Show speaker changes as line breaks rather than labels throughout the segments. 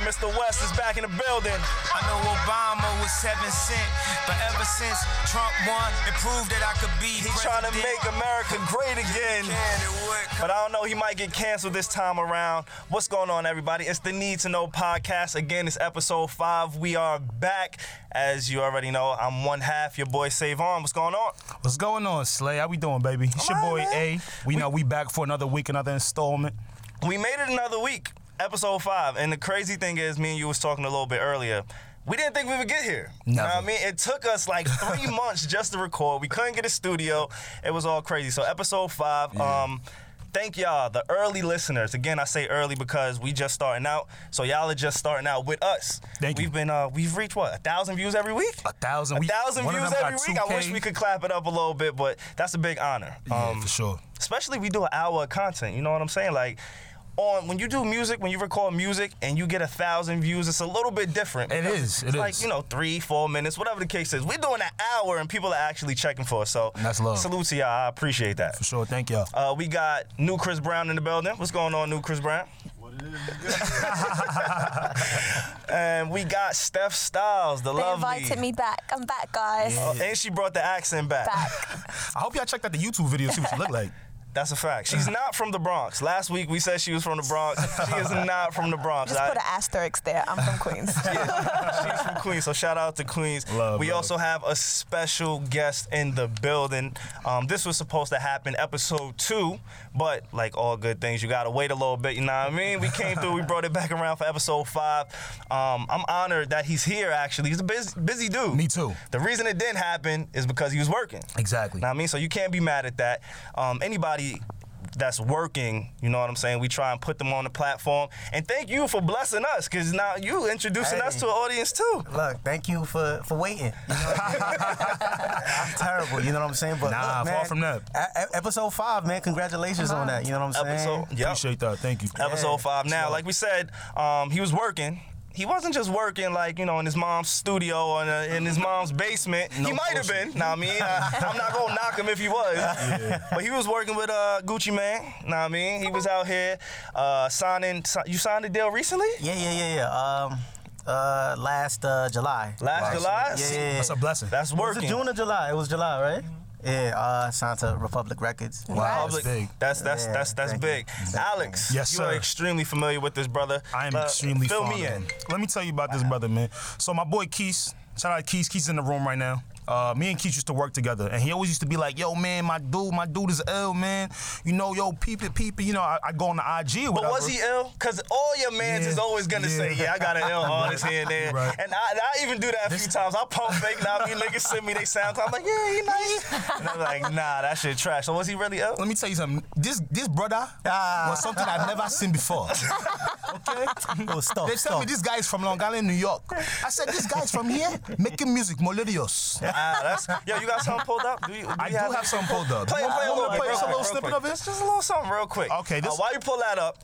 Mr. West is back in the building.
I know Obama was seven cent, but ever since Trump won, it proved that I could be.
He's trying to make America great again. But I don't know, he might get canceled this time around. What's going on, everybody? It's the Need to Know podcast. Again, it's episode five. We are back. As you already know, I'm one half, your boy Save On. What's going on?
What's going on, Slay? How we doing, baby? It's your
All
boy
right, man.
A. We, know we back for another week, another installment.
We made it another week, episode five. And the crazy thing is, me and you was talking a little bit earlier. We didn't think we would get here. You know what I
Never.
mean? It took us like three months just to record. We couldn't get a studio. It was all crazy. So episode five. Um, thank y'all, the early listeners. Again, I say early because we just starting out. So y'all are just starting out with us.
Thank you.
we've been uh, we've reached what a thousand views every week.
A thousand,
A
we-
thousand
one of
views
them got
every week. I
2K.
wish we could clap it up a little bit, but that's a big honor. Um,
yeah, for sure.
especially we do an hour of content. You know what I'm saying? Like, on when you do music, when you record music and you get a thousand views, it's a little bit different.
It
because
is, it
it's like
is.
you know three, four minutes, whatever the case is. We're doing an hour and people are actually checking for us. So
That's love.
Salute to y'all. I appreciate that.
For sure. Thank y'all.
Uh, we got new Chris Brown in the building. What's going on, new Chris Brown? and we got Steph Styles, the
They
lovely.
invited me back. I'm back, guys.
Uh, and she brought the accent back.
Back.
I hope y'all checked out the YouTube video, see what you look like.
That's a fact. She's not from the Bronx. Last week we said she was from the Bronx. She is not from the Bronx.
Just
I-
put an asterisk there. I'm from Queens.
She's from Queens, so shout out to Queens.
Love,
we
love.
also have a special guest in the building. Um, this was supposed to happen episode two, but like all good things, you gotta wait a little bit. You know what I mean? We came through, we brought it back around for episode five. Um, I'm honored that he's here. Actually, he's a busy, busy dude.
Me too.
The reason it didn't happen is because he was working.
Exactly.
Know what I mean? So you can't be mad at that. Um, anybody that's working, you know what I'm saying? We try and put them on the platform. And thank you for blessing us, because now you introducing us
Hey.
to an audience too.
Look, thank you for for waiting. You know what I'm terrible. You know what I'm saying? But
Nah,
look,
far
man,
from that.
e- e- episode five, man. Congratulations on that. You know what I'm saying?
Episode, yep.
Appreciate that. Thank you.
episode five. Now, like we said, um, he was working. He wasn't just working like you know in his mom's studio or in, uh, in his mom's basement. he might have been. Now I mean, I, I'm not gonna knock him if he was, but he was working with uh, Gucci Man. Know what I mean, he was out here uh, signing. si- You signed a deal recently?
Yeah, yeah, yeah, yeah. Um, uh, last uh, July.
Last July?
Yeah, yeah, yeah.
That's a blessing.
That's
Was
working.
it June or July? It was July, right? Yeah. Uh, signed to Republic Records.
wow, that's
Public-
big.
That's that's
Yeah,
that's that's
thank you.
big. Alex,
Yes,
you are
sir.
extremely familiar with this brother.
I am
Uh,
extremely
fill
fond
me
of
in.
him. Let me tell you about this brother, man. So my boy Keith, shout out to Keith. Keith's in the room right now. Uh, me and Keith used to work together, and he always used to be like, "Yo, man, my dude, my dude is ill, man. You know, yo, peep it, peep it. You know, I, I go on the IG or whatever."
But was he ill? Because all your mans
Yeah,
is always gonna
yeah.
say, "Yeah, I got an L on his here and there,"
Right.
and I, and I even do that a few times. I pump fake now. These niggas send me they sound. I'm like, "Yeah, he nice," and I'm like, "Nah, that shit trash." So was he really ill?
Let me tell you something. This this brother was something I've never seen before. okay?
Oh, stop,
They tell
stop.
me this guy is from Long Island, New York. I said this guy is from here making music, melodious.
Ah, that's yo. You got something pulled up? Do you? Do
I
you
do have some pulled up.
Play,
You want-
play
you
a little,
want me
bit,
to play us a
real
little
quick, real
snippet
quick.
of it.
Just just a little something, real quick.
Okay, this-
Uh, while you pull that up,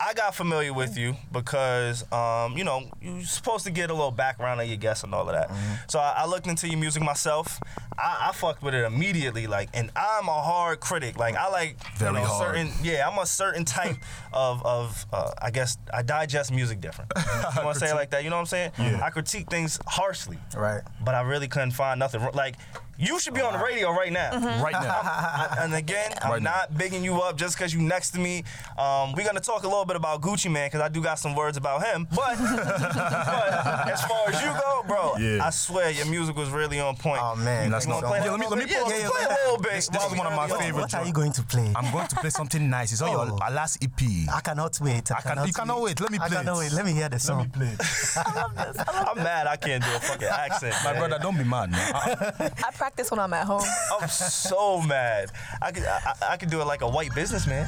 I got familiar with you because um, you know you're supposed to get a little background on your guests and all of that.
Mm-hmm.
So I, I looked into your music myself. I, I fucked with it immediately, like, and I'm a hard critic. Like, I like
Very
you know,
hard.
certain. Yeah, I'm a certain type of of uh, I guess I digest music different. You want to say it like that? You know what I'm saying?
Yeah.
I critique things harshly,
Right.
but I really couldn't find nothing. wr- Like, you should be on the radio right now.
Right now.
I- and again, I'm
Right now.
not bigging you up just because you next to me. Um, we're gonna talk a little bit about Gucci Man because I do got some words about him. But, but as far as you go, bro,
Yeah.
I swear your music was really on point.
Oh
That's
man. thank you
not-
so
Play
Yeah,
that
much.
little
let me- let me
bit.
pull-
Yeah,
yeah,
play
yeah.
a little bit.
This- this is one of my
Yo,
favorite
What are
joint.
you going to play?
I'm going to play something nice. It's on your
Oh.
last E EP.
I cannot wait. I
can-
cannot
you cannot wait. Let me
I
play
cannot
it.
wait. Let me hear the song.
play it.
I'm mad. I can't do a fucking accent.
My
man.
brother, don't be mad, man.
I practice when I'm at home.
I'm so mad. I could I, I- I could do it like a white businessman.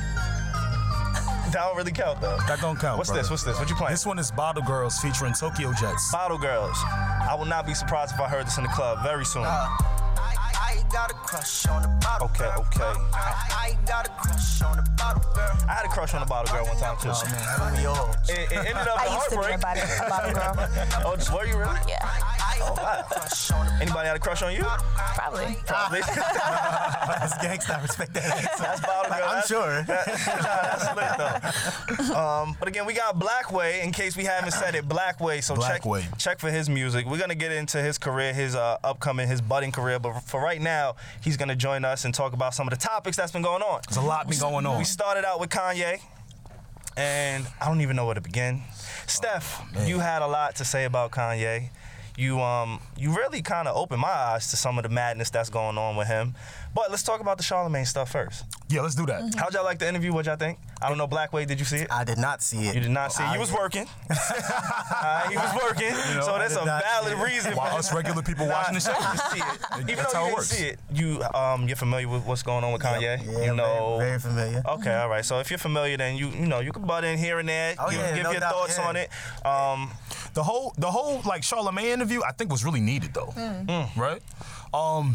That don't really count though.
That don't count.
What's
brother.
this? What's this? What you playing?
This one is Bottle Girls featuring Tokyo Jets.
Bottle Girls. I will not be surprised if I heard this in the club very soon.
Uh, I, I got a crush on the bottle
Okay,
girl.
okay.
I, I got a crush on the bottle girl.
I had a crush on a bottle girl one time too.
Oh man, I don't know.
It, it ended up
I
in
used to be
heartbreak.
a body, a body girl.
Oh, just- were you really?
Yeah,
I, I got a crush on the
Uh,
Anybody had a crush on you?
probably.
Probably.
That's gangsta. I respect that.
That's bottle
Like,
girl.
I'm
That's-
sure.
that- nah, that's lit though. Um, but again, we got Blackway. In case we haven't said it, Blackway. So
Blackway.
check check for his music. We're gonna get into his career, his uh, upcoming, his budding career. But for right now, he's gonna join us and talk about some of the topics that's been going on.
There's a lot been going on.
We started out with Kanye. And I don't even know where to begin. Steph,
Oh,
you had a lot to say about Kanye. You um you really kind of opened my eyes to some of the madness that's going on with him. But let's talk about the Charlemagne stuff first.
Yeah, let's do that.
How'd y'all like the interview? What y'all think? I don't know. Blackway, did you see it?
I did not see it.
You did not see it. You was working. Uh, he was working. so
I
that's
did
a
not
valid reason.
While us regular people watching this
Nah,
shit.
you can see it. Even
That's
though
how
you didn't
it works.
see it, you um you're familiar with what's going on with Kanye.
Yeah,
you know. Oh,
very, very familiar.
Okay, all right. So if you're familiar, then you you know you can butt in here and there.
Oh,
you
yeah,
give
no
your
doubt,
thoughts
yeah.
on it. Um,
The whole the whole like Charlemagne interview, I think was really needed though, Mm. right? Um,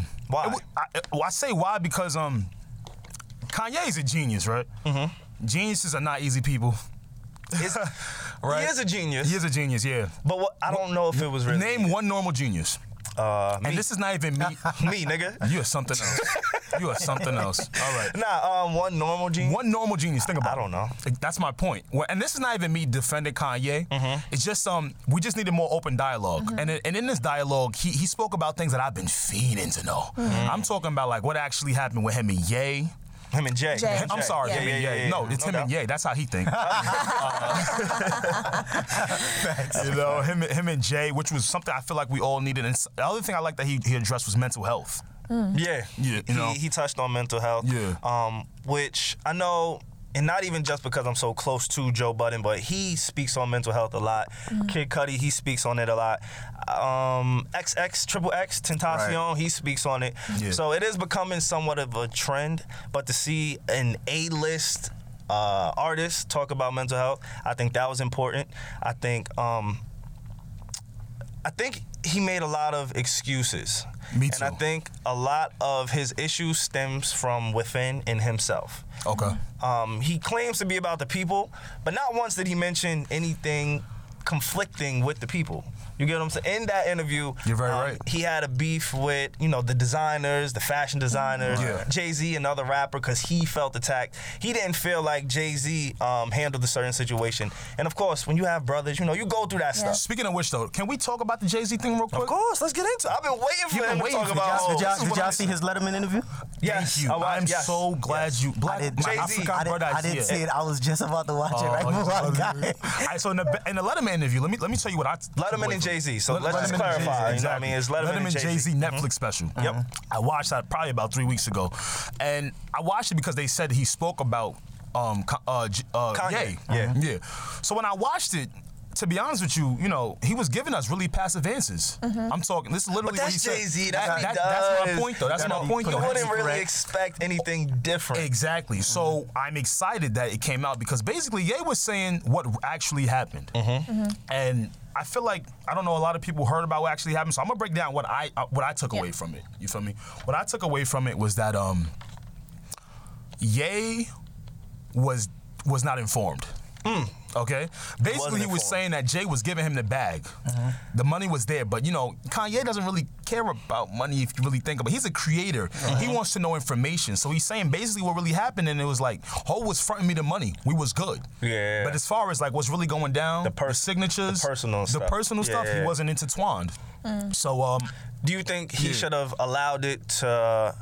Mm. Why?
it wa- I, it- well, I say why because um, Kanye is a genius, right? Mm-hmm. Geniuses are not easy people.
it's-
Right.
He is a genius.
He is a genius, yeah.
but what, I don't know if it was really
Name one normal genius,
uh, me,
and this is not even me.
me, nigga.
you are something else. You are something else. All right.
Nah, um, one normal genius.
One normal genius. Think about.
I don't know.
it. That's my point. Well, and this is not even me defending Kanye. It's just um, we just needed more open dialog And in- and in this dialogue, he he spoke about things that I've been fiending to know. I'm talking about like what actually happened with him and Ye.
Him and Jay.
Jay.
Him and
I'm
Jay.
sorry, him and Ye. No, it's him
doubt.
and Ye. That's how he think. Uh, you know, him and- him and Jay, which was something I feel like we all needed. And s- the other thing I like that he, he addressed was mental health.
Yeah,
Yeah, you
He,
know.
he touched on mental health.
Yeah.
um, which I know, and not even just because I'm so close to Joe Budden, but he speaks on mental health a lot. Kid Cudi, he speaks on it a lot. Um, XX Triple X Tentacion, he speaks on it.
Yeah.
So it is becoming somewhat of a trend. But to see an A-list. Uh, artists talk about mental health. I think that was important. I think um, I think he made a lot of excuses.
Me
And I
too.
think a lot of his issues stems from within in himself.
Okay.
Um, he claims to be about the people, but not once did he mention anything conflicting with the people. You get what I'm saying? In that interview, um,
You're very right.
He had a beef with you know the designers, the fashion designers,
Yeah.
Jay Z, another rapper, because he felt attacked. He didn't feel like Jay Z um, handled a certain situation. And of course, when you have brothers, you know you go through that stuff.
Speaking of which, though, can we talk about the Jay Z thing real quick?
Of course, let's get into. it. I've been waiting for
You've
him
been
to
waiting
talk
for
about. Oh,
Jazz-
Did
hoes.
y'all,
this is
did
what
y'all
I'm
see his Letterman interview?
Yes,
Thank you.
I watched-
I'm
yes,
so
yes.
glad you. Black,
didn't-
my
Jay-Z.
African
I didn't,
brother,
I didn't see it. I was just about to watch it. Right,
Oh,
move on,
yeah.
guy.
All right, so in the in the Letterman interview, let me let me tell you what I took
Letterman and
away from it.
Jay-Z, so
Let-
let's just
Letterman and
clarify,
Jay-Z,
you know what I mean? It's Letterman and
Jay Z
Jay-Z. Mm-hmm.
Netflix special.
Yep.
I watched that probably about three weeks ago, and I watched it because they said he spoke about um Ka- uh, J- uh
Kanye.
Ye.
Yeah.
yeah. So when I watched it. To be honest with you, you know, he was giving us really passive answers. I'm talking. This is literally
Mm-hmm. That's
what he
Jay Z.
said.
That's
That-
what he
that-
does.
That's my point, though. That's
You
my
know,
point.
You
though.
wouldn't really
correct.
expect anything different.
Exactly. So I'm excited that it came out because basically Ye was saying what actually happened, and I feel like I don't know a lot of people heard about what actually happened. So I'm gonna break down what I uh, what I took away from it. You feel me? What I took away from it was that um, Ye was was not informed.
Hmm.
Okay. Basically, he
informed.
was saying that Jay was giving him the bag.
Mm-hmm.
The money was there, but you know, Kanye doesn't really care about money if you really think about. it. He's a creator.
Uh-huh.
He wants to know information. So he's saying basically what really happened, and it was like Ho was fronting me the money. We was good.
Yeah.
But as far as like what's really going down, the,
pers-
signatures,
the personal
the
stuff.
personal stuff,
Yeah.
he wasn't intertwined. So um,
Do you think he
Yeah.
should have allowed it to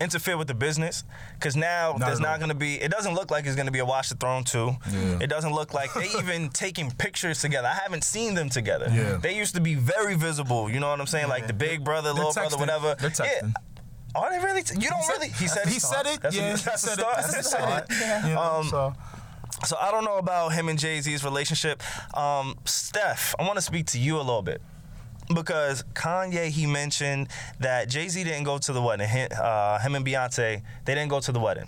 interfere with the business? Because now there's
at all.
not going to be. It doesn't look like it's going to be a Watch the Throne two.
Yeah.
It doesn't look like they even taking pictures together. I haven't seen them together.
Yeah.
They used to be very visible. You know what I'm saying? Like the Big Brother,
they're
Little Brother,
texting.
whatever.
They're texting.
Are they really? T- you don't really. He said.
he said it.
That's a-
yeah, he
that's a
said it.
start.
He
That's a
said it.
start.
You know,
Um,
so.
So I don't know about him and Jay Z's relationship. Um, Steph, I want to speak to you a little bit because Kanye he mentioned that Jay Z didn't go to the wedding. Hi- uh, him and Beyonce they didn't go to the wedding.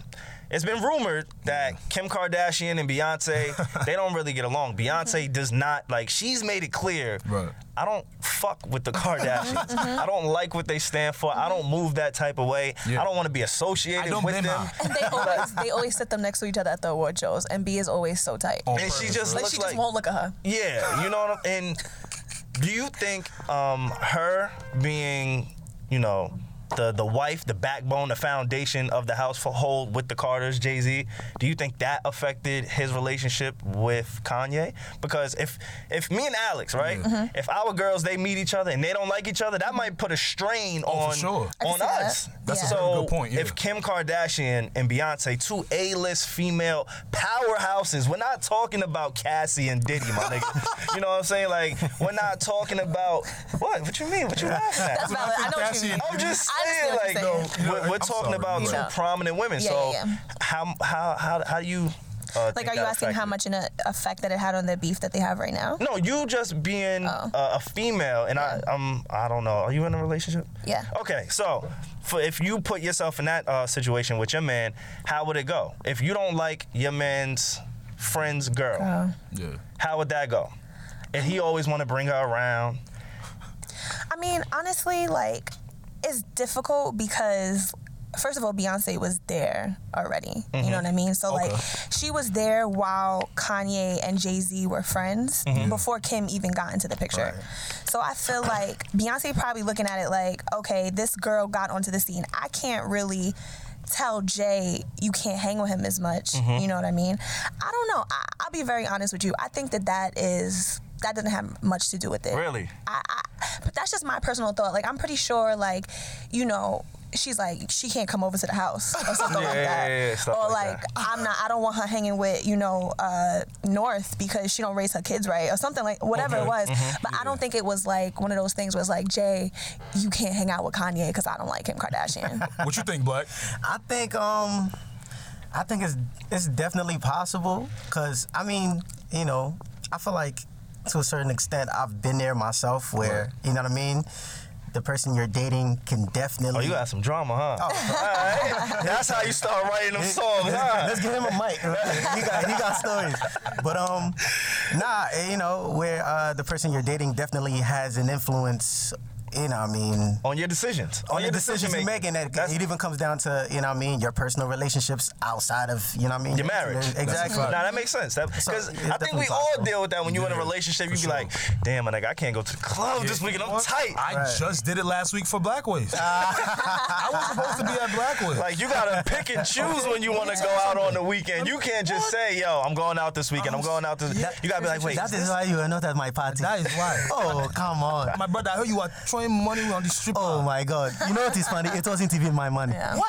It's been rumored
Mm.
that Kim Kardashian and Beyonce they don't really get along. Beyonce does not like. She's made it clear.
Right.
I don't fuck with the Kardashians.
Mm-hmm.
I don't like what they stand for. I don't move that type of way.
Yeah.
I don't want to be associated
I don't
with
blame
them.
her.
And they always they always sit them next to each other at the award shows, and B is always so tight.
On
And she
purpose,
just
like
looks
she just
Oh, like
won't look at her.
Yeah, you know what I'm and do you think um her being, you know, the the wife, the backbone, the foundation of the household with the Carters, Jay Z. Do you think that affected his relationship with Kanye? Because if if me and Alex, right,
Mm-hmm.
if our girls they meet each other and they don't like each other, that might put a strain
Oh, for
on
sure. I
can
on
see that.
us.
That's a
so
very good point, yeah.
if Kim Kardashian and Beyonce, two A-list female powerhouses. We're not talking about Cassie and Diddy, my nigga. you know what I'm saying? Like, we're not talking about what? What you mean? What you laughing at?
That's valid. I know what you mean.
I'm just
I
saying, like,
understand what you're
saying.
we're, we're
I'm
talking
sorry,
about
you
two
know.
prominent women.
Yeah,
so,
yeah, yeah.
how how how how do you uh,
Like,
think
are you
that
asking how
affected?
much an effect that it had on their beef that they have right now?
No, you just being
Oh.
a, a female, and I, I'm, I don't know. Are you in a relationship?
Yeah.
Okay, so for if you put yourself in that uh, situation with your man, how would it go? If you don't like your man's friend's girl,
Yeah.
how would that go? And he always want to bring her around.
I mean, honestly, like, it's difficult because. First of all, Beyonce was there already. You know what I mean? So, like, she was there while Kanye and Jay Z were friends before Kim even got into the picture. So, I feel like Beyonce probably looking at it like, okay, this girl got onto the scene. I can't really tell Jay you can't hang with him as much. You know what I mean? I don't know. I, I'll be very honest with you. I think that that is, that doesn't have much to do with it.
Really?
I, I, but that's just my personal thought. Like, I'm pretty sure, like, you know, she's like, she can't come over to the house or something like
Yeah,
that.
yeah, yeah, stuff
or
like
like,
that.
I'm not, I don't want her hanging with, you know, uh, North because she don't raise her kids right or something like, whatever it was.
Mm-hmm.
But I don't think it was like one of those things was like, Jay, you can't hang out with Kanye because I don't like him, Kardashian.
What you think, Black?
I think um, I think it's it's definitely possible. Cause I mean, you know, I feel like to a certain extent I've been there myself, where you know what I mean. The person you're dating can definitely.
Oh, you got some drama, huh? All right. That's how you start writing them songs, huh?
Let's give him a mic. he, got, he got stories. But um, nah, eh, you know, where uh, the person you're dating definitely has an influence. You know, what I mean,
On your decisions.
on the decisions you're making, that
Oh, That's-
it even comes down to you know, what I mean, your personal relationships outside of you know, what I mean,
your marriage.
Exactly.
Now that makes sense. Because
So, it's
I think we
definitely
all
possible.
deal with that when you're in a relationship. You be like, damn, my nigga, I can't go to the club this weekend. I'm tight.
I just did it last week for Blackways. I was supposed to be at Blackways.
like you gotta pick and choose when you want to go out on the weekend. You can't just say, "Yo, I'm going out this weekend. I'm going out this." You gotta be like, "Wait,
That is why you are not at my party.
that is why.
oh come on.
My brother, I heard you are throwing money on the strip.
Oh my God! You know what is funny? It wasn't even my money.
Yeah.
You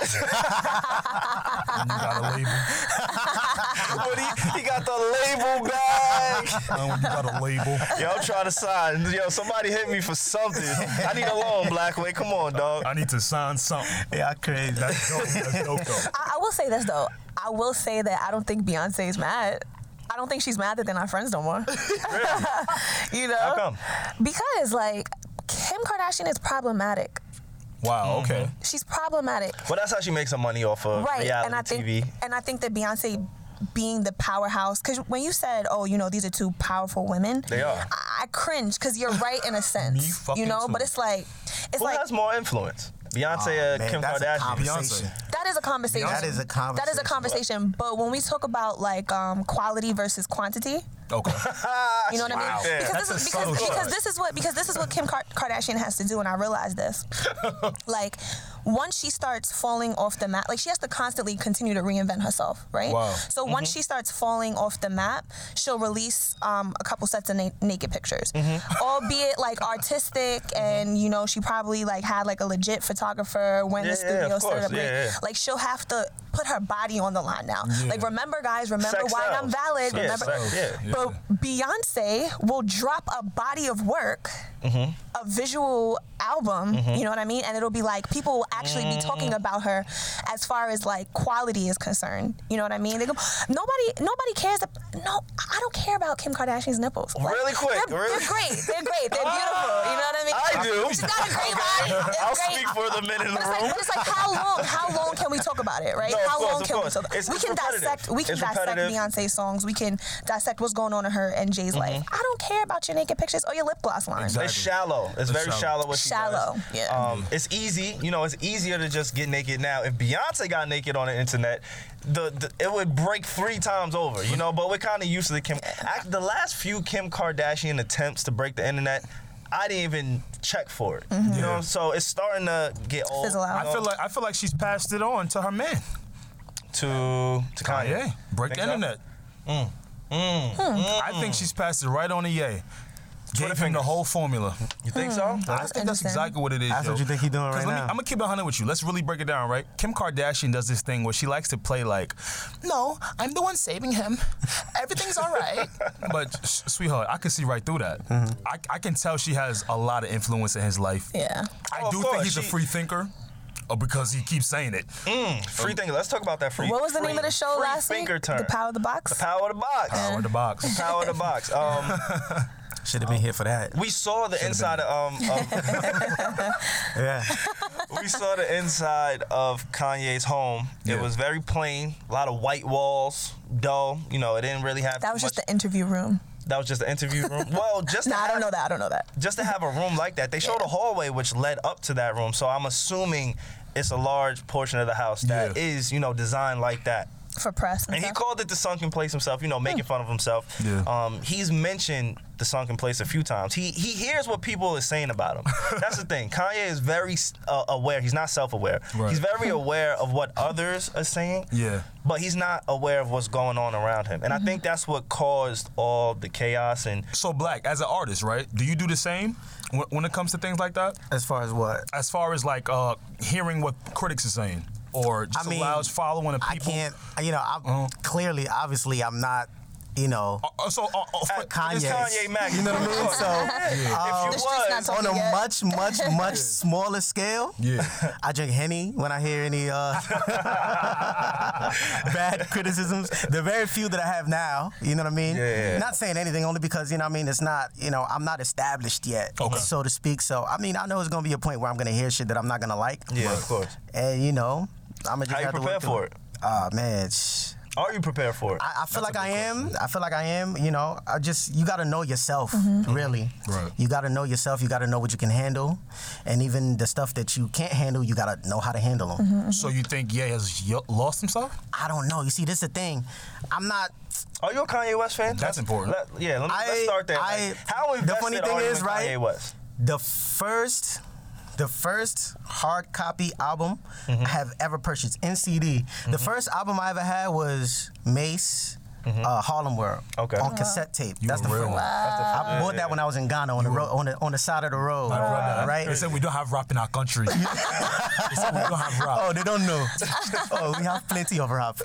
got a label.
but he, he got the label back."
Um, you got a label.
Yo, I'm trying to sign. Yo, somebody hit me for something. I need a loan, Blackway. Come on, dog.
I need to sign something.
Yeah, crazy.
That's dope. That's dope, though.
I, I will say this though. I will say that I don't think Beyonce is mad. I don't think she's mad that they're not friends no more. you know?
How come?
Because like Kim Kardashian is problematic.
Wow.
Mm-hmm.
Okay.
She's problematic,
Well, that's how she makes her money off of
right?
reality
and I think
TV.
and I think that Beyonce being the powerhouse, because when you said, "Oh, you know, these are two powerful women,"
They are.
I, I cringe because you're right in a sense,
fucking
you know.
too.
But it's like, it's
Who
like
has more influence, Beyonce or
Oh, Man,
uh, Kim
that's a
Kardashian?
conversation.
That is a conversation.
That is a
That is a conversation. But when we talk about like um, quality versus quantity,
Okay.
you know what
Wow.
I mean? Because
That's
this
a
is
subtle
because, because
choice.
this is what because this is what Kim Kar- Kardashian has to do, and I realize this. like, once she starts falling off the map, like she has to constantly continue to reinvent herself, right?
Wow.
So
Mm-hmm.
once she starts falling off the map, she'll release um, a couple sets of na- naked pictures,
Mm-hmm.
albeit like artistic, and you know she probably like had like a legit photographer when
Yeah,
the
yeah,
studio
of
started.
course.
up. Like,
Yeah, yeah.
like she'll have to put her body on the line now. Like remember, guys, remember
Sex
why I'm
sells.
valid.
Yeah,
remember,
sex, yeah.
but Beyonce will drop a body of work,
Mm-hmm.
a visual album, you know what I mean? And it'll be like people will actually be talking
Mm.
about her as far as like quality is concerned. You know what I mean? They go, nobody nobody cares ab- no, I don't care about Kim Kardashian's nipples. Like,
Really quick,
They're,
really-
they're great. They're great. They're beautiful. You know what I mean?
I do.
She's got a great body. It's
I'll
great.
speak for the men in
But it's,
the
like,
room.
but it's like how long? How long can we talk about it, right?
No, of
how
course,
long
of
can
course.
we talk?
It's-
we
it's
can
repetitive.
dissect. We can
It's
dissect
repetitive.
Beyonce's songs. We can dissect what's going on in her and Jay's
Mm-hmm.
life. I don't care about your naked pictures or your lip gloss line.
It's shallow. It's, very
shallow.
shallow. what she
Shallow,
does.
yeah.
Um, it's easy. You know, it's easier to just get naked now. If Beyonce got naked on the internet, the, the it would break three times over. You know, but we're kind of used to the Kim. Act, the last few Kim Kardashian attempts to break the internet. I didn't even check for it. You know, so it's starting to get old.
Mm-hmm. Fizzle out.
I feel like I feel like she's passed it on to her man.
to to
Oh,
Kanye.
Kanye, break
Think
the
so?
internet.
Hmm.
I think she's passed it right on to Ye. Gave him the
fingers.
whole formula.
You think so?
Mm-hmm.
I think that's
interesting.
exactly what it is.
That's
yo.
what you think he doing right now.
I'm gonna keep it 100 with you. Let's really break it down, right? Kim Kardashian does this thing where she likes to play like, "No, I'm the one saving him. Everything's all right." but s- sweetheart, I can see right through that.
Mm-hmm.
I, I can tell she has a lot of influence in his life.
yeah.
I
Oh, of
do think
course.
he's a
She-
free thinker, uh, because he keeps saying it.
Free thinker. Let's talk about that free.
What was the
free-
name of the show
free
last week?
thinker Turn.
The Power of the Box.
Power of the box.
Power in the box.
Power of the box. Um,
Should have been here for that.
we saw the inside of um, of-
Yeah.
we saw the inside of Kanye's home.
Yeah.
It was very plain. A lot of white walls, dull. You know, it didn't really have.
that was just
much-
the interview room.
that was just the interview room. well, just
No,
to
I
have-
don't know that. I don't know that.
just to have a room like that. They showed a hallway which led up to that room, so I'm assuming it's a large portion of the house that is,
Yeah.
you know, designed like that.
For press. And,
And he
stuff.
called it the sunken place himself, you know, making fun of himself.
Yeah.
Um, he's mentioned the sunken place a few times. He he hears what people are saying about him. That's the thing. Kanye is very uh, aware. He's not self-aware.
Right.
He's very aware of what others are saying.
Yeah.
But he's not aware of what's going on around him. And I think that's what caused all the chaos and
So black as an artist, right? Do you do the same when, when it comes to things like that?
As far as what?
As far as like uh, hearing what critics are saying, or just
I mean,
allows following of
I
people.
can't. You know, I'm
Uh-huh.
clearly, obviously, I'm not. You know,
Uh, so uh, uh, for-
At
Kanye's.
Kanye Mac.
You know what I mean? So
if you
The street's not
was,
talking
on a
yet.
much, much, much smaller scale.
Yeah.
I drink henny when I hear any uh, bad criticisms. The very few that I have now, you know what I mean.
Yeah.
Not saying anything only because you know what I mean. It's not you know I'm not established yet,
Okay.
so to speak. So I mean I know it's gonna be a point where I'm gonna hear shit that I'm not gonna like.
yeah, of course.
And you know I'm gonna just
How you
have to
prepare
work through
for it?
Ah man. Shh.
Are you prepared for it?
I, I feel like I am. I feel like I am. You know, I just you got to know yourself, really.
Right.
You got to know yourself. You got to know what you can handle, and even the stuff that you can't handle, you got to know how to handle them.
So you think Ye has y- lost himself?
I don't know. You see, this is the thing. I'm not.
Are you a Kanye West fan?
That's important.
Let- yeah, let me, let's
I-
start there.
I-
Like, how invested the funny thing is, right? Kanye West?
the first the first hard copy album I have ever purchased in CD. The first album I ever had was Mace. Uh, Harlem World
Okay.
on cassette tape. That's
a
the
real
first
one.
one. I bought that when I was in Ghana on the road, on the on the side of the road, right?
They said we don't have rap in our country. they said we don't have rap.
Oh, they don't know. oh, we have plenty of rap.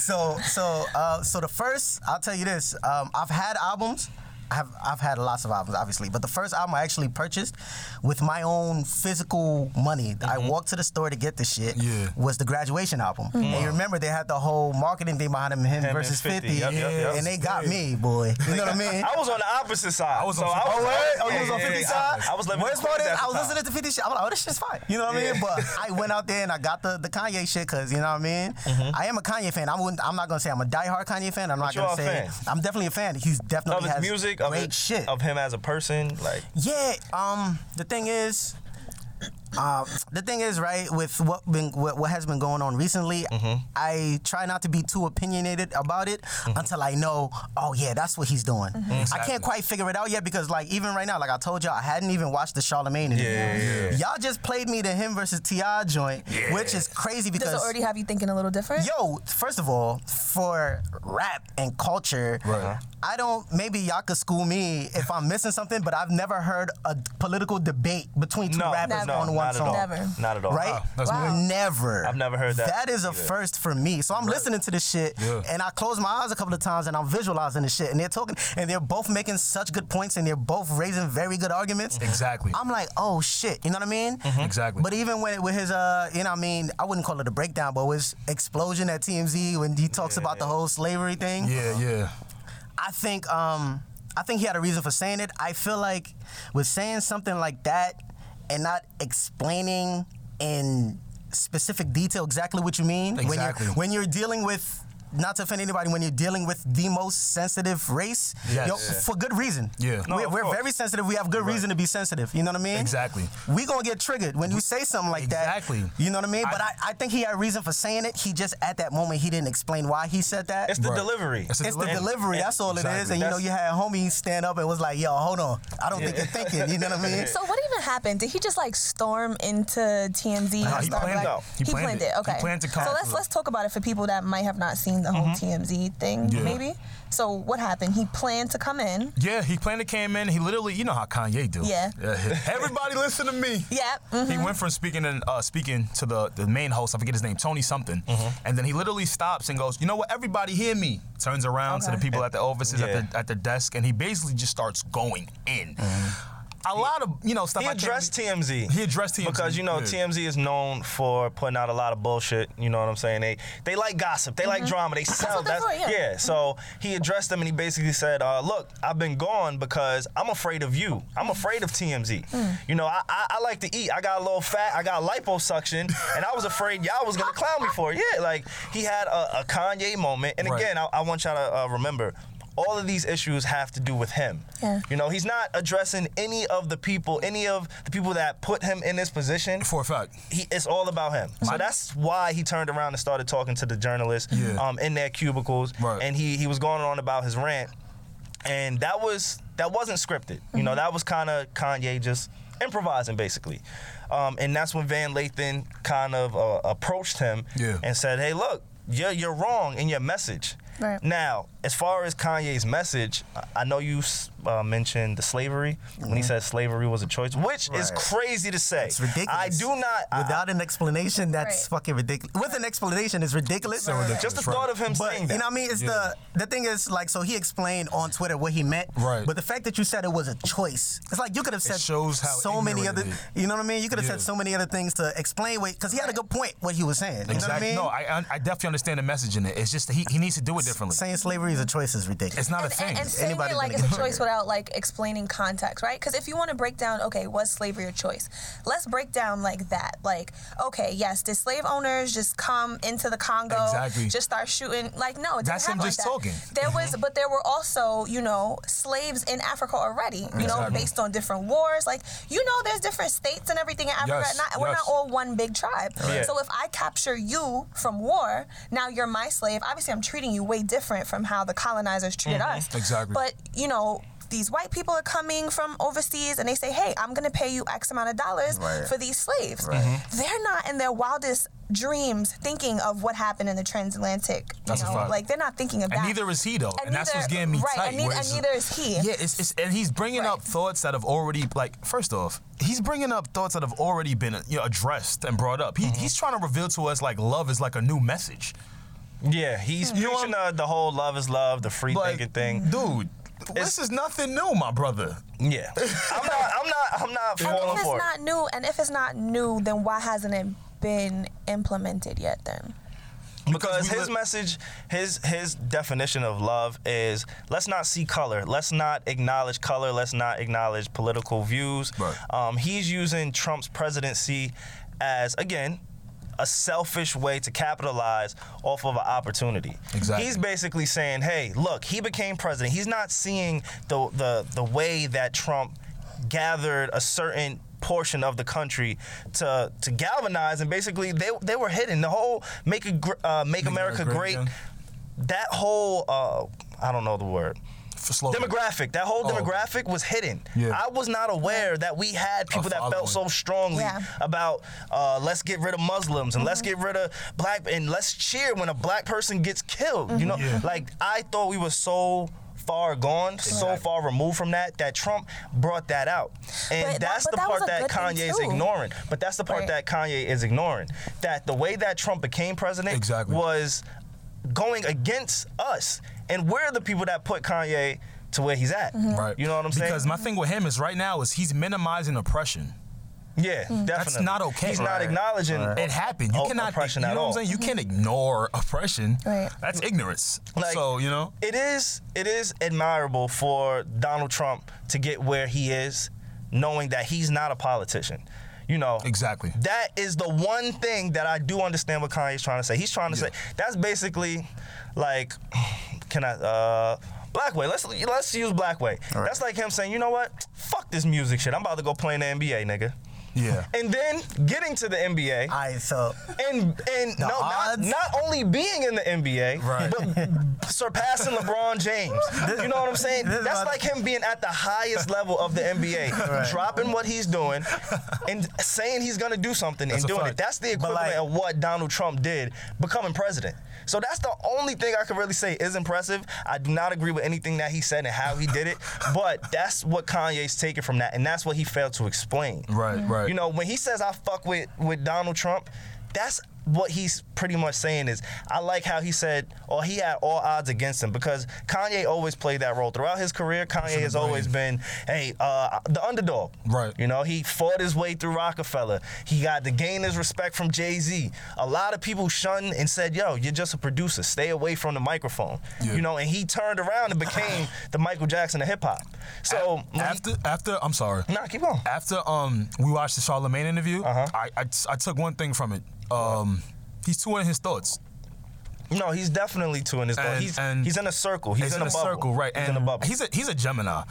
so, so, uh, so the first, I'll tell you this. Um, I've had albums. I've I've had lots of albums, obviously, but the first album I actually purchased with my own physical money. I walked to the store to get the shit.
Yeah.
Was the graduation album, and you remember they had the whole marketing thing behind Mm-hmm. him, him
and
versus
50,
Fifty,
yep, yep, yep.
and they got me, boy. You know what I mean?
I was on the opposite side.
I was
so
on-
I
oh,
was,
wait,
Oh, you was on
yeah,
50
yeah,
side?
I, I was living
Where's
in Queens
Borden?
at the
I was
time.
listening to 50 shit. I was like, oh, this shit's fine. You know what I
Yeah.
mean? But I went out there and I got the, the Kanye shit because, you know what I mean? I am a Kanye fan. I wouldn't, I'm not going to say I'm a diehard Kanye fan. I'm not
Mm-hmm. you
going
are a
to say.
fan.
I'm definitely a fan. He's
Of
definitely
his
has
music, of,
great
his,
shit.
of him as a person, like
Yeah. Um. The thing is, um, the thing is, right? With what been what, what has been going on recently,
Mm-hmm.
I try not to be too opinionated about it until I know. Oh yeah, that's what he's doing.
Mm-hmm.
I can't quite figure it out yet because, like, even right now, like I told y'all, I hadn't even watched the Charlemagne. interview.
Yeah, yeah, yeah.
Y'all just played me the him versus Ti joint, which is crazy because
Does it already have you thinking a little different?
Yo, first of all, for rap and culture,
Right.
I don't. Maybe y'all could school me if I'm missing something, but I've never heard a political debate between two
no,
rappers
no,
on one
not
song.
at all.
Never.
Not at all.
Right?
that's
Wow. new.
Never.
I've never heard that
That is a
either.
first for me. So I'm listening to this shit,
Yeah.
and I close my eyes a couple of times, and I'm visualizing this shit, and they're talking, and they're both making such good points, and they're both raising very good arguments.
Exactly. Mm-hmm.
I'm like, oh shit, you know what I mean?
Exactly.
But even when with his, uh, you know, what I mean, I wouldn't call it a breakdown, but his explosion at TMZ when he talks about the whole slavery thing.
yeah, yeah.
I think, um, I think he had a reason for saying it. I feel like with saying something like that and not explaining in specific detail exactly what you mean when
Exactly.
you're when you're dealing with not to offend anybody, when you're dealing with the most sensitive race,
Yes.
yo,
Yeah.
for good reason.
Yeah. No,
we're,
of
we're
course.
very sensitive. We have good reason to be sensitive. You know what I mean?
Exactly.
We gonna get triggered when you say something like that.
Exactly.
You know what I mean? But I,
I-
I think he had a reason for saying it. He just at that moment he didn't explain why he said that.
It's the
Right.
delivery.
It's a-
It's the
delivery.
delivery. That's all it is. And you know, you had homie stand up and was like, "Yo, hold on. I don't think you're thinking." You know what I mean?
So what even happened? Did he just like storm into TMZ?
Nah,
and
he
start,
planned
like,
it.
He,
He planned
planned
it.
it.
He
Okay.
planned to
so let's
conflict.
let's talk about it for people that might have not seen the whole TMZ thing.
Yeah.
Maybe. So what happened? He planned to come in.
Yeah, he planned to came in. He literally, you know how Kanye do.
Yeah.
Everybody listen to me.
Yeah. mhm.
He went from speaking and uh, speaking to the, the main host, I forget his name, Tony something, and then he literally stops and goes, "You know what? Everybody hear me." Turns around to
Okay.
the people at the offices
Yeah.
at the at the desk, and he basically just starts going in. A lot of you know stuff.
He
I can't
addressed
really-
TMZ.
He addressed TMZ,
because you know
yeah.
TMZ is known for putting out a lot of bullshit. You know what I'm saying? They they like gossip. They like drama. They sell.
Mm-hmm. what they're for, yeah.
So he addressed them and he basically said, uh, "Look, I've been gone because I'm afraid of you. I'm afraid of TMZ.
Mm.
You know, I, I I like to eat. I got a little fat. I got liposuction, and I was afraid y'all was gonna clown me for it. Yeah, like he had a, a Kanye moment. And
Right.
again, I, I want y'all to uh, remember." All of these issues have to do with him.
Yeah.
You know, he's not addressing any of the people, any of the people that put him in this position.
for a fact.
He, it's all about him. So that's why he turned around and started talking to the journalists
Yeah.
um, in their cubicles,
Right.
and he he was going on about his rant, and that was that wasn't scripted. You
Mm-hmm.
know, that was kind of Kanye just improvising basically, um, and that's when Van Lathan kind of uh, approached him
Yeah.
and said, "Hey, look, you're you're wrong in your message."
Right.
Now, as far as Kanye's message, I- I know you s- uh, mentioned the slavery when he
Mm-hmm.
said slavery was a choice, which is
Right.
crazy to say.
It's ridiculous.
I do not. I-
Without an explanation, that's
Right.
fucking ridiculous. With an explanation, it's
just
ridiculous.
the
That's right.
thought of him
But
saying
you
that.
know what I mean? It's
Yeah.
the the thing is like so he explained on Twitter what he meant.
Right.
But the fact that you said it was a choice, it's like you could have said
shows how
so many
ignorant
other
it
you know what I mean? You could have
Yeah.
said so many other things to explain what because he had a good point what he was saying. You
Exactly.
know
No,
what I mean?
I, I I definitely understand the message in it. It's just that he, he needs to do it differently.
Saying slavery is a choice is ridiculous.
It's not
And,
a thing.
and, and saying
Anybody
it like
gonna
it's a
get
choice
triggered.
without like explaining context, right? Because if you want to break down, okay, was slavery a choice? Let's break down like that. Like, okay, yes, did slave owners just come into the Congo,
Exactly.
just start shooting? Like, no, it
That's
didn't happen
him
like
just
that.
talking. Mm-hmm.
There was, but there were also, you know, slaves in Africa already. You know,
Exactly.
based on different wars. Like, you know, there's different states and everything in Africa.
Yes,
not, We're
yes.
not all one big tribe.
Yeah.
So if I capture you from war, now you're my slave. Obviously, I'm treating you way different from how the colonizers treated us.
Mm-hmm. Exactly.
But you know, these white people are coming from overseas and they say, "Hey, I'm going to pay you X amount of dollars
Right.
for these slaves."
Mm-hmm.
They're not in their wildest dreams thinking of what happened in the transatlantic. You
That's a
know?
fact.
Like they're not thinking of
And
that.
neither is he though, and, that's what's getting me
right,
tight.
And, neith-
where
and
it's-
neither is he.
Yeah, it's, it's and he's bringing up
Right.
thoughts that have already like first off, he's bringing up thoughts that have already been you know, addressed and brought up. He,
Mm-hmm.
He's trying to reveal to us like love is like a new message.
yeah, he's preaching uh, the whole love is love, the free
Like,
thinking thing.
dude, this is nothing new, my brother.
Yeah, I'm not. I'm not. I'm
And
not
if
falling
it's
for it.
not new, and if it's not new, then why hasn't it been implemented yet? Then.
because
Because we
his
li-
message his his definition of love is let's not see color let's not acknowledge color let's not acknowledge political views
Right.
um, he's using trump's presidency as again a selfish way to capitalize off of an opportunity.
Exactly.
He's basically saying, "Hey, look, he became president. He's not seeing the the the way that Trump gathered a certain portion of the country to to galvanize and basically they they were hidden the whole make a gr- uh, make, America,
America
great,
Great
that whole uh, I don't know the word
For slow
demographic that whole
Oh.
demographic was hidden
Yeah.
I was not aware that we had people that felt so
following.
strongly
Yeah. Mm-hmm.
about uh, let's get rid of Muslims and let's get rid of black and let's cheer when a black person gets killed you know
Mm-hmm. Yeah.
like I thought we were so far gone, so far removed from that, that Trump brought that out. And
But that-
that's
but
the
that was
part
a
that
good thing,
Kanye is
too.
ignoring. But that's the part
Right.
that Kanye is ignoring. That the way that Trump became president
Exactly.
was going against us. And we're the people that put Kanye to where he's at.
Mm-hmm. Right.
You know what I'm saying?
Because my thing with him is right now is he's minimizing oppression.
yeah, definitely.
not okay.
He's not
Right.
acknowledging
It happened. You
o-
cannot
oppression
you
at
know
all.
what I'm saying? You can't ignore oppression.
Right.
That's ignorance.
Like-
so, you know.
it is it is admirable for Donald Trump to get where he is, knowing that he's not a politician. You know.
Exactly.
That is the one thing that I do understand what Kanye's trying to say. He's trying to say that's basically like can I uh Blackway, let's let's use Blackway. That's like him saying, you know what? Fuck this music shit. I'm about to go play in the NBA, nigga.
Yeah.
And then getting to the NBA
All right, so
and and no, not,
odds?
not only being in the NBA,
Right.
but surpassing LeBron James. you know what I'm saying?
this is
That's
about-
like him being at the highest level of the NBA, dropping what he's doing, and saying he's gonna do something
That's a
and doing
fact.
it. That's the equivalent
like-
of what Donald Trump did becoming president. So that's the only thing I can really say is impressive. I do not agree with anything that he said and how he did it, but that's what Kanye's taking from that, and that's what he failed to explain.
Right, right.
You know, when he says I fuck with with Donald Trump, that's what he's pretty much saying is I like how he said or he had all odds against him because Kanye always played that role throughout his career. Kanye has always been hey uh, the underdog.
Right.
You know, he fought his way through Rockefeller. He got to gain his respect from Jay Z. A lot of people shunned and said, "Yo, you're just a producer. Stay away from the microphone."
Yeah.
You know, and he turned around and became the Michael Jackson of hip hop. So when he-
after after I'm sorry.
nah, keep going.
After um we watched the Charlemagne interview,
Uh-huh.
I, I I took one thing from it. Um he's two in his thoughts.
No, he's definitely two in his bubble.
And-
He's,
and-
he's in a circle. He's
It's
in, a, bubble.
circle, right?
He's
and
in a bubble.
He's a he's a Gemini.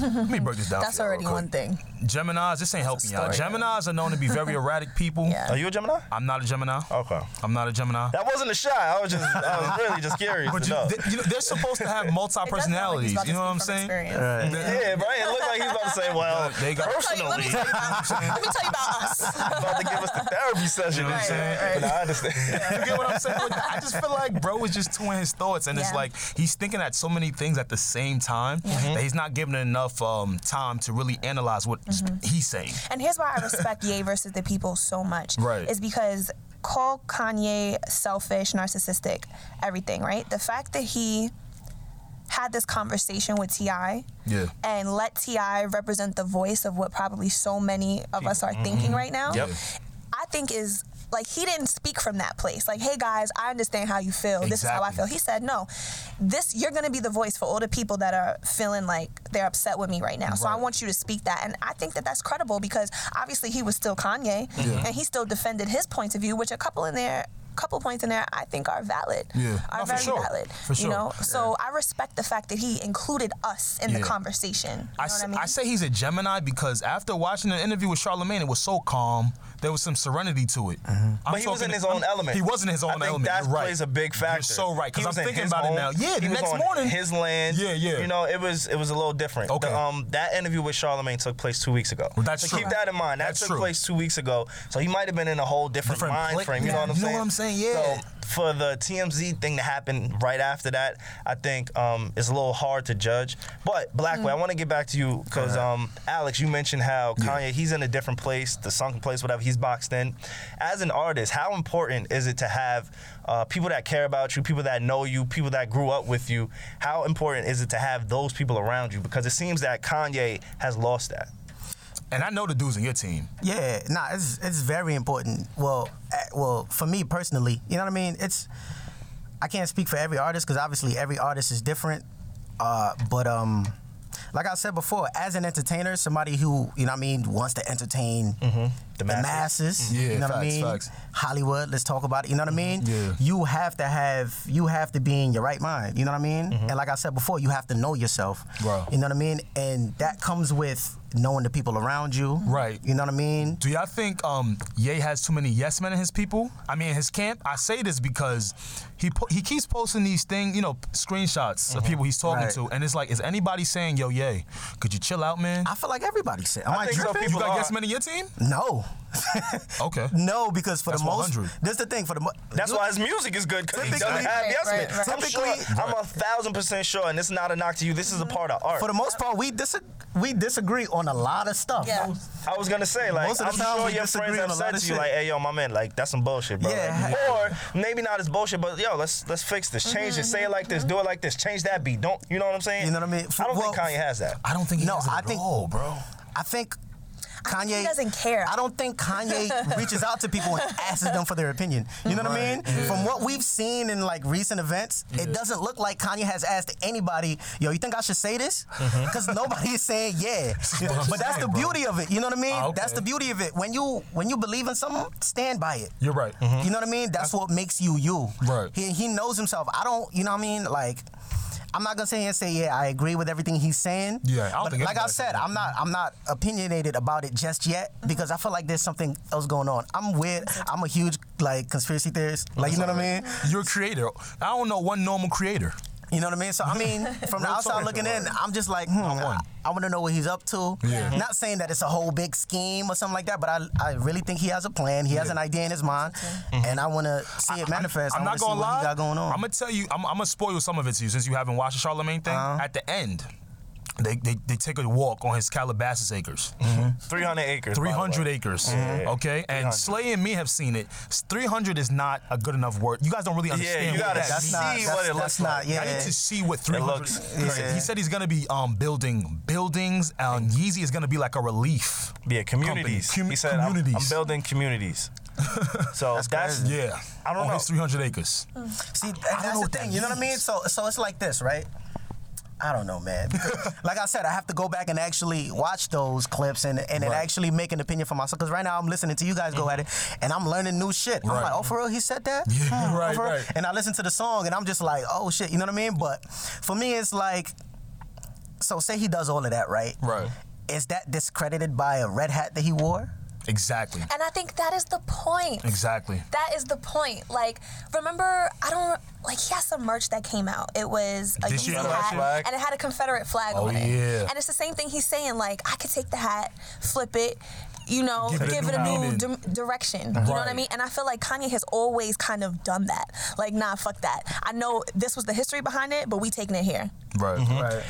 Let me break this down.
That's
for y'all
already
real
one
quick.
thing.
Geminis, this ain't helping y'all.
story.
Geminis are known to be very erratic people.
Yeah.
Are you a Gemini?
I'm not a Gemini.
Okay.
I'm not a Gemini.
That wasn't a shot. I was just, I was really just curious.
But
to
you,
know.
they, you know, they're supposed to have
It
multi
does sound like
personalities.
he's about to
you know what I'm
speak from
saying?
experience.
yeah, right. It looked like he's about to say, "Well,
They got-
Let me- let, me
personally,
tell you about, let me tell you about us.
about to give us the therapy session."
You know what I'm saying?
But I understand.
You get what I'm saying? Like, I just feel like bro is just two in his thoughts, and it's
Yeah.
like he's thinking at so many things at the same time that he's not given enough um, time to really analyze what
Mm-hmm.
he's saying.
And here's why I respect Ye versus the people so much.
Right.
Is because call Kanye selfish, narcissistic, everything, right? The fact that he had this conversation with T.I.
Yeah.
and let T.I. represent the voice of what probably so many of us are thinking right now,
Yep.
I think is like he didn't speak from that place. Like, hey guys, I understand how you feel. This is how I
Exactly.
feel. He said, no, this you're gonna be the voice for all the people that are feeling like they're upset with me right now. So I
Right.
want you to speak that, and I think that that's credible because obviously he was still Kanye, and he still defended his points of view, which a couple in there. Couple points in there, I think are valid.
Yeah.
are
No, for
very
sure.
valid.
For sure.
You know, so I respect the fact that he included us in
Yeah.
the conversation. You know
I,
what
s-
I mean?
I say he's a Gemini because after watching the interview with Charlemagne, it was so calm. There was some serenity to it. I'm
But he was
talking-
in his own
I'm-
element.
He was in his
I
own
think
element.
That
You're right.
plays a big factor.
You're so right.
He
Because
was
I'm
in
thinking
his
about it
own-
now. Yeah, the
he was
next
on
morning.
his land.
Yeah, yeah.
You know, it was it was a little different.
Okay.
The, um, that interview with Charlemagne took place two weeks ago.
Well, that's
so
true.
keep that in mind. That
That's
took
true.
place two weeks ago. So he might have been in a whole different,
Different
mind
pla-
frame. You
yeah.
know what I'm
You know
saying?
what I'm saying? Yeah.
So for the TMZ thing to happen right after that, I think um, it's a little hard to judge. But Blackway,
Mm.
I want to get back to you because
Uh-huh.
um, Alex, you mentioned how Kanye he's in a different place, the sunken place, whatever. He's boxed in. As an artist, how important is it to have uh, people that care about you, people that know you, people that grew up with you? How important is it to have those people around you? Because it seems that Kanye has lost that.
And I know the dudes in your team.
Yeah, nah, it's it's very important. Well, eh, well, for me personally, you know what I mean. It's I can't speak for every artist because obviously every artist is different. Uh, but um, like I said before, as an entertainer, somebody who you know what I mean wants to entertain Mm-hmm. the, masses.
Mm-hmm. Yeah,
you know what I
facts,
mean.
facts. Mm-hmm.
Hollywood, let's talk about it. You know what I mean.
Yeah.
You have to have you have to be in your right mind. You know what I mean. And like I said before, you have to know yourself.
Bro.
You know what I mean. And that comes with knowing the people around you.
Right.
You know what I mean?
Do y'all think um, Ye has too many yes men in his people? I mean, his camp. I say this because he po- he keeps posting these thing, you know, screenshots of people he's talking
Mm-hmm. Right.
to, and it's like, is anybody saying, "Yo, Ye, could you chill out, man"?
I feel like everybody said. Am I,
think so,
tripping?
people
you got
are.
yes men in your team?
No,
Okay.
no, because for
That's
the most,
100.
that's the thing. For the mo-
That's
you-
why his music is good because he doesn't
Typically-
have
Right,
yes
right,
men.
right.
I'm, sure,
Typically-
I'm a thousand percent sure, and this is not a knock to you. This is a part of art.
For the most part, we dis- we disagree on a lot of stuff.
Yeah.
I was gonna say like
Most of
I'm
the time
sure
we
your
disagree
friends have
on a lot
said
of
to you
shit.
like, "Hey, yo, my man, like that's some bullshit, bro."
Yeah.
Like, or maybe not as bullshit, but yo, let's let's fix this, change it, say it like this, do it like this, change that beat. Don't you know what I'm saying?
You know what I mean?
I don't
Well,
think Kanye has that.
I don't think he
No,
has it
I
at
think-
all, bro.
I think
I think
Kanye
he doesn't care.
I don't think Kanye reaches out to people and asks them for their opinion. You know what I mean? From what we've seen in like recent events, it doesn't look like Kanye has asked anybody, "Yo, you think I should say this?"
Mm-hmm.
Because nobody is saying yeah. but that's the beauty of it. You know what I mean?
Ah, okay.
That's the beauty of it. When you when you believe in something, stand by it.
You're right.
You know what I mean? That's what makes you you.
Mm-hmm. Right.
He, he knows himself. I don't. You know what I mean? Like. I'm not gonna sit here and say yeah I agree with everything he's saying.
Yeah, I don't
but
think
like I
anybody
said,
said
I'm not I'm not opinionated about it just yet because I feel like there's something else going on. I'm weird. I'm a huge like conspiracy theorist. Like you know what I mean?
You're a creator. I don't know one normal creator.
You know what I mean? So I mean, from the outside looking in, I'm just like, hmm, I, want to know what he's up to.
Yeah.
Not saying that it's a whole big scheme or something like that, but I, I really think he has a plan. He has an idea in his mind, and I want to see it manifest.
I'm
I
not
wanna see
gonna
what
lie.
he got going on.
I'm gonna tell you. I'm, I'm gonna spoil some of it to you since you haven't watched the Charlemagne thing.
Uh-huh.
At the end, they, they, they take a walk on his Calabasas acres.
Mm-hmm.
300 acres. by the way.
300 acres.
Yeah.
Okay?
300.
And Slay and me have seen it. 300 is not a good enough word. You guys don't really understand
you
what
gotta
that
see
means.
not-
what it
that's-
looks
that's not-
like.
yeah.
I need to see what 300
looks
crazy.
He said he's going to be um, building buildings, and Yeezy is going to be like a relief.
Yeah, communities.
Company. Com-
he said, I'm- I'm,
communities.
building communities. So that's,
crazy.
Yeah.
I don't
On
know.
his 300 acres.
Mm.
See, that- that's
know
the
what that
thing. You know what I mean?
means.
So, so it's like this, right? I don't know, man. Because, like I said, I have to go back and actually watch those clips and and, and
Right. Mm-hmm.
actually make an opinion for myself. Because right now I'm listening to you guys go at it, and I'm learning new shit. I'm
Right.
like, oh, for real, he said that.
Yeah,
Oh,
right,
for real?
right.
And I listen to the song, and I'm just like, oh shit, you know what I mean? But for me, it's like, so say he does all of that, right?
Right.
Is that discredited by a red hat that he wore?
Exactly.
And I think that is the point.
Exactly.
That is the point. Like, remember, I don't like he has some merch that came out. It was a
This
Yeezy
year?
hat,
Flag?
and it had a Confederate flag
Oh,
on it.
yeah.
And it's the same thing he's saying. Like, I could take the hat, flip it. You know,
Give
give it,
it a new
a new
meaning.
di- direction. You know what I
Right.
mean? And I feel like Kanye has always kind of done that. Like, nah, fuck that. I know this was the history behind it, but we taking it here.
Right.
Mm-hmm.
Right.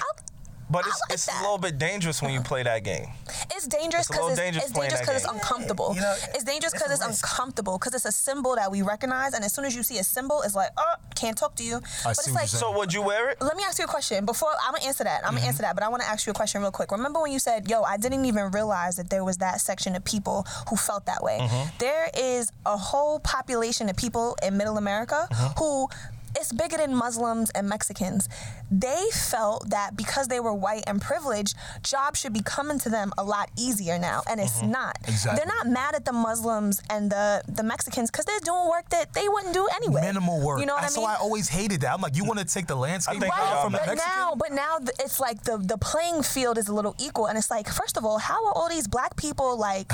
But it's,
I like
it's
that.
a little bit dangerous when you play that game.
It's dangerous
It's a little
because it's,
dangerous
it's
playing
dangerous
that
'cause it's
game.
uncomfortable.
You know,
it's dangerous
it's a
because it's,
risk.
uncomfortable because it's a symbol that we recognize, and as soon as you see a symbol, it's like, oh, can't talk to you. but
see
it's
what you're
like,
saying.
So would you wear it?
let me ask you a question. Before I'm gonna answer that, I'm
Mm-hmm.
gonna answer that, but I want to ask you a question real quick. Remember when you said, "Yo, I didn't even realize that there was that section of people who felt that way."
Mm-hmm.
There is a whole population of people in Middle America
Mm-hmm.
who. It's bigger than Muslims and Mexicans. They felt that because they were white and privileged, jobs should be coming to them a lot easier now, and it's not.
Mm-hmm. Exactly.
They're not mad at the Muslims and the, the Mexicans because they're doing work that they wouldn't do anyway.
Minimal work.
You know what
That's
I mean?
why I always hated that. I'm like, you want to take the landscape
think
out
y'all
from the
mad.
but
Mexican?
now, but now th- it's like the the playing field is a little equal, and it's like, first of all, how are all these black people like,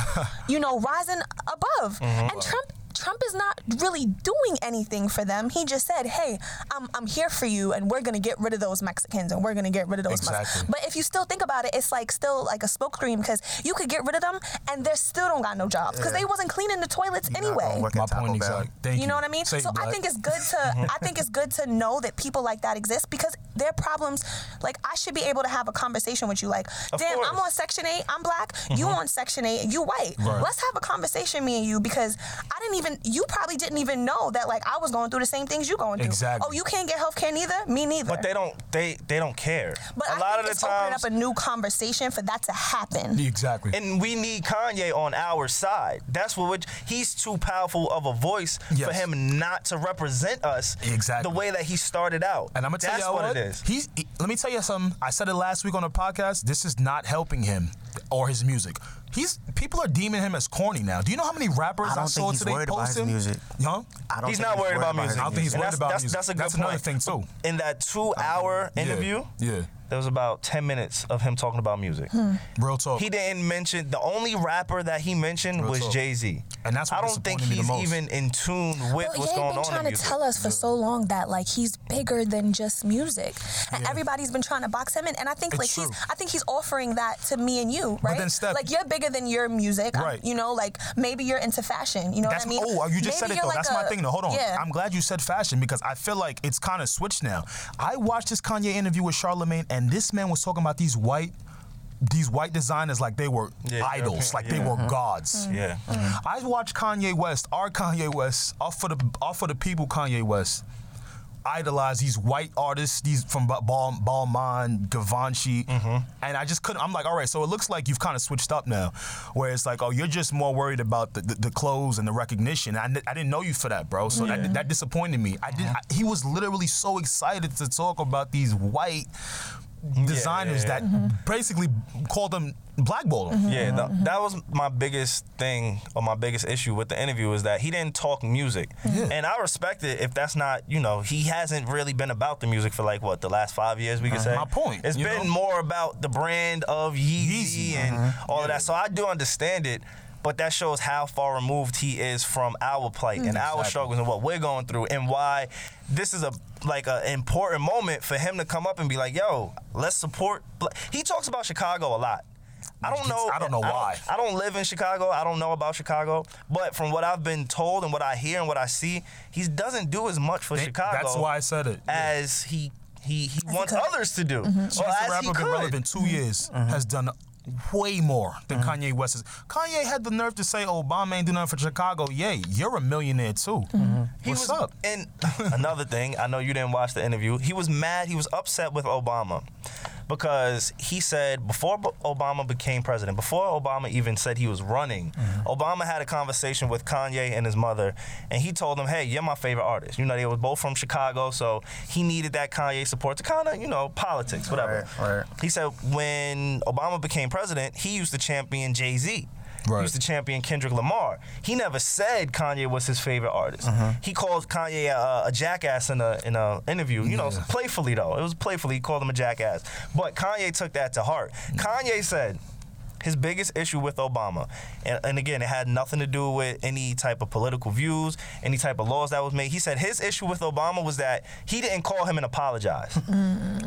you know, rising above? And Trump. Trump is not really doing anything for them. He just said, "Hey, I'm, I'm here for you, and we're gonna get rid of those Mexicans, and we're gonna get rid of those." Mus-"
Exactly.
But if you still think about it, it's like still like a smoke screen because you could get rid of them, and they still don't got no jobs because they wasn't cleaning the toilets
not
anyway.
gonna work
My
at Taco
point
Bell.
exactly. Thank you.
You know what I mean?
Say it,
so I
Black.
think it's good
Mm-hmm.
to I think it's good to know that people like that exist because their problems like I should be able to have a conversation with you like,
Of
damn,
course. Mm-hmm.
I'm on section 8, I'm black, you on section 8, and you white.
Right.
Let's have a conversation me and you because I didn't even you probably didn't even know that like I was going through the same things you going through.
Exactly.
Oh, you can't get healthcare neither? Me neither.
But they don't. They they don't care.
But
a
I
lot
think
of the
it's opening
times,
up a new conversation for that to happen.
Exactly.
and we need Kanye on our side. That's what which he's too powerful of a voice for
Yes.
him not to represent us
Exactly.
the way that he started out.
And I'm gonna tell
That's
y'all
what,
what,
it is.
He's. he- let me tell you something. I said it last week on the podcast. This is not helping him or his music. He's people are deeming him as corny now. Do you know how many rappers
I
I,
don't
saw
think he's
today
worried about
post
his
him?
music.
Huh?
I don't
He's
think
not worried about
his
music.
I don't think he's
And
worried
that's,
about
that's,
music.
That's a good
That's another
point.
thing, too.
In that two-hour interview,
Yeah.
there was about ten minutes of him talking about music.
Hmm.
Real talk.
He didn't mention the only rapper that he mentioned
Real
was
talk.
Jay Z.
And that's what
I don't think
disappointed me the
he's
most.
even in tune with
Well,
what's
yeah,
going
been
on in
trying to
music.
tell us for so long that like he's bigger than just music, and everybody's been trying to box him in. And I think
It's
like
true.
he's, I think he's offering that to me and you, right?
then Steph-
like you're bigger than your music, I'm-
Right.
You know, like maybe you're into fashion. You know
That's
what I mean?
oh, you just
Maybe
said it
you're
though.
like
That's my
a-
thing. though. hold on.
Yeah.
I'm glad you said fashion because I feel like it's kind of switched now. I watched this Kanye interview with Charlemagne, and this man was talking about these white. These white designers, like they were
Yeah,
idols,
okay,
like they were gods.
Yeah.
I watched Kanye West, our Kanye West, off for the off for the people Kanye West. idolize these white artists, these from Ba- Bal- Balmain, Givenchy,
Mm-hmm.
and I just couldn't. I'm like, all right, so it looks like you've kind of switched up now, where it's like, oh, you're just more worried about the, the, the clothes and the recognition. I, I didn't know you for that, bro. So that, that disappointed me. I
Uh-huh.
did. I, he was literally so excited to talk about these white designers
yeah, Mm-hmm.
that basically called them blackballed them.
Yeah, tha- that was my biggest thing or my biggest issue with the interview is that he didn't talk music, and I respect it if that's not you know he hasn't really been about the music for like what the last five years we could say.
Uh-huh. My point,
It's
you
been
know?
more about the brand of Yeezy,
Yeezy, uh-huh.
and all of that, so I do understand it. But that shows how far removed he is from our plight and our struggles and what we're going through and why this is a like an important moment for him to come up and be like, "Yo, let's support." Bla-" He talks about Chicago a lot. I don't
Which
know.
gets- I don't know why.
I don't live in Chicago. I don't know about Chicago. But from what I've been told and what I hear and what I see, he doesn't do as much for
They-
Chicago.
That's why I said it. Yeah.
as he he Mm-hmm. he wants
could.
others to do. Or
Chance the
as he
Rapper been
could.
relevant two years, has done way more than Kanye West has. Kanye had the nerve to say Obama ain't do nothing for Chicago. Yay, you're a millionaire too.
He
What's
was,
up?
And another thing, I know you didn't watch the interview. He was mad. He was upset with Obama because he said before B- Obama became president, before Obama even said he was running, Obama had a conversation with Kanye and his mother, and he told him, "Hey, you're my favorite artist." You know, they were both from Chicago, so he needed that Kanye support to kind of, you know, politics, whatever.
Right, right.
He said when Obama became president, he used to champion Jay Z.
Right.
Used to champion Kendrick Lamar. He never said Kanye was his favorite artist. He called Kanye a, a jackass in a in a interview. You know, playfully though. It was playfully. He called him a jackass. But Kanye took that to heart. Kanye said his biggest issue with Obama, and, and again, it had nothing to do with any type of political views, any type of laws that was made. He said his issue with Obama was that he didn't call him and apologize.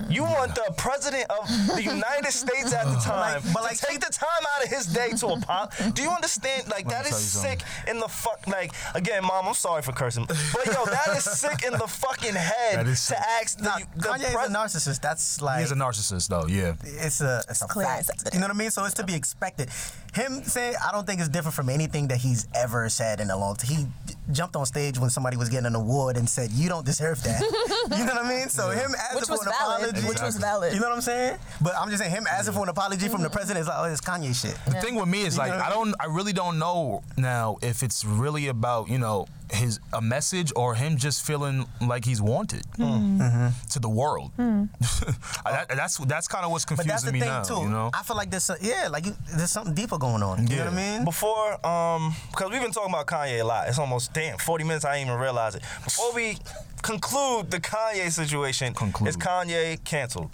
You want the president of the United States at the time, but like, take the time out of his day to apologize. Do you understand? Like that
me
is
tell you something.
sick in the fuck. Like again, mom, I'm sorry for cursing, but yo, that is sick in the fucking head
That
to
is sick.
ask the, the
Kanye's
pres-
a narcissist. That's like
He's a narcissist though. Yeah.
it's a it's a
clear,
fact.
it's evident.
You know what I mean? So it's to be expected. Him saying I don't think it's different from anything that he's ever said in a long time. He d- jumped on stage when somebody was getting an award and said, "You don't deserve that." you know what I mean? So him asking
Which
for
was
an
valid.
apology,
Which was valid. Mm-hmm.
You know what I'm saying? But I'm just saying him asking for an apology from the president is like, "Oh, it's Kanye shit."
The thing with me is like
know what
I
I
don't I really don't know now if it's really about, you know, his a message or him just feeling like he's wanted Mm-hmm. to the world. that, that's that's kind of what's
But
confusing
that's the
me
thing
now,
too.
you know.
I feel like there's a, yeah, like you, there's something deeper going on. You know what I mean?
Before, um, because we've been talking about Kanye a lot. It's almost damn 40 minutes. I didn't even realize it. Before we conclude the Kanye situation,
Conclude.
is Kanye canceled?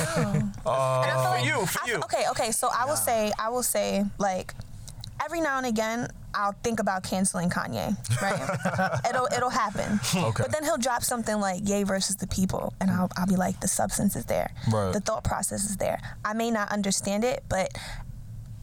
And I feel
Uh,
like-
you, for
Um, I-
you.
Okay, okay. So I will say, I will say, like, every now and again, I'll think about canceling Kanye. Right? it'll it'll happen.
Okay.
But then he'll drop something like "Yay versus the People," and I'll I'll be like, the substance is there,
Right.
the thought process is there. I may not understand it, but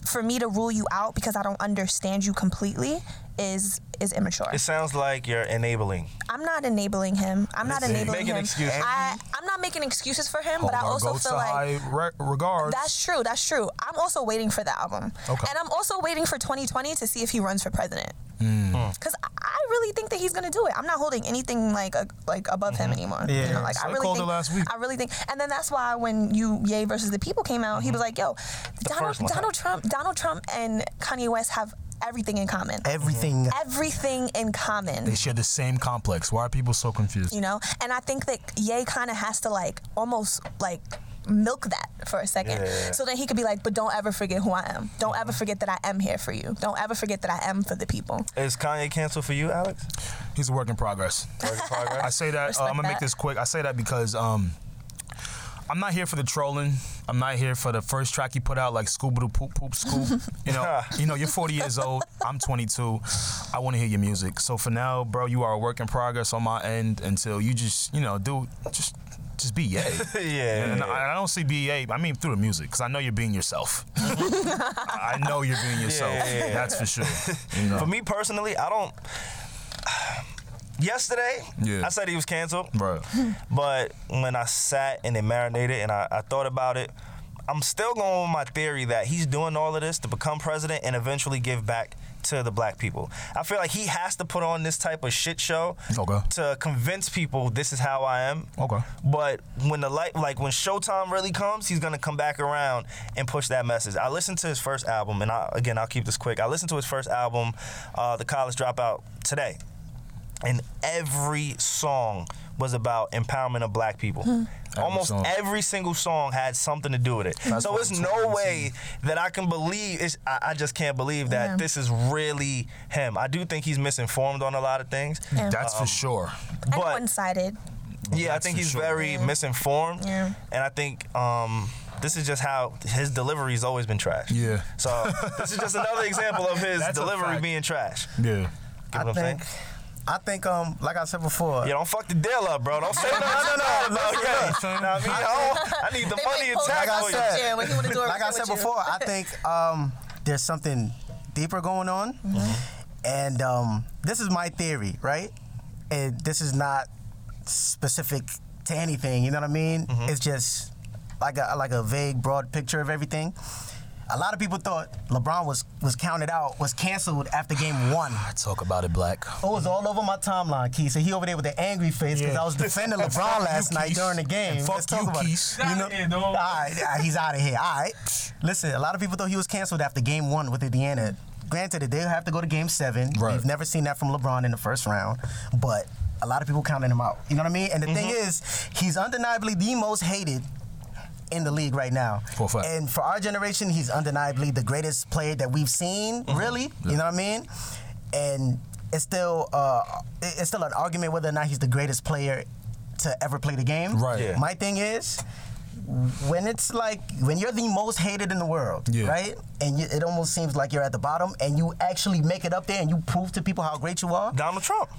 for me to rule you out because I don't understand you completely is is immature.
It sounds like you're enabling.
I'm not enabling him. I'm not
Listen,
enabling
making
him.
excuses.
I, I'm not making excuses for him,
Hold
but I
our
also
goats
feel
to
like
high re- regards.
that's true. That's true. I'm also waiting for the album.
Okay.
And I'm also waiting for 2020 to see if he runs for president.
Hmm.
Because I really think that he's gonna do it. I'm not holding anything like a, like above him anymore.
Yeah.
you know, like I
Hmm. So I
really
called
think.
it last week.
I really think. And then that's why when you Ye versus the People came out, he
Mm-hmm.
was like, "Yo, Donald,
first one.
Donald Trump, Donald Trump, and Kanye West have everything in common.
Mm-hmm.
Everything.
Everything in common."
they share the same complex. Why are people so confused?
you know and i think that ye kind of has to like almost like milk that for a second so then he could be like but don't ever forget who i am don't ever forget that i am here for you don't ever forget that i am for the people
Is Kanye canceled for you, Alex?
He's a work in progress.
Work in progress?
I say that uh,
Respect
I'm gonna make
that.
this quick. I say that because um, I'm not here for the trolling. I'm not here for the first track you put out like Scooby Doo Poop Poop Scoop. you know, you know, you're 40 years old. I'm 22. I want to hear your music. So for now, bro, you are a work in progress on my end until you just, you know, do just. Just be yay.
Yeah.
And I, I don't see BA, I mean, through the music, because I know you're being yourself. I I know you're being yourself.
yeah, yeah.
That's for sure. You know?
For me personally, I don't. Yesterday,
Yeah.
I said he was canceled,
bro.
but when I sat and it marinated and I, I thought about it, I'm still going with my theory that he's doing all of this to become president and eventually give back to the black people. I feel like he has to put on this type of shit show
Okay.
to convince people this is how I am.
Okay.
But when the light, like when Showtime really comes, he's gonna come back around and push that message. I listened to his first album, and I, again, I'll keep this quick. I listened to his first album, uh, The College Dropout, today, and every song was about empowerment of black people. Almost
song.
every single song had something to do with it. so it's no way that I can believe. It's, I, I just can't believe that
Yeah.
this is really him. I do think he's misinformed on a lot of things.
That's
Um,
for sure.
And
But-
one-sided.
Yeah, I
That's
think
for
he's
sure.
very misinformed.
Yeah.
And I think um, this is just how his delivery's always been trash.
Yeah.
So this is just another example of his
That's a
delivery
fact.
being trash.
Yeah.
Get what
I
I'm saying?
think, I think, um, like I said before,
Yeah, don't fuck the deal up, bro. Don't say no, no, no, no. Yeah. Nah, I mean, I, don't- I need the
They
money
make posts
intact
about
for
you,
you.
Jim, when he wanna do
like I
everything
said
with you.
before, I think um, there's something deeper going on,
Mm-hmm.
and um, this is my theory, right? And this is not specific to anything. You know what I mean?
Mm-hmm.
It's just like a like a vague, broad picture of everything. A lot of people thought LeBron was was counted out, was canceled after game one.
Talk about it, black.
It was all over my timeline, Keith. And he over there with the angry face because
Yeah.
I was defending LeBron last
you,
night
Keith.
during the game.
And fuck
Let's talk
you,
about
Keith.
it. You know, all right, all right, he's out of here. All right. Listen, a lot of people thought he was canceled after game one with Indiana. Granted, they'll have to go to game seven.
Right.
We've never seen that from LeBron in the first round, but a lot of people counted him out. You know what I mean? And the thing
Mm-hmm.
is, he's undeniably the most hated in the league right now.
For a fact.
And for our generation, he's undeniably the greatest player that we've seen,
Mm-hmm.
really. You know what I mean? And it's still uh, it- it's still an argument whether or not he's the greatest player to ever play the game.
Right. Yeah.
My thing is when it's like when you're the most hated in the world,
Yeah.
right? And you, it almost seems like you're at the bottom, and you actually make it up there, and you prove to people how great you are.
Donald Trump.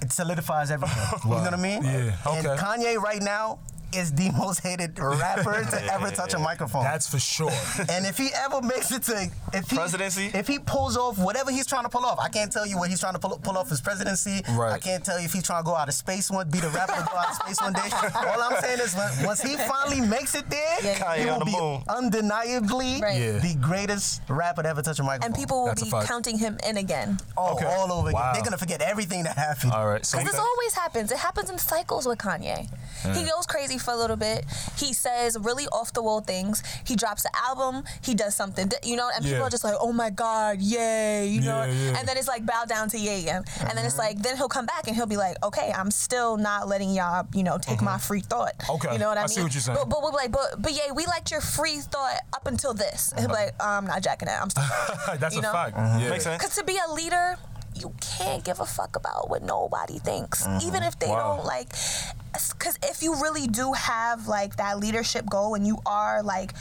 It solidifies everything. You know what I mean?
Yeah,
And
okay.
Kanye right now is the most hated rapper to ever touch a microphone.
That's for sure.
And if he ever makes it to if he,
Presidency?
if he pulls off whatever he's trying to pull off, I can't tell you what he's trying to pull, pull off his presidency.
Right.
I can't tell you if he's trying to go out of space one, be the rapper, go out of space one day. All I'm saying is, when, once he finally makes it there,
Yeah. Kanye
he
on
will
the
be
moon.
undeniably
Right.
Yeah.
the greatest rapper to ever touch a microphone.
And people will
That's a
be
fact.
counting him in again.
oh,
Okay.
all over
Wow.
again. They're gonna forget everything that happened.
All right. So
Because this always happens. It happens in cycles with Kanye. He goes crazy for a little bit. He says really off the wall things. He drops the album. He does something, th- you know, and people
Yeah.
are just like, oh my God, yay, you know.
Yeah, yeah. Mm-hmm.
And then it's like, bow down to yay. And then it's like, then he'll come back and he'll be like, okay, I'm still not letting y'all, you know, take my free thought.
Mm-hmm. Okay.
You know what I,
I
mean?
see what you're saying.
But, but we'll be like, but, but yay, we liked your free thought up until this. And he'll be
Uh-huh.
like, "Oh, I'm not jacking that. I'm still.
that's
you
a
know?
fact. Yeah.
Mm-hmm. Makes sense.
Because to be a leader, you can't give a fuck about what nobody thinks,
Mm-hmm.
even if they don't like. Because if you really do have like that leadership goal and you are like,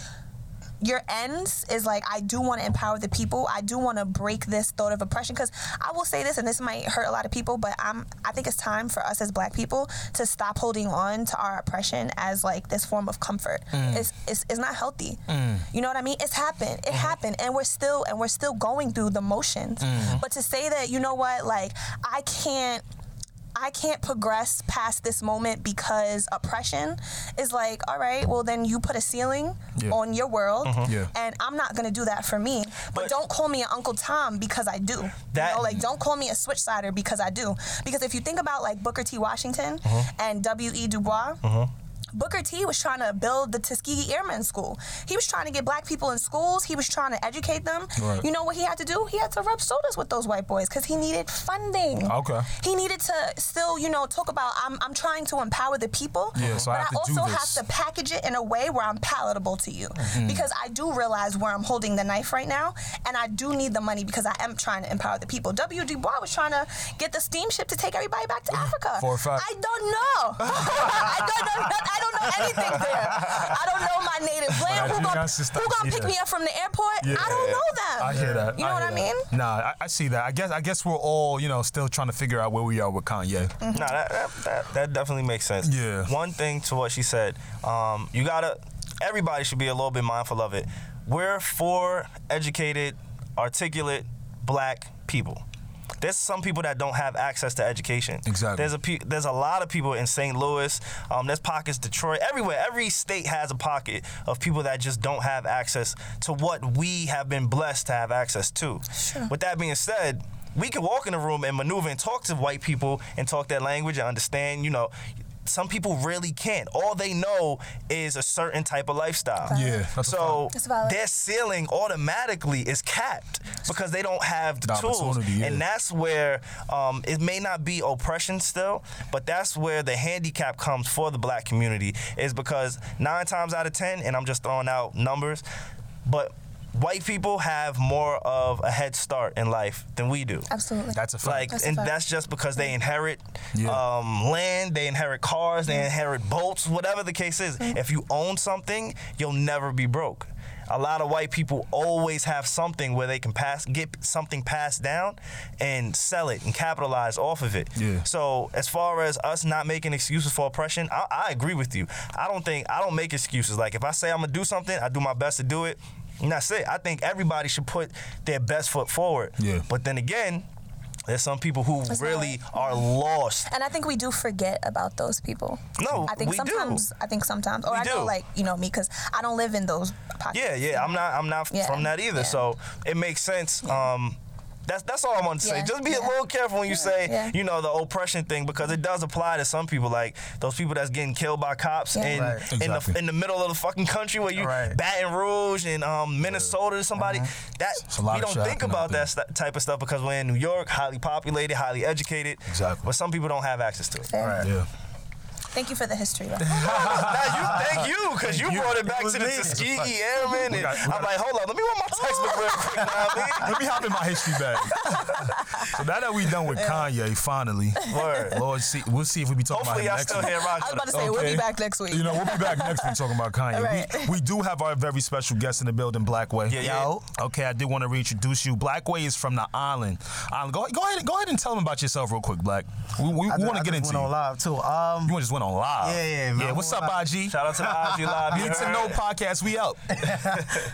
your ends is like I do want to empower the people. I do want to break this thought of oppression because I will say this, and this might hurt a lot of people, but I'm I think it's time for us as Black people to stop holding on to our oppression as like this form of comfort. It's, it's it's not healthy. You know what I mean? It's happened. It happened, and we're still and we're still going through the motions. But to say that you know what, like I can't. I can't progress past this moment because oppression is like, all right, well then you put a ceiling
Yeah. Uh-huh.
on your world,
Yeah.
and I'm not gonna do that for me. But,
But-
don't call me an Uncle Tom because I do.
That-
you know, like don't call me a switch sider because I do. Because if you think about like Booker T. Washington
Uh-huh.
and W. E. Du Bois. Booker T was trying to build the Tuskegee Airmen School. He was trying to get black people in schools. He was trying to educate them.
Right.
You know what he had to do? He had to rub shoulders with those white boys because he needed funding.
Okay.
He needed to still, you know, talk about I'm, I'm trying to empower the people,
Yeah, so I
but I,
have to do
also
this. Mm-hmm.
have to package it in a way where I'm palatable to you because I do realize where I'm holding the knife right now, and I do need the money because I am trying to empower the people. W. Du Bois was trying to get the steamship to take everybody back to Africa.
For a fact.
I don't know. I don't know. noth- I don't know anything there. I don't know my native land.
But
Who
I do
gonna,
not sister-
who gonna pick
yeah.
me up from the airport? I don't know
Yeah.
them.
I hear that.
You know what
hear
I mean?
that. Nah, I, I see that. I guess I guess we're all you know still trying to figure out where we are with Kanye.
Mm-hmm.
No, that, that, that, that definitely makes sense.
Yeah.
One thing to what she said, um, you gotta, everybody should be a little bit mindful of it. We're for educated, articulate black people. there's some people that don't have access to education.
Exactly.
There's a pe- there's a lot of people in St. Louis. Um, there's pockets Detroit everywhere. Every state has a pocket of people that just don't have access to what we have been blessed to have access to.
Sure.
With that being said. We can walk in a room and maneuver and talk to white people and talk their language and understand, you know. Some people really can't. All they know is a certain type of lifestyle.
Yeah, that's a
so
That's valid.
their ceiling automatically is capped because they don't have the,
The
tools.
opportunity, yeah.
And that's where um, it may not be oppression still, but that's where the handicap comes for the black community is because nine times out of ten, and I'm just throwing out numbers, but white people have more of a head start in life than we do.
Absolutely.
That's a fact.
Like,
That's a
and
fact.
that's just because they inherit
Yeah.
um, land, they inherit cars, they inherit boats, whatever the case is.
Mm-hmm.
If you own something, you'll never be broke. A lot of white people always have something where they can pass, get something passed down, and sell it and capitalize off of it.
Yeah.
So as far as us not making excuses for oppression, I, I agree with you. I don't think I don't make excuses. Like if I say I'm gonna do something, I do my best to do it. And that's it. I think everybody should put their best foot forward.
Yeah.
But then again, there's some people who
That's
really
not
are lost.
And I think we do forget about those people.
No,
I think
we do.
sometimes. I think sometimes, or
We
I know,
do.
like you know me, because I don't live in those pockets.
Yeah, yeah. I'm not. I'm not
Yeah,
from that either.
yeah.
So it makes sense. Um, that's that's all I want to say.
Yeah,
Just be
yeah.
a little careful when you
Yeah,
say
yeah.
you know the oppression thing because it does apply to some people, like those people that's getting killed by cops
Yeah.
in
Right.
in the
Exactly.
in the middle of the fucking country where you
Right.
Baton Rouge and um, Minnesota and somebody that
Uh-huh. It's a lot
we
of
don't
shit
think
happening
about
out
that st- type of stuff because we're in New York, highly populated, highly educated.
Exactly.
But some people don't have access to it.
Fair.
Yeah.
Thank you for the history. Though.
now you thank you because you,
you.
brought it back
It was
to the
me.
Tuskegee Airmen. And
got- we
I'm
got-
like, hold on, let me want my textbook real quick. Know what I mean?
Let me hop in my history bag. so now that we done with Kanye, finally,
Word.
Lord, see, we'll see if we be talking
Hopefully, y'all
about him next
still
week.
here
I was
rocking.
about to say we'll
Okay.
be back next week.
You know, we'll be back next week talking about Kanye.
Right.
We, we do have our very special guest in the building, Blackway.
Yeah, yeah. Yo.
Okay, I did want to reintroduce you. Blackway is from the island. Island. Go, go ahead. Go ahead and tell them about yourself real quick, Black. We, we,
I
we
ju-
want
I
to get
just
into you.
went on live too. Um,
You just went on live.
Yeah, yeah, man.
Yeah. What's up, IG?
Shout out to the IG Live. you
Need to
heard?
know podcast. We out.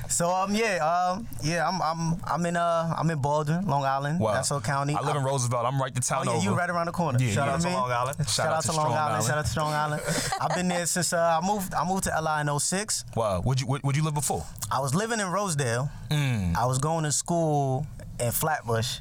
So um yeah um yeah I'm I'm I'm in uh I'm in Baldwin, Long Island,
Wow.
Nassau County.
I live in Roosevelt. I'm right the
Oh
town
yeah,
over.
you right around the corner.
Yeah,
Shout
yeah.
out to
Shout out to Long Island.
Long Island. Shout, out, to Long
Strong
Island.
Island.
Shout out to Long Island. I've been there since uh, I moved. I moved to LI in 06.
Wow. Would you would, would you live before?
I was living in Rosedale. I was going to school in Flatbush,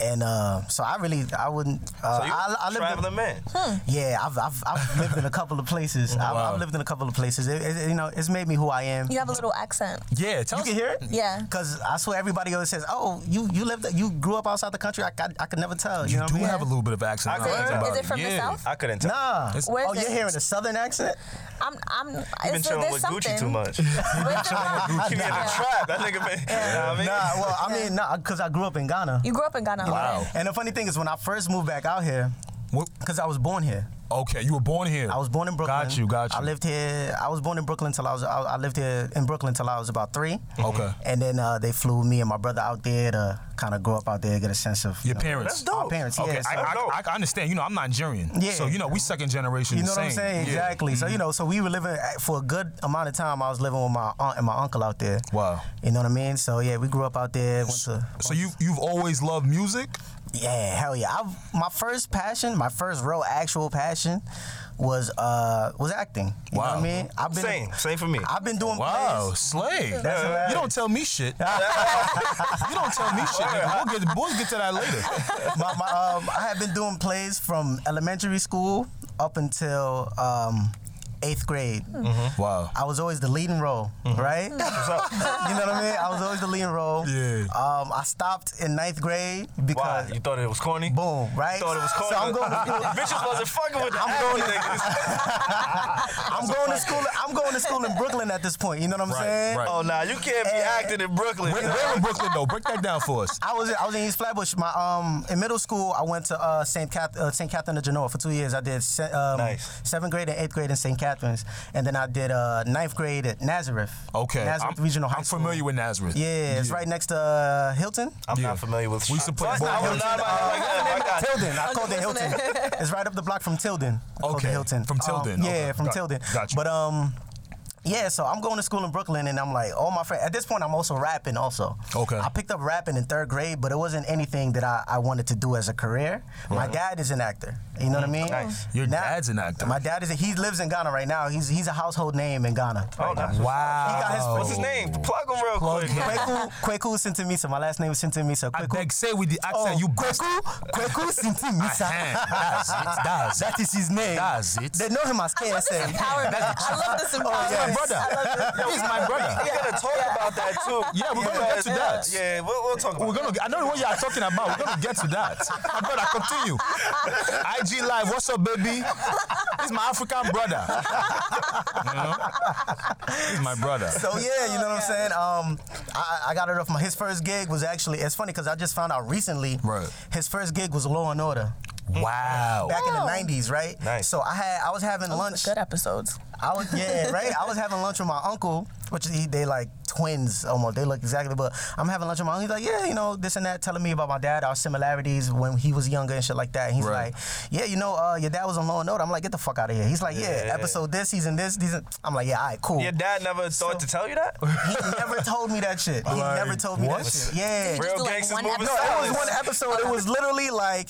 and uh, so I really I wouldn't. Uh,
So you
I, I lived in-
traveling man.
Yeah, I've, I've, I've lived in a couple of places. I've,
Wow.
I've lived in a couple of places. It, it- you know, it's made me who I am.
You have a little accent.
Yeah. Tell
You
us.
can hear it.
Yeah.
Cause I swear everybody always says, "Oh, you you lived, you grew up outside the country." I could, I could never tell. You,
You
know
do
what I mean?
have a little bit of accent.
I
now
could-
that I think
Is
about
it
from the
Yeah.
South?
I couldn't tell.
Nah.
Where's
oh,
it?
you're hearing a southern accent?
I'm. I'm.
You've been
it's-
chilling
there's
with
something.
Gucci too much. You
Where's it-
be in the trap. That nigga been. You know what I mean?
Nah. Well, I mean, nah, cause I grew up in Ghana.
You grew up in Ghana.
Wow.
And the funny thing is, when I first moved back out here,
What-
cause I was born here.
Okay. You were born here.
I was born in Brooklyn.
Got you. Got you.
I lived here. I was born in Brooklyn till I was. I, I lived here in Brooklyn till I was about three.
Okay.
And then uh, they flew me and my brother out there to kind of grow up out there, get a sense of
Your
you know,
parents.
That's
Our
dope.
parents.
Okay,
yeah, so-
I, I, I understand. You know, I'm Nigerian.
Yeah.
So you know, we second generation.
You
the
know what I'm
same.
saying?
Yeah. Mm-hmm.
Exactly. So you know, so we were living at- for a good amount of time. I was living with my aunt and my uncle out there.
Wow.
You know what I mean? So yeah, we grew up out there. Went to
So you you've always loved music.
yeah, hell yeah. I've, my first passion, my first real actual passion, was uh was acting. You know what
Wow.
I mean? I've been
Same. Same for me.
I've been doing
Wow,
plays.
slay.
That's hilarious.
you don't tell me shit. you don't tell me shit. nigga. We'll get we'll get to that later.
my, my, um, I have been doing plays from elementary school up until um, eighth grade.
Wow.
I was always the leading role, right? you know what I mean? I was always the leading role.
Yeah.
Um, I stopped in ninth grade
Why?
because
You thought it was corny?
boom, right?
Thought it was corny.
So I'm going to school.
Bitches wasn't fucking with the
I'm going to-
niggas.
I'm going to school. I'm going to school in Brooklyn at this point. You know what I'm
Right,
saying?
right.
Oh, nah, you can't be
And-
acting in Brooklyn.
Where, where in Brooklyn though? Break that down for us.
I was I was in East Flatbush. My um in middle school, I went to uh, Saint Cath- uh, Saint Catherine of Genoa for two years. I did se- um,
Nice.
seventh grade and eighth grade in Saint Catherine's, and then I did uh, ninth grade at Nazareth.
Okay.
Nazareth
I'm,
Regional High
I'm
School.
familiar with Nazareth.
Yeah, it's right next to uh, Hilton.
I'm
Yeah.
not familiar with.
We used to play
But
ball.
I was not about like that. I got
Tilden. I called it Hilton. it's right up the block from Tilden. I called it
Okay,
Hilton.
from
Um,
Tilden,
yeah,
okay,
from
got-
Tilden.
got you.
But um. Yeah, so I'm going to school in Brooklyn, and I'm like, all my friends. At this point, I'm also rapping. Also,
Okay.
I picked up rapping in third grade, but it wasn't anything that I, I wanted to do as a career. My dad is an actor. You know what I mean?
nice.
Mm. Your dad's an actor.
My dad is. A, he lives in Ghana right now. He's he's a household name in Ghana.
Oh, that's
Wow.
He got his-
What's his name? Plug him real
Plug
quick.
him.
Kweku Kweku Sintimisa. My last name is Sintimisa.
I
Kweku.
beg, say with the accent,
Oh,
you best.
Kweku Kweku Sintimisa.
Ahem. That's it. That's
That is his name.
That's it.
They know him as
I love this
KSM.
empowerment. I love this empowerment.
yes.
My brother.
I love this.
He's my brother.
We gotta talk about that too.
Yeah, we're gonna get to that.
Yeah, yeah, we'll, we'll talk about.
We're gonna. I know what you are talking about. We're gonna get to that. My brother, continue. IG live. What's up, baby? He's my African brother. You know? He's my brother.
So yeah, you know what I'm saying. Um, I, I got it off my. His first gig was actually. It's funny because I just found out recently.
Right.
His first gig was Law and Order
Wow.
back
Wow.
in the '90s, right?
Nice.
So I had I was having lunch.
Good episodes.
I was yeah, right. I was having lunch with my uncle, which he, they like twins almost. They look exactly, but I'm having lunch with my uncle. He's like, yeah, you know, this and that, telling me about my dad, our similarities when he was younger and shit like that. And he's
Right.
like, yeah, you know, uh, your dad was on Law and Order. I'm like, get the fuck out of here. He's like, yeah,
Yeah.
episode this, he's in this, these. in-" I'm like, yeah, all right, cool.
Your dad never thought to tell you that.
He never told me that shit. He
Like,
never told me
what?
that shit. Yeah.
Real
do, like,
gangsters
one
moving
episode.
No, it
silence.
was one episode. It was literally like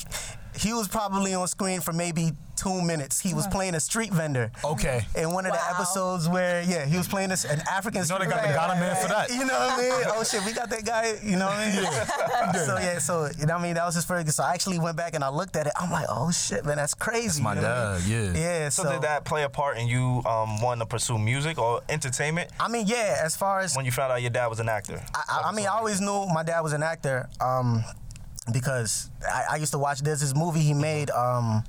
he was probably on screen for maybe two minutes. He was playing a street vendor.
Okay.
In one of
Wow.
the episodes where, yeah, he was playing this an African.
You know they got the
street
Ghana
vendor.
man for that.
You know what I mean? Oh shit, we got that guy. You know what I mean? So yeah, so you know what I mean? That was his first. So I actually went back and I looked at it. I'm like, oh shit, man, that's crazy.
my
you know what I
dad,
mean?
yeah.
Yeah.
So,
So,
did that play a part in you um, wanting to pursue music or entertainment
I mean, yeah. As far as
when you found out your dad was an actor?
I, I- I mean, I always knew my dad was an actor um, because I, I used to watch. There's this movie
Mm-hmm.
he made. Um,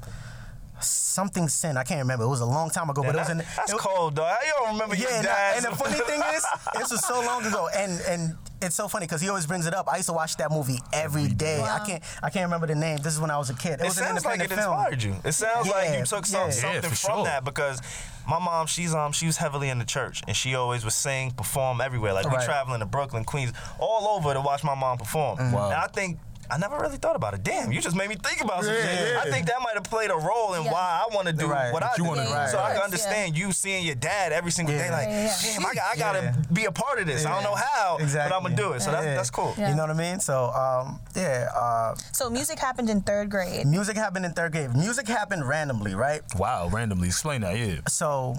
Something sin, I can't remember. It was a long time ago, but it was in.
That's
it-
cold, dog. You don't remember
yeah,
your
and,
dad.
and the funny thing is, this was so long ago, and and it's so funny because he always brings it up. I used to watch that movie every day. I can't I can't remember the name. This is when I was a kid. It,
it
was an
sounds like it
independent film.
inspired you. It sounds like
Yeah,
you took some,
yeah.
something
Yeah, for
from
sure.
that because my mom, she's um, she was heavily in the church and she always would sing, perform everywhere. Like we
Right.
traveling to Brooklyn, Queens, all over to watch my mom perform.
Wow.
And I think. I never really thought about it. Damn, you just made me think about some
Yeah,
shit.
yeah.
I think that might have played a role in
Yeah.
why I want to do
Right.
what I do.
you wanna do.
So I
Right.
can understand you seeing your dad every single
Yeah.
day. Like,
Yeah, yeah, yeah.
damn, I, got- I gotta
Yeah.
be a part of this. I don't
Yeah.
know how, but I'm
Exactly.
gonna do it. So that's,
Yeah.
that's cool.
Yeah.
You know what I mean? So um, yeah, uh,
So music happened in third grade.
music happened in third grade. Music happened randomly, right?
Wow. Randomly explain that. Yeah.
so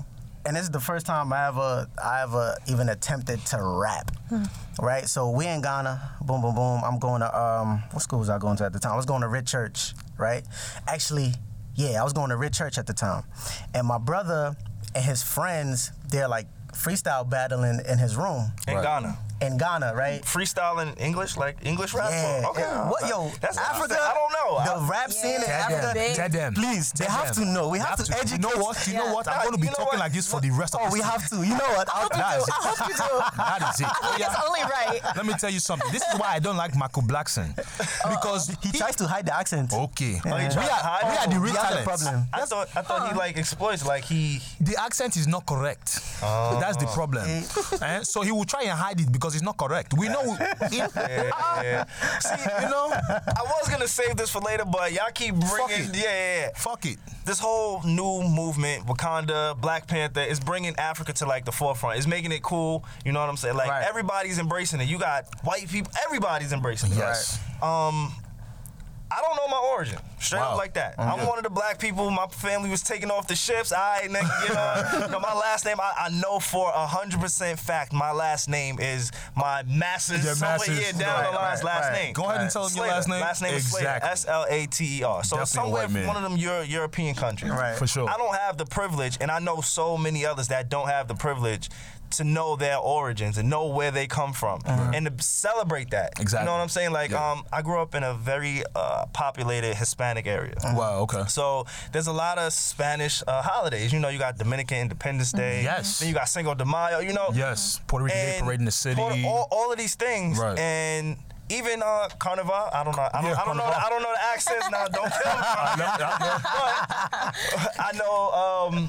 and this is the first time I ever I ever even attempted to rap. Right? So we in Ghana, boom boom boom. I'm going to um what school was I going to at the time? I was going to Red Church, right? Actually, yeah, I was going to Red Church at the time. And my brother and his friends, they're like freestyle battling in his room
In
Right.
Ghana.
in Ghana, right?
freestyling English, like English rap.
Yeah.
Or, okay.
And What yo?
That's
Africa.
I don't know. I-
The rap scene in
Yeah.
Tell
Africa.
them.
Big.
Tell them.
Please, they
Tell
have
them.
to know. We
They
have to
You know
educate-
what? You know
Yeah.
what? I'm gonna be
you know
talking
what?
like this for the rest
Oh,
of
we
the
have to. You know what? I
That's it.
hope you do.
That is it. Oh, yeah.
It's only right.
Let me tell you something. This is why I don't like Michael Blackson because he,
Oh. He tries to hide the accent.
Okay.
Yeah.
We, are, we are the real
We have the
talents.
problem.
I thought I thought he like exploits like he
The accent is not correct.
Ah.
That's the problem.
Mm.
Eh, so he will try and hide it because it's not correct. We know. it- Ah, See, you know,
I was gonna save this for later, but y'all keep bringing
it.
yeah, yeah, yeah.
fuck it.
This whole new movement, Wakanda, Black Panther, is bringing Africa to like the forefront. It's making it cool. You know what I'm saying? Like
Right.
everybody's embracing it. You got white people. Everybody's embracing it. Um,
Yes.
I don't know my origin. Straight
Wow. Mm-hmm.
up like that. I'm one of the black people. My family was taking off the ships. I ain't nigga, you know. Now, my last name, I, I know for hundred percent fact, my last name is my master's
Your
somewhere
master's-
here down
right,
the line's
right,
last
right.
name.
Go ahead and tell them your
Slater.
last name.
Last name is Slater.
Exactly.
S L A T E R. So
Definitely a
somewhere
white
from
man.
one of them Euro- European countries.
Right.
For sure.
I don't have the privilege, and I know so many others that don't have the privilege to know their origins and know where they come from and to celebrate that. You
Uh-huh. Exactly.
know what I'm saying? Like,
Yeah.
um, I grew up in a very uh, populated Hispanic area.
Wow. Okay.
So there's a lot of Spanish uh, holidays. You know, you got Dominican Independence Day.
Mm-hmm. Yes.
Then you got Cinco de Mayo. You know.
Yes. Puerto Rican Day
and
parade in the city.
Puerto- all, all of these things.
Right.
And even uh, Carnival. I don't know. I don't,
Yeah,
I don't know. I
Carnival.
don't know the accents now. Don't kill me. I know, um,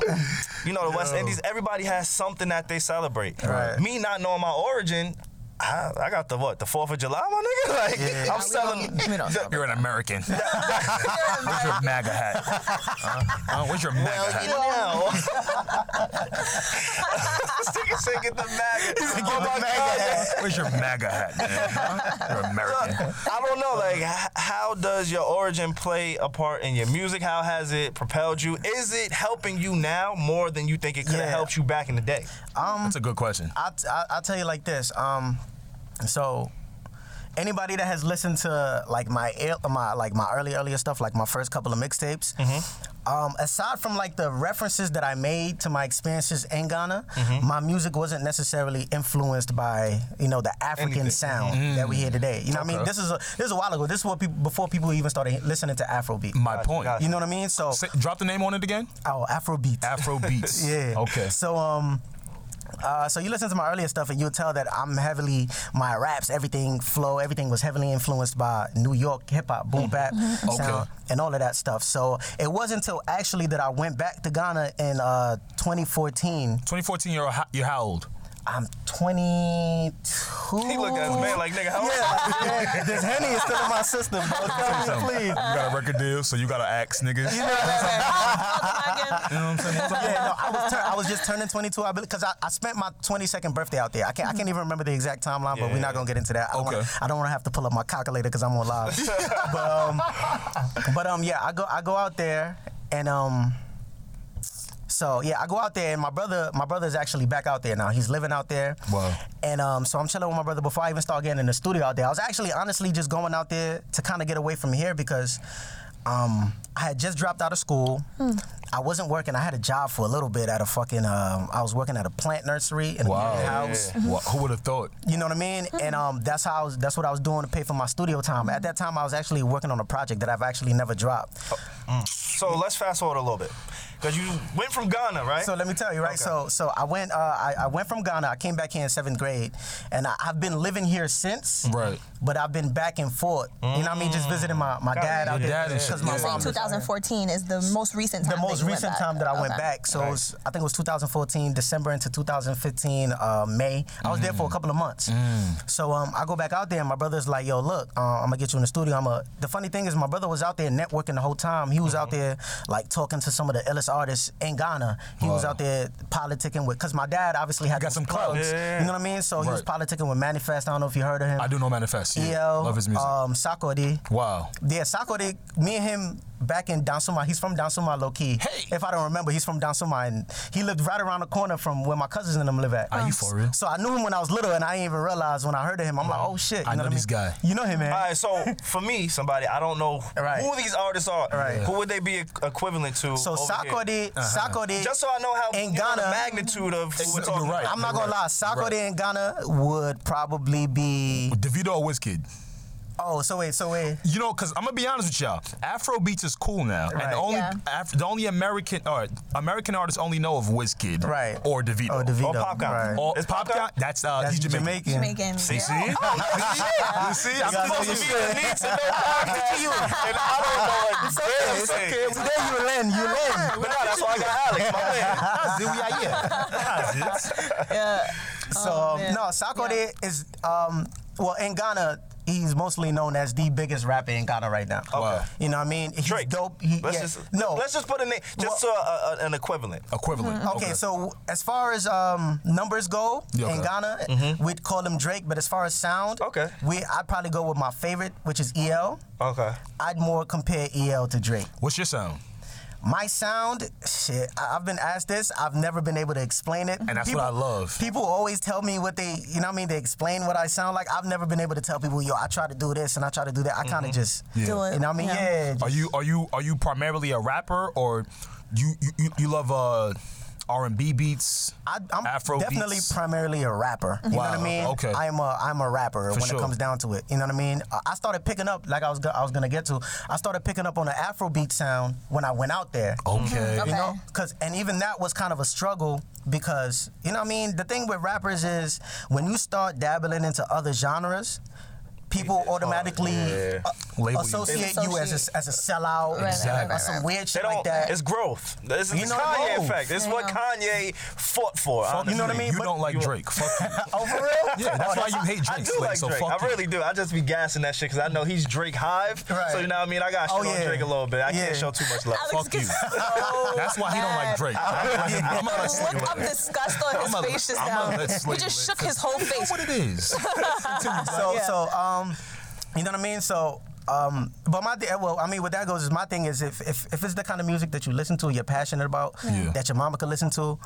you know, the West Indies. Everybody has something that they celebrate.
Right.
Me not knowing my origin, I, I got the what? The Fourth of July, my nigga. Like
Yeah.
I'm
We
selling.
don't- we don't sell
You're an American. Where's your MAGA hat? Huh? Huh? Where's your MAGA hat?
Well, you know. this nigga said get the MAGA. Oh my God,
Where's your MAGA hat, man? Huh? You're American.
I don't know, like, h- how does your origin play a part in your music? How has it propelled you? Is it helping you now more than you think it could have
Yeah.
helped you back in the day?
That's a good question.
I'll, t- I'll, I'll tell you like this. Um, so anybody that has listened to like my ear- my like my early earlier stuff, like my first couple of mixtapes, um, aside from like the references that I made to my experiences in Ghana, my music wasn't necessarily influenced by you know the African
Anything.
sound that we hear today. You know what I mean? This is a, this is a while ago. This is what people before people even started listening to Afrobeat.
My point.
gotcha.
you know what I mean? So
Say, drop the name on it again.
oh, Afrobeat.
Afro beats.
Yeah.
Okay.
So um. Uh, so you listen to my earlier stuff and you'll tell that I'm heavily my raps, everything flow, everything was heavily influenced by New York hip hop, boom bap
Mm-hmm.
sound, and all of that stuff. So it wasn't until actually that I went back to Ghana in uh, 2014.
2014. You're ho- you're how old?
I'm 22.
He looked at his man like, nigga, how old
yeah, like, yeah, this henny is still in my system, bro. Tell me, please.
You got a record deal, so you gotta ask niggas. You know
Volkswagen.
what I'm saying? What's up?
yeah, no, I was turn, I was just turning 22. I because I, I spent my 22nd birthday out there. I can't I can't even remember the exact timeline, but we're not gonna get into that. I don't
Okay.
wanna, I don't want to have to pull up my calculator because I'm on live. but um, but um, yeah, I go I go out there and um. So yeah, I go out there and my brother, my brother's actually back out there now. He's living out there.
Wow.
And um, so I'm chilling with my brother before I even start getting in the studio out there. I was actually honestly just going out there to kind of get away from here because um, I had just dropped out of school. I wasn't working. I had a job for a little bit at a fucking. Um, I was working at a plant nursery in
Wow.
a house.
Wha- who would have thought?
You know what I mean? And um, that's how I was, that's what I was doing to pay for my studio time. At that time, I was actually working on a project that I've actually never dropped.
So let's fast forward a little bit. Because you went from Ghana, right?
So let me tell you, right?
Okay.
So so I went uh, I, I went from Ghana. I came back here in seventh grade, and I, I've been living here since.
Right.
But I've been back and forth. You know what I mean? Just visiting my, my dad out
Your
there
dad and shit,
because my
yeah.
mom.
Saying 2014 is the most recent time.
The most
you went
recent
back.
time that I went
Okay.
back, so it was, I think it was 2014 December into 2015 uh, May. I was there
Mm.
for a couple of months. So um, I go back out there, and my brother's like, "Yo, look, uh, I'm gonna get you in the studio." I'm a. The funny thing is, my brother was out there networking the whole time. He was out
Mm-hmm.
there like talking to some of the illest artists in Ghana. He was out there politicking with, cause my dad obviously had
got
those
some clout.
clubs.
Yeah.
You know what I mean? So he was
Right.
politicking with Manifest. I don't know if you heard of him.
I do know Manifest. Yeah.
EL,
Love his music.
Um, Sakodi.
wow.
Yeah, Sakode, me and him back in Donsuma, he's from Donsuma low key.
Hey.
If I don't remember, he's from Donsuma and he lived right around the corner from where my cousins and them live at.
Are you for real?
So I knew him when I was little and I didn't even realize when I heard of him. I'm like, oh shit. You
I know
what
this
mean?
guy.
You know him, man.
All right, so for me, somebody, I don't know
Right.
who these artists are.
Right.
Who would they be equ- equivalent to?
So
over here?
Sakode,
Uh-huh.
Sakode.
Just so I know how
in
you know, the
Ghana-
magnitude of who we're
You're
talking
right.
I'm not gonna
Right.
lie, Sakode in Ghana would probably be.
DeVito or Wizkid?
Oh, so wait, so wait.
You know, cause I'm gonna be honest with y'all. Afro beats is cool now, and
Right.
the only
Yeah.
Af- the only American or American artists only know of Wizkid,
Right.
or DeVito,
Oh, DeVito.
Or Popcorn.
Right.
or
It's
Pop
Popcorn?
Gun. That's uh,
That's
he's Jamaican.
Jamaican.
Jamaican.
See, see,
Oh,
Yeah.
you see, I'm supposed
gotta
to
know your
be
shit.
the need to know podcast,
you.
and I don't know
It's okay, it's okay. Every day you learn, you learn.
But no, that's why I got Alex, my man.
Nazi, we are here.
Yeah.
So
Oh,
um,
man.
no, Sakode is um, well in Ghana. He's mostly known as the biggest rapper in Ghana right now.
Wow.
You know what I mean? He's
Drake.
dope. He,
let's
yeah.
just
no.
Let's just put a name, just so uh, uh, an equivalent.
Equivalent.
Mm-hmm. okay, so as far as um, numbers go
Yeah,
in
okay.
Ghana, we'd call him Drake. But as far as sound,
Mm-hmm. Okay.
we I'd probably go with my favorite, which is EL.
Okay.
I'd more compare EL to Drake.
what's your sound?
My sound, shit. I, I've been asked this. I've never been able to explain it.
And that's what I love.
People always tell me what they, you know, what I mean, they explain what I sound like. I've never been able to tell people, yo, I try to do this and I try to do that. I kind of just,
Mm-hmm. Yeah.
Do it.
you know, what I mean,
Yeah.
yeah.
Are you are you are you primarily a rapper or you you, you, you love uh R and B beats?
I, I'm
Afro
definitely
beats?
primarily a rapper. You know what
Wow,
I mean?
okay.
I'm a I'm a rapper when
sure.
it comes down to it. You know what I mean? Uh, I started picking up like I was go- I was gonna get to. I started picking up on the Afrobeat sound when I went out there.
okay.
You
Okay.
know, because and even that was kind of a struggle because you know what I mean. The thing with rappers is when you start dabbling into other genres, people automatically
yeah.
uh,
Label you.
associate you as a, as a
Right,
sellout
right, right,
or
right,
some
right.
weird
They
shit
don't.
like that.
It's growth. This is
You
the
know,
Kanye
growth.
effect. This is
Yeah.
what Kanye fought for.
Fuck
honestly.
know what I
Drake.
mean?
You
But-
don't like
you-
Drake. Fuck you.
oh, for real?
Yeah, that's why you hate
I
Drake.
do
Slay,
like
so
Drake.
fuck
I
you.
really do. I just be gassing that shit because I know he's Drake Hive.
Right.
So you know what I mean. I got shit
Oh,
on
yeah.
Drake a little bit. I can't
Yeah.
show too much love.
Fuck you. That's why he don't like Drake. I'm gonna let Slay
Look
live.
of disgust on his
I'ma-
face just
I'ma
now.
let
He
Slade
just
live.
shook his whole
You know
face.
what it is.
so so um you know what I mean? So um but my th- well, I mean what that goes is my thing is if if, if it's the kind of music that you listen to, you're passionate about,
Yeah.
that your mama could listen to,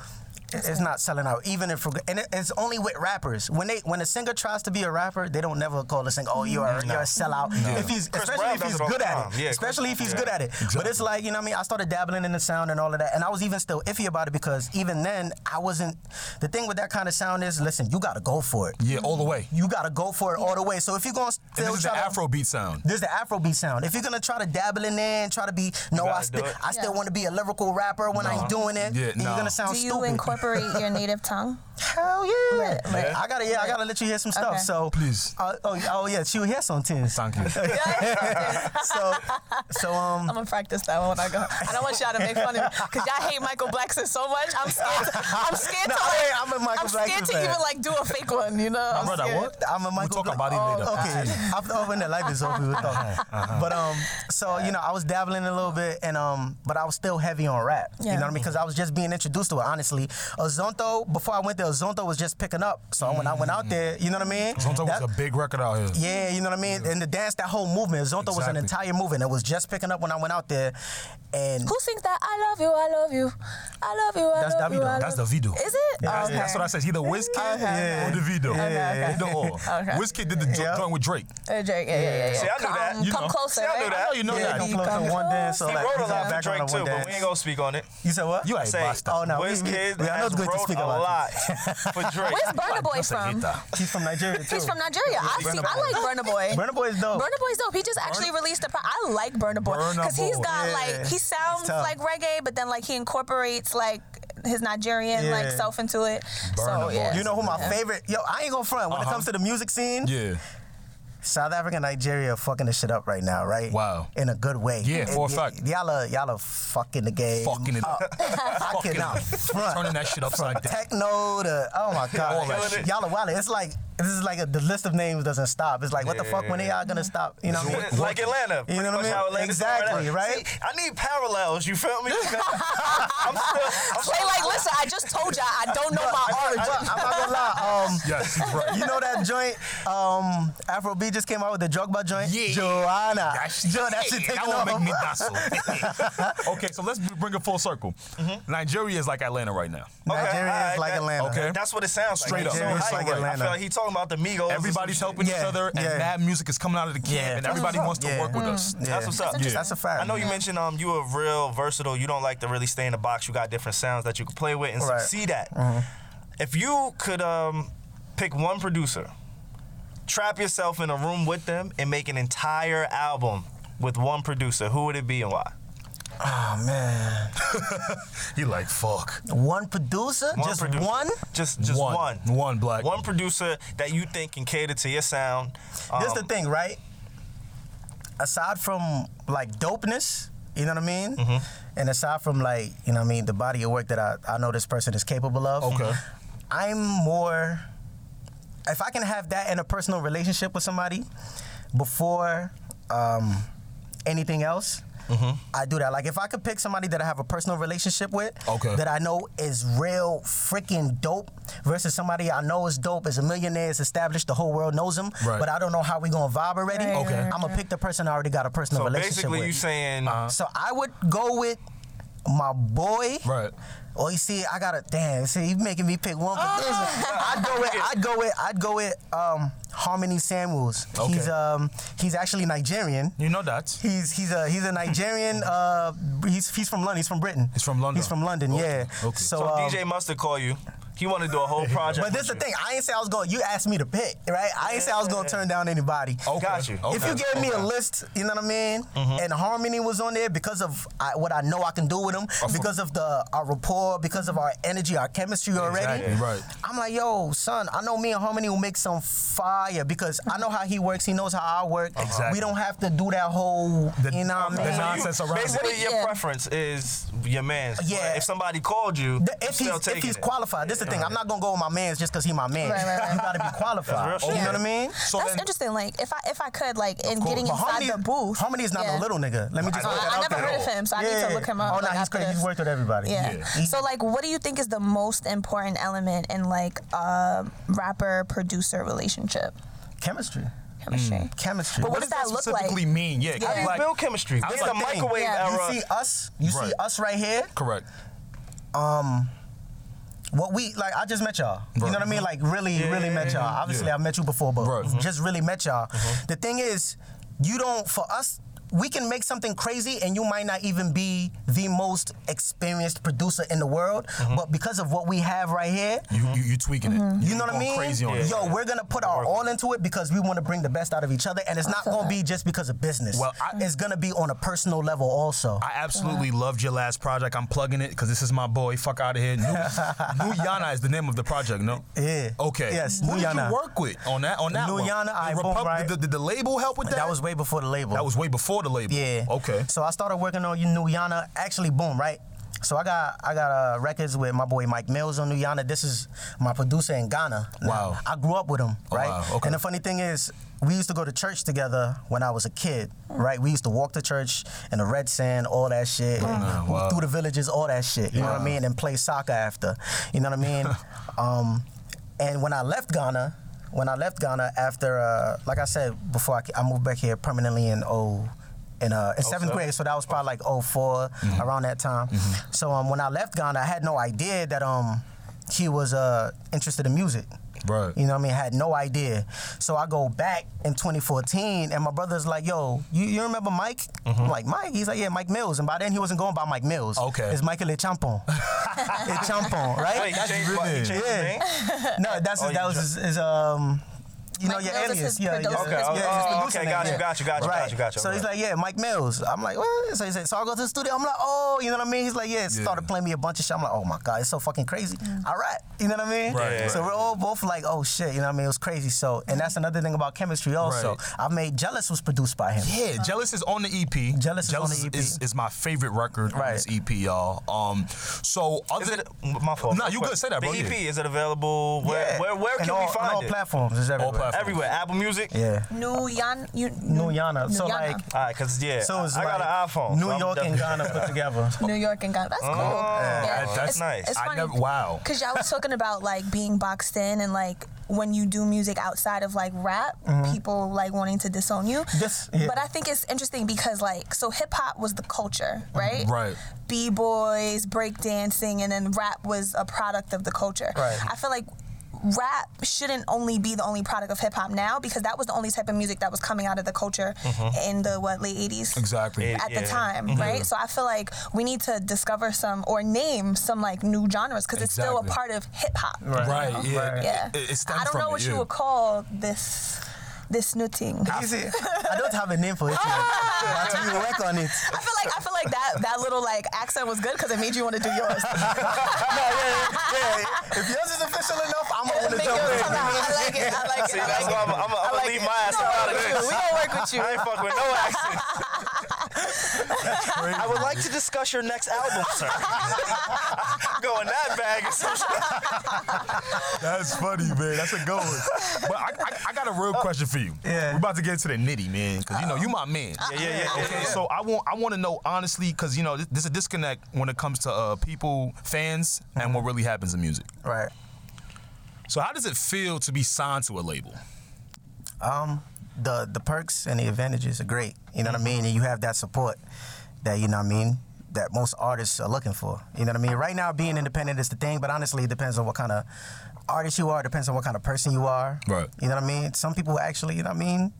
it- it's not selling out. Even if and it, it's only with rappers. When they when a singer tries to be a rapper, they don't never call the singer, oh you're a, you're a sellout. If he's
Chris
especially
Brown
if
does
he's
it all
good
the
at
time.
it.
Yeah,
especially if
Chris-
he's
yeah.
good at it. But it's like, you know what I mean? I started dabbling in the sound and all of that. And I was even still iffy about it because even then I wasn't the thing with that kind of sound is listen, you gotta go for it
Yeah, all the way.
you gotta go for it all the way. So if you're gonna
And
still
this is the
try to,
Afrobeat sound.
there's the Afrobeat sound. If you're gonna try to dabble in there and try to be, no, I
gotta
still,
do it.
I still
Yeah.
want to be a lyrical rapper when I'm doing it.
Yeah,
then
nah.
you're gonna sound
Do you
stupid.
incorporate your native tongue?
Hell yeah!
Right, right.
I gotta, yeah, I gotta let you hear some stuff.
Okay.
So
Please.
uh, oh, oh yeah, she was here some tins.
Thank you.
so, so um,
I'm gonna practice that one when I go. I don't want y'all to make fun of me because y'all hate Michael Blackson so much. I'm scared. To, I'm scared
No,
to.
I
Like,
ain't- I'm a Michael
I'm scared
Blackson
to
fan.
even like do a fake one. You know. I'm
brother,
scared.
what?
I'm a Michael.
talk about
Black-
it later.
Oh,
Uh-huh.
Okay, after oh, when the life is over, we'll talk. But um, so you know, I was dabbling a little bit, and um, but I was still heavy on rap. You
Yeah.
know what I mean? Because I was just being introduced to it. Honestly, Ozonto before I went there, Ozonto was just picking up. So when I went out there, you know what I mean?
Zonto Mm-hmm. was
That-
a big record out here.
yeah, you know what I mean? And the dance, that whole movement, Zonto was an
Exactly.
entire movement. It was just picking up when I went out there, and
Who sings that? I love you. I love you. I love you. I
That's
love you.
Davido.
I
That's
love-
Davido.
Is it?
Yeah,
Oh, okay.
That's what I said. He the Wizkid
Okay, Yeah.
or
okay.
Davido.
Okay, okay.
He the all.
Okay.
Wizkid did the jo-
Yeah.
joint with Drake.
Uh, Drake. Yeah, yeah, yeah. yeah.
See, I knew
come,
that. You
come
know.
closer.
See, I knew
right?
that. I know
you know that.
Come close to one dance. So
He
like,
He wrote a
he's
lot
back
for
on
Drake
the
too,
one
but we
dance.
ain't gonna speak on it.
You said what?
You ain't
Say,
basta.
Oh, no, we-
Wizkid
we- we- I know
has
it's good to
wrote
speak
a
about
lot for Drake.
Where's Burna Boy
That's a
from?
hater.
He's from Nigeria too.
He's from Nigeria. I, see, I like Burna Boy.
Burna Boy is dope.
Burna Boy's dope. He just actually released a pro- I like Burna Boy
Burna
because he's
Boy.
got
Yeah.
like he
He's
sounds
tough.
like reggae, but then like he incorporates like his Nigerian
Yeah.
like self into it.
Burna
so
Boy.
yeah,
You know who my favorite? Yo, I ain't gonna front. When
Uh-huh.
it comes to the music scene,
Yeah.
South Africa, Nigeria, are fucking the shit up right now, right?
Wow.
In a good way.
Yeah, for a
Y-
fact.
Y'all are y'all are fucking the game.
Fucking it up.
Uh, I
fucking
cannot
it.
front.
Turning that shit upside down.
Techno to oh my
All
god,
that
shit.
y'all are wild. It's like this is like a, the list of names doesn't stop. It's like what the fuck when they all gonna stop? You know what I mean?
like Atlanta.
You know
pretty
what I
much
mean?
how Atlanta started
Exactly,
out.
right?
See, I need parallels. You feel me? I'm still. I'm
Play like listen. I just told y'all I don't know my origin.
But I'm not gonna lie. Um,
Yes, he's right.
You know that joint? Um, Afrobeat just came out with the Drogba joint.
Yeah.
Joanna.
That shit,
Yo, that shit
yeah,
taking
that
off.
won't make me dazzle. okay, so let's bring it full circle. Mm-hmm. Nigeria is like Atlanta right now.
Okay,
Nigeria
all right,
is like
that-
Atlanta.
Okay.
That's what it sounds
Straight
like.
up.
So
Nigeria
is
hype
like
right now. I
Atlanta.
feel like he talking about the Migos. or
Everybody's
some shit.
helping each
Yeah,
other, and
yeah.
mad music is coming out of the can,
Yeah.
and everybody
what's up.
wants to
Yeah.
work with us.
That's what's up.
Yeah.
That's a fact.
I know you mentioned um you a real versatile. You don't like to really stay in the box. You got different sounds that you can play with and
Right. Mm-hmm.
see that. If you could um pick one producer, trap yourself in a room with them and make an entire album with one producer, who would it be and why?
Ah,
Oh man,
Mm. You like fuck
one producer,
One
just
producer.
one.
Just just one.
one, One, black.
One producer that you think can cater to your sound.
This
Um,
the thing, right? Aside from like dopeness, you know what I mean,
Mm-hmm.
and aside from like you know what I mean, the body of work that I, I know this person is capable of.
Okay.
I'm more. If I can have that in a personal relationship with somebody before um, anything else.
Mm-hmm.
I do that. Like if I could pick somebody that I have a personal relationship with,
Okay.
that I know is real freaking dope, versus somebody I know is dope, is a millionaire, is established, the whole world knows him,
Right.
but I don't know how we gonna vibe already.
Right,
Okay. right,
I'm gonna pick the person I already got a personal
So
relationship
basically,
with.
you saying
Uh-huh.
so I would go with my boy.
Right.
Oh, you see, I gotta damn. See, you making me pick one for
Oh.
this. I'd go with, I'd go with, I'd go with um, Harmony Samuels. He's
Okay.
um, he's actually Nigerian.
You know that.
He's he's a he's a Nigerian. uh, he's he's from London. He's from Britain.
He's from London.
He's from London. Yeah.
Okay.
So,
so
um,
DJ Mustard call you. He wanted to do a whole project.
But this the
with
thing. I ain't say I was going. You asked me to pick, right? I ain't say I was going to turn down anybody.
you. Got you.
Oh,
If you gave me a list, you know what I mean,
Mm-hmm.
and harmony was on there because of I, what I know I can do with them, because of the our rapport, because of our energy, our chemistry already.
Exactly, right.
I'm like, yo, son, I know me and harmony will make some fire because I know how he works. He knows how I work.
Exactly.
We don't have to do that whole, you know what I
the
mean?
nonsense around it.
Basically, your
Yeah.
preference is your man's.
Yeah.
But if somebody called you,
The-
you're
if he's
still
if
taking
he's
it.
qualified, this is the thing. I'm not gonna go with my man's just because he my man.
Right, right, right.
You gotta be qualified. Oh,
That's real
You
shit.
know what I mean?
So
That's
then-
interesting. Like if I if I could like in getting
But
inside
harmony,
the booth.
Harmony is not
Yeah.
a little nigga. Let me just.
I,
put that
I
out
never
there.
heard of him, so I need to look him up.
Oh no,
like,
he's
after
crazy.
this.
He's worked with everybody.
Yeah.
Mm-hmm.
So like, what do you think is the most important element in like a rapper producer relationship?
chemistry.
Chemistry.
Chemistry.
But what, does
that
that look like?
specifically mean? Yeah, 'cause
Yeah.
You
like
build chemistry. It's
the
the
thing.
microwave
Yeah.
era.
you see us? You see
Right.
us right here?
correct.
um, What we like? I just met y'all. You know what I mean? Like really, really met y'all. Obviously,
Mm-hmm. Yeah.
I met you before, but
Right. Mm-hmm.
just really met y'all. The thing is, you don't. For us, we can make something crazy, and you might not even be the most experienced producer in the world.
Mm-hmm.
But because of what we have right here,
You you, you tweaking it.
You know what I
going
mean?
Crazy on it.
Yo, we're gonna put our all into it because we want to bring the best out of each other, and it's not gonna be just because of business.
Well, I-
it's gonna be on a personal level also.
I absolutely loved your last project. I'm plugging it because this is my boy. Fuck out of here. New, New Yana is the name of the project. No.
Yeah.
Okay.
Yes,
Who
New
did
Yana.
you work with on that? On that
New
one?
Yana,
The
I
Repub-
boom, right?
Did, did the label help with that?
that was way before the label.
That was way before the label.
yeah.
Okay.
So I started working on New Yana. Actually, boom, right. So I got I got uh, records with my boy Mike Mills on New Yana. This is my producer in Ghana. Now,
Wow.
I grew up with him,
Oh,
right?
wow. Okay.
And the funny thing is, we used to go to church together when I was a kid, right? We used to walk to church in the red sand, all that shit, and
Wow.
through the villages, all that shit. You know what I mean? And play soccer after. You know what I mean? um, and when I left Ghana, when I left Ghana after, uh, like I said before, I, ca- I moved back here permanently in oh, in, uh,
Oh,
in seventh grade. So that was probably like 4
Mm-hmm.
around that time. So um, when I left Ghana, I had no idea that um, he was uh, interested in music.
Right.
You know what I mean? had no idea. So I go back in 2014, and my brother's like, yo, you, you remember Mike?
Mm-hmm.
I'm like, Mike? He's like, yeah, Mike Mills. And by then, he wasn't going by Mike Mills.
Okay.
It's Michael Le Champon. Le Champon, right?
Wait, you
That's
changed-
really-
you changed his
Yeah.
name?
no, that's his,
you
that was his, his, um, you know,
Mike
your
Mills is
alias.
his
Yeah,
producer.
yeah,
Okay,
yeah,
oh,
his
oh,
producer
okay,
name,
got you,
yeah.
got you, got you,
right.
got you, got you,
So he's
right.
like, yeah, Mike Mills. I'm like, what? So he said, so I go to the studio. I'm like, oh, you know what I mean? He's like, yeah. Started playing me a bunch of shit. I'm like, oh my god, it's so fucking crazy.
Mm.
All right, you know what I mean?
Right,
So
right.
we're all both like, oh shit, you know what I mean? It was crazy. So, and that's another thing about chemistry also.
Right.
I made Jealous was produced by him.
Yeah, Jealous is on the EP.
Jealous is on the EP.
Is, is my favorite record on
Right.
this EP, y'all. Um, so
Is
other
it
than
my fault?
Nah, you
Quick.
good. Say that, bro.
E
The
Yeah.
EP is it available? Where
Yeah.
where where
And
can
all,
we
on
find
all
it?
platforms. It's everywhere.
platforms.
Everywhere, Apple Music.
Yeah.
New Yan, you,
New Yana. So
Yana.
like,
All right, cause yeah,
so it's
I got
like
an iPhone.
New
so I'm
York and
definitely-
Ghana put together.
New York and Ghana. That's cool.
that-
It's-
that's
it's,
nice.
It's
I
funny.
never- wow.
Because y'all was talking about like being boxed in and like when you do music outside of like rap, people like wanting to disown you.
Yes, yeah.
But I think it's interesting because like so hip hop was the culture, right?
Right.
B boys, break dancing, and then rap was a product of the culture.
Right.
I feel like rap shouldn't only be the only product of hip hop now because that was the only type of music that was coming out of the culture in the what late 80s
exactly.
at
Yeah.
the time,
Mm-hmm.
right? So I feel like we need to discover some or name some like new genres because it's still a
Exactly.
part of hip hop.
Right. Yeah.
Yeah.
It, it stems
I don't
from
know
it,
what you
yeah.
would call this this new thing. I
Easy. I don't have a name for it. yet. But we work on it.
feel like I feel like that that little like accent was good because it made you want to do yours.
If yours is official enough, I'm
It
gonna
make
jump
yours
in.
come out. I like it. I like it.
See,
I
that's
like
why
it.
I'm, I'm,
I
I'm gonna
like
leave
it.
my ass
We don't
out of
work with
this.
you. We don't work with you.
I ain't fuck with no accent. I would like to discuss your next album, sir. Go in that bag or some shit.
That's funny, man. That's a good one. but I, I, I got a real question for you.
Yeah.
We're about to get into the nitty, man, because you know you my man.
Yeah, yeah, yeah.
Okay, so I want I want to know honestly because you know th- there's a disconnect when it comes to uh, people, fans, and what really happens in music.
Right.
So how does it feel to be signed to a label?
Um, the the perks and the advantages are great. You know what I mean? And you have that support that you know what I mean that most artists are looking for. You know what I mean? Right now, being independent is the thing, but honestly, it depends on what kind of artist you are. It depends on what kind of person you are.
Right.
You know what I mean? Some people actually, you know what I mean?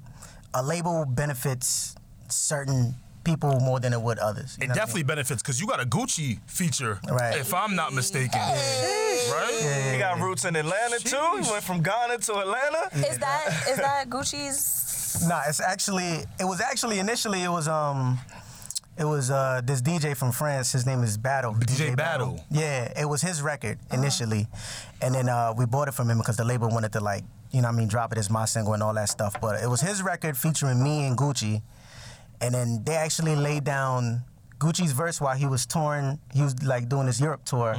A label benefits certain people more than it would others. you
It
know what I
definitely benefits because you got a Gucci feature,
Right.
if I'm not mistaken. Right?
He got roots in Atlanta too. He went from Ghana to Atlanta.
Is that is that Gucci's?
mean? Nah, it's actually it was actually initially it was um it was uh this DJ from France. His name is Battle.
DJ Battle.
Yeah, it was his record initially, and then uh we bought it from him because the label wanted to like you know what I mean drop it as my single and all that stuff. But it was his record featuring me and Gucci, and then they actually laid down. Gucci's verse while he was touring, he was like doing his Europe tour,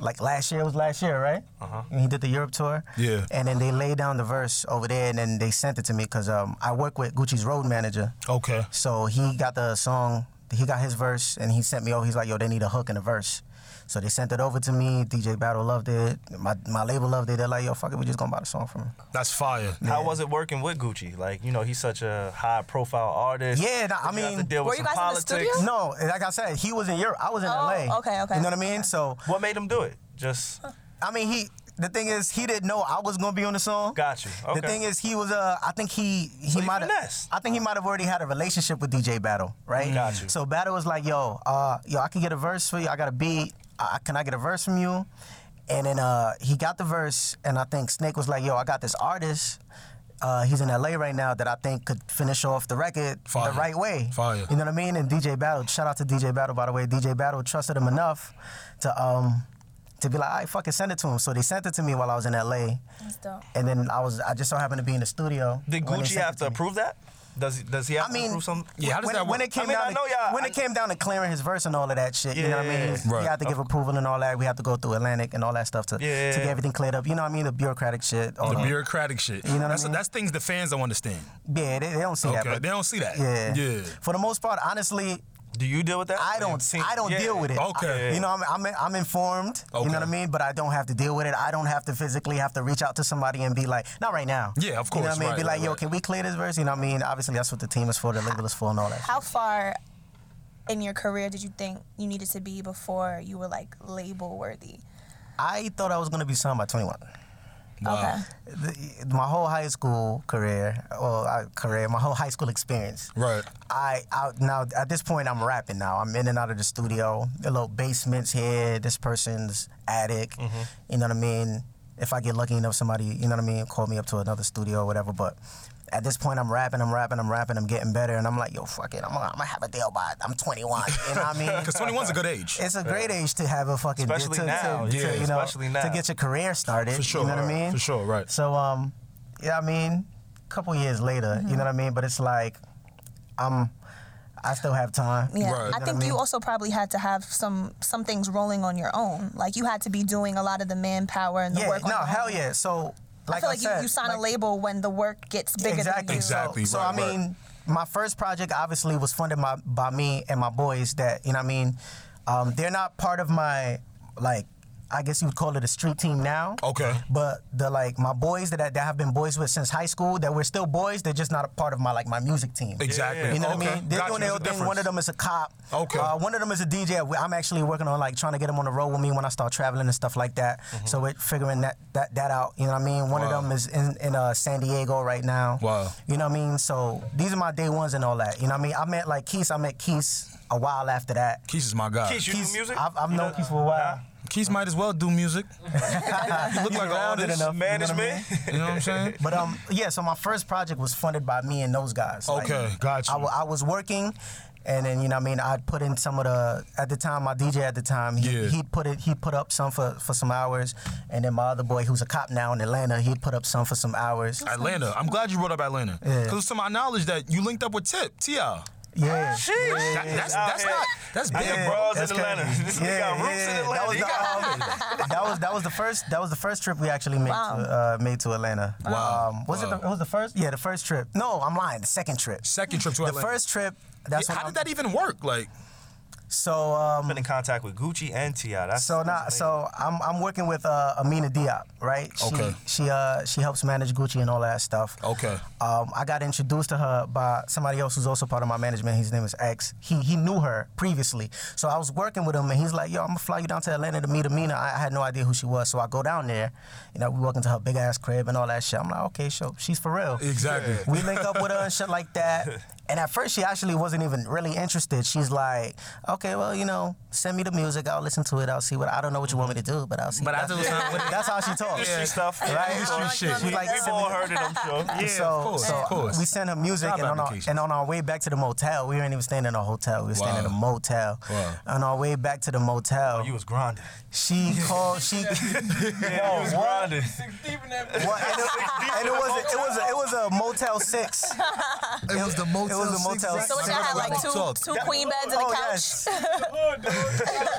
like last year. It was last year, right? Uh-huh. When he did the Europe tour.
Yeah.
And then they laid down the verse over there, and then they sent it to me because um, I work with Gucci's road manager.
Okay.
So he got the song, he got his verse, and he sent me over. He's like, yo, they need a hook and a verse. So they sent it over to me. DJ Battle loved it. My, my label loved it. They're like, yo, fuck it, we just gonna buy the song from him.
That's fire.
How was it working with Gucci? Like, you know, he's such a high profile artist.
Yeah, nah, I
You have to
mean-
deal with
Were you
some
guys in the
politics.
studio?
No, and like I said, he was in Europe. I was in
Oh,
LA.
okay, okay.
You know what I mean? So,
What made him do it? Just
I mean, he, the thing is, he didn't know I was gonna be on the song.
got you. Okay.
The thing is, he was uh, I think he he
he
might have.
finessed.
I think he might have already had a relationship with DJ Battle, right?
Got you.
So Battle was like, "Yo, uh, yo, I can get a verse for you. I got a beat. Uh, can I get a verse from you?" And then uh, he got the verse, and I think Snake was like, "Yo, I got this artist. Uh, he's in LA right now that I think could finish off the record
Fire.
the right way.
Fire.
You know what I mean? And DJ Battle, shout out to DJ Battle by the way. DJ Battle trusted him enough to um to be like, "I fucking send it to him." So they sent it to me while I was in LA.
That's dope.
And then I was I just so happened to be in the studio.
Did
when they
Gucci
sent
have
it
to
me.
approve that? Does he, does he have
I mean,
to approve something?
Yeah, how does
when,
that
when
work?
it came
I mean,
down
I know
to,
y'all-
when
I-
it came down to clearing his verse and all of that shit, you know what I mean?
Yeah.
Right.
You had to give approval and all that. We had to go through Atlantic and all that stuff to
Yeah.
to get everything cleared up. You know what I mean? The bureaucratic shit. All
The
that.
bureaucratic shit.
know what I
that's,
mean?
that's things the fans don't understand.
yeah, they, they don't see
Okay.
that. But
they don't see that.
yeah.
Yeah.
For the most part, honestly,
Do you deal with that?
I
Your
don't.
team-
I don't
Yeah.
deal with it.
Okay.
I- you know, I'm I'm, I'm informed. You
Okay.
know what I mean? But I don't have to deal with it. I don't have to physically have to reach out to somebody and be like, not right now.
Yeah, of
You
course,
know what I mean?
right,
be like,
right,
yo,
right.
can we clear this verse? You know what I mean? Obviously, that's what the team is for. The label is for, and all that.
How far in your career did you think you needed to be before you were like label worthy?
I thought I was gonna be signed by 21.
Okay.
The- my whole high school career, well, uh, career, my whole high school experience.
Right.
I, I now at this point I'm rapping now. I'm in and out of the studio. The little basements here. This person's attic. You know what I mean? If I get lucky enough, somebody you know what I mean, call me up to another studio or whatever. But at this point, I'm rapping, I'm rapping, I'm rapping, I'm getting better, and I'm like, yo, fuck it, I'm gonna, I'm gonna have a deal by I'm 21. You know what I mean?
Because 21's a good age.
It's a great age to have a fucking
Especially
to, to-
now,
to,
yeah,
you know,
especially now.
to get your career started.
For sure.
you know what I mean?
For sure, right.
So um, yeah, I mean, a couple years later,
Mm-hmm.
you know what I mean. But it's like, I'm, I still have time.
Yeah,
Right.
I think you also probably had to have some some things rolling on your own. Like you had to be doing a lot of the manpower and the
Yeah,
work. on
no,
your own.
hell yeah. So like
I feel like
said,
you, you sign
like-
a label when the work gets bigger
exactly.
than you.
Exactly,
So,
right,
so I
right.
mean, my first project obviously was funded by, by me and my boys. That you know, what I mean, um, they're not part of my like. I guess you would call it a street team now.
Okay.
But the like my boys that I, that I have been boys with since high school, that we're still boys. They're just not a part of my like my music team.
Exactly.
You know what
Okay.
I mean? They're
Gotcha. There's
doing their
a
own thing.
difference.
One of them is a cop.
Okay.
Uh, one of them is a DJ. We- I'm actually working on like trying to get him on the road with me when I start traveling and stuff like that. So we're figuring that, that that out. You know what I mean? One
Mm-hmm. Wow.
of them is in, in uh, San Diego right now.
Wow.
You know what I mean? So these are my day ones and all that. You know what I mean? I met like Keith. I met Keith a while after that.
Keith is my guy.
Keith, you do music?
I've, I've known Keith for a while.
Keith might as well do music. he look like an
rounded
artist.
enough. you know what I
Management.
mean?
You know what I'm saying?
But um, yeah. So my first project was funded by me and those guys. Like,
Okay, got you.
I, wa- I was working, and then you know, what I mean, I'd put in some of the at the time my DJ at the time. He,
Yeah.
He'd put it. He put up some for for some hours, and then my other boy, who's a cop now in Atlanta, he'd put up some for some hours.
Atlanta. I'm glad you brought up Atlanta. Because to my knowledge that you linked up with Tip, T.I.
Yeah.
Sheesh.
That- that's
Out
that's
here.
not that's
I
big,
got
bro.
bras
that's
in Atlanta.
crazy.
This nigga got roots in Atlanta. He got-
That was, the, um, that was that was the first that was the first trip we actually made
Wow.
to uh, made to Atlanta.
Wow.
Um, was it the, it was the first? Yeah, the first trip. No, I'm lying. The second trip.
Second trip to
The
Atlanta.
first trip. That's
How
when
did
I'm-
that even work? Like,
So um,
Been in contact with Gucci and Ti. That's
So now,
that's
so I'm I'm working with uh, Amina Diop, right? She,
Okay.
She uh she helps manage Gucci and all that stuff.
okay.
Um, I got introduced to her by somebody else who's also part of my management. His name is X. He he knew her previously, so I was working with him, and he's like, "Yo, I'm gonna fly you down to Atlanta to meet Amina." I, I had no idea who she was, so I go down there. You know, we walk into her big ass crib and all that shit. I'm like, "Okay, sure, she's for real."
Exactly.
We link up with her and shit like that. And at first, she actually wasn't even really interested. She's like, okay, well, you know, send me the music. I'll listen to it. I'll see what I don't know what you want me to do, but I'll see.
But I
That's-
do something with it.
That's how she talks.
Industry stuff.
Right?
Industry
Like,
shit.
she like,
We've
send me
all
the-
heard it, I'm sure. Yeah.
so,
course,
so
of course.
we sent her music,
Job
and on, our,
applications.
and on our way back to the motel, we weren't even staying in a hotel. We were staying
Wow.
at a motel.
Wow. Oh,
On our way back to the motel,
You was grinding.
she called. She
Yeah, you was grinding.
Well, and it, and it was it was a, it was a Motel Six.
It was the motel.
it was the
Six Black
Motel Six.
So what
Summer
y'all had like
Black
two
Talks.
two queen beds and a
Oh,
couch.
yes.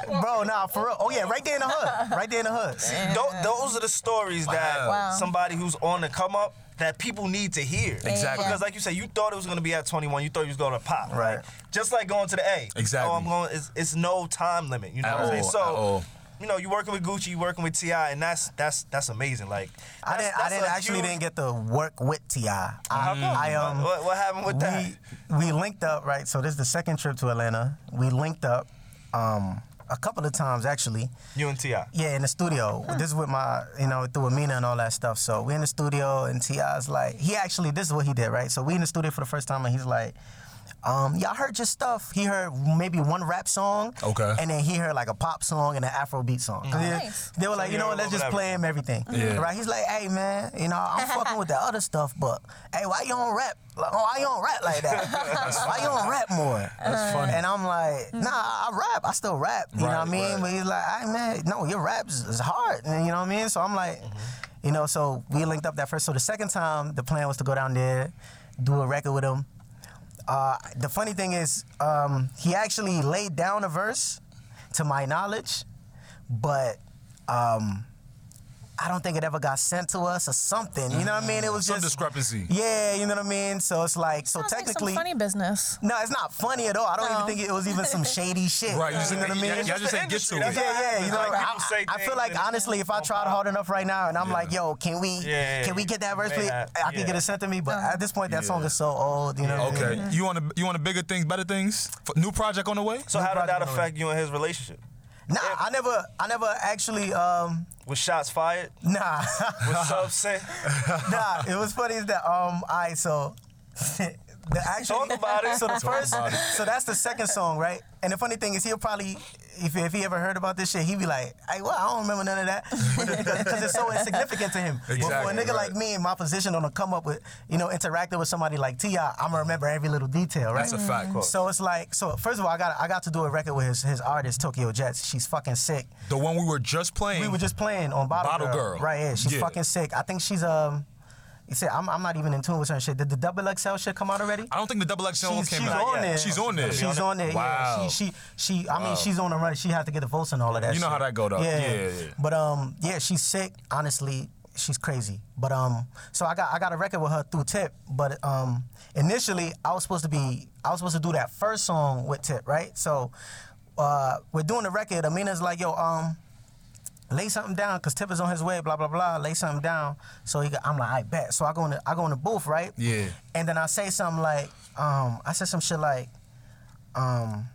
Bro, nah, for real. Oh yeah, right there in the hood. Right there in the hood.
Tho- those are the stories that
Wow.
somebody who's on the come up that people need to hear.
Exactly.
Because like you said, you thought it was gonna be at 21, you thought you was gonna pop.
Right.
Just like going to the A.
Exactly.
Oh, I'm going. It's, it's no time limit. You know
At
what I'm saying?
all,
So.
at all.
You know, you working with Gucci, you working with Ti, and that's that's that's amazing. Like,
I didn't. I didn't actually didn't get to work with Ti. I, I um.
what, what happened with that?
we, we linked up, right? So this is the second trip to Atlanta. We linked up um, a couple of times actually.
You and Ti.
Yeah, in the studio. This is with my, you know, through Amina and all that stuff. So we in the studio and T.I.'s like, he actually, this is what he did, right? So we in the studio for the first time and he's like, um, yeah, I heard your stuff. He heard maybe one rap song.
Okay.
And then he heard like a pop song and an Afro beat song. Yeah.
Nice.
They were like,
he
you know
heard
what,
a
let's
little
just
bit
play him everything.
Yeah.
Right? He's like, hey man, you know, I'm fucking with the other stuff, but hey, why you don't rap? Like, oh, why you don't rap like that? why you don't rap more? That's funny. And I'm like, nah, I rap. I still rap. You know what I
Right,
mean?
right.
But he's like, hey man, no, your rap is is hard. And you know what I mean? So I'm like, you know, so we linked up that first. So the second time, the plan was to go down there, do a record with him. Uh, the funny thing is, um, he actually laid down a verse, to my knowledge, but um, I don't think it ever got sent to us or something. You know what I mean? It was
Mm-hmm. Some
just
discrepancy.
Yeah, you know what I mean. So it's like, so
Sounds like
technically,
some funny business.
no, it's not funny at all. I don't
No.
even think it was even some shady shit.
Right, you
you
just-
know what I mean?
yeah,
It's
y'all
the
just ain't get to
industry.
it.
That's what
Yeah, yeah,
happens.
you know,
Like,
I,
people say
I
things
feel like
and it's
honestly, if I
gonna
tried
pop.
hard enough right now, and I'm like, yo, can we,
Yeah,
can we get that verse,
may
please?
have-
I can
yeah.
get it sent to me, but at this point, that song is so old, you know. what I mean?
Okay. You want to you want to bigger things, better things? F- New project on the way?
So how did that
project on the way.
affect you and his relationship?
Nah, I never, I never actually, um,
Was shots fired?
nah,
Was subs sent?
nah. It was funny is that, um, I so. The actual,
Talk about it.
So the first, so that's the second song, right? And the funny thing is, he'll probably, if, if he ever heard about this shit, he'd be like, "Hey, well, I don't remember none of that," because it's so insignificant to him. but for a
Exactly,
nigga
right.
like me in my position, on a come up with, you know, interacting with somebody like Ti, I'm gonna remember every little detail, right?
That's a fact.
So it's like, so first of all, I got I got to do a record with his his artist Tokyo Jets. She's fucking sick.
The one we were just playing.
We were just playing on Bottle,
Bottle Girl.
Right here. She's
Yeah.
fucking sick. I think she's um. You see, I'm, I'm not even in tune with her and shit. Did the double XL shit come out already?
I don't think the double XL came
She's, she's
out.
on there.
She's on there.
She's on there.
Wow.
Yeah. She she she. I mean, she's on the run. She had to get the votes and all of that.
You know
shit.
how that go, though.
Yeah.
Yeah, yeah.
But um, yeah, she's sick. Honestly, she's crazy. But um, so I got I got a record with her through Tip. But um, initially I was supposed to be I was supposed to do that first song with Tip, right? So, uh, we're doing the record. Amina's like, yo, um, lay something down because Tip is on his way, blah blah blah. Lay something down. So he, go- I'm like, I bet. So I go in, the, I go in the booth, right?
Yeah.
And then I say something like, um, I said some shit like, um,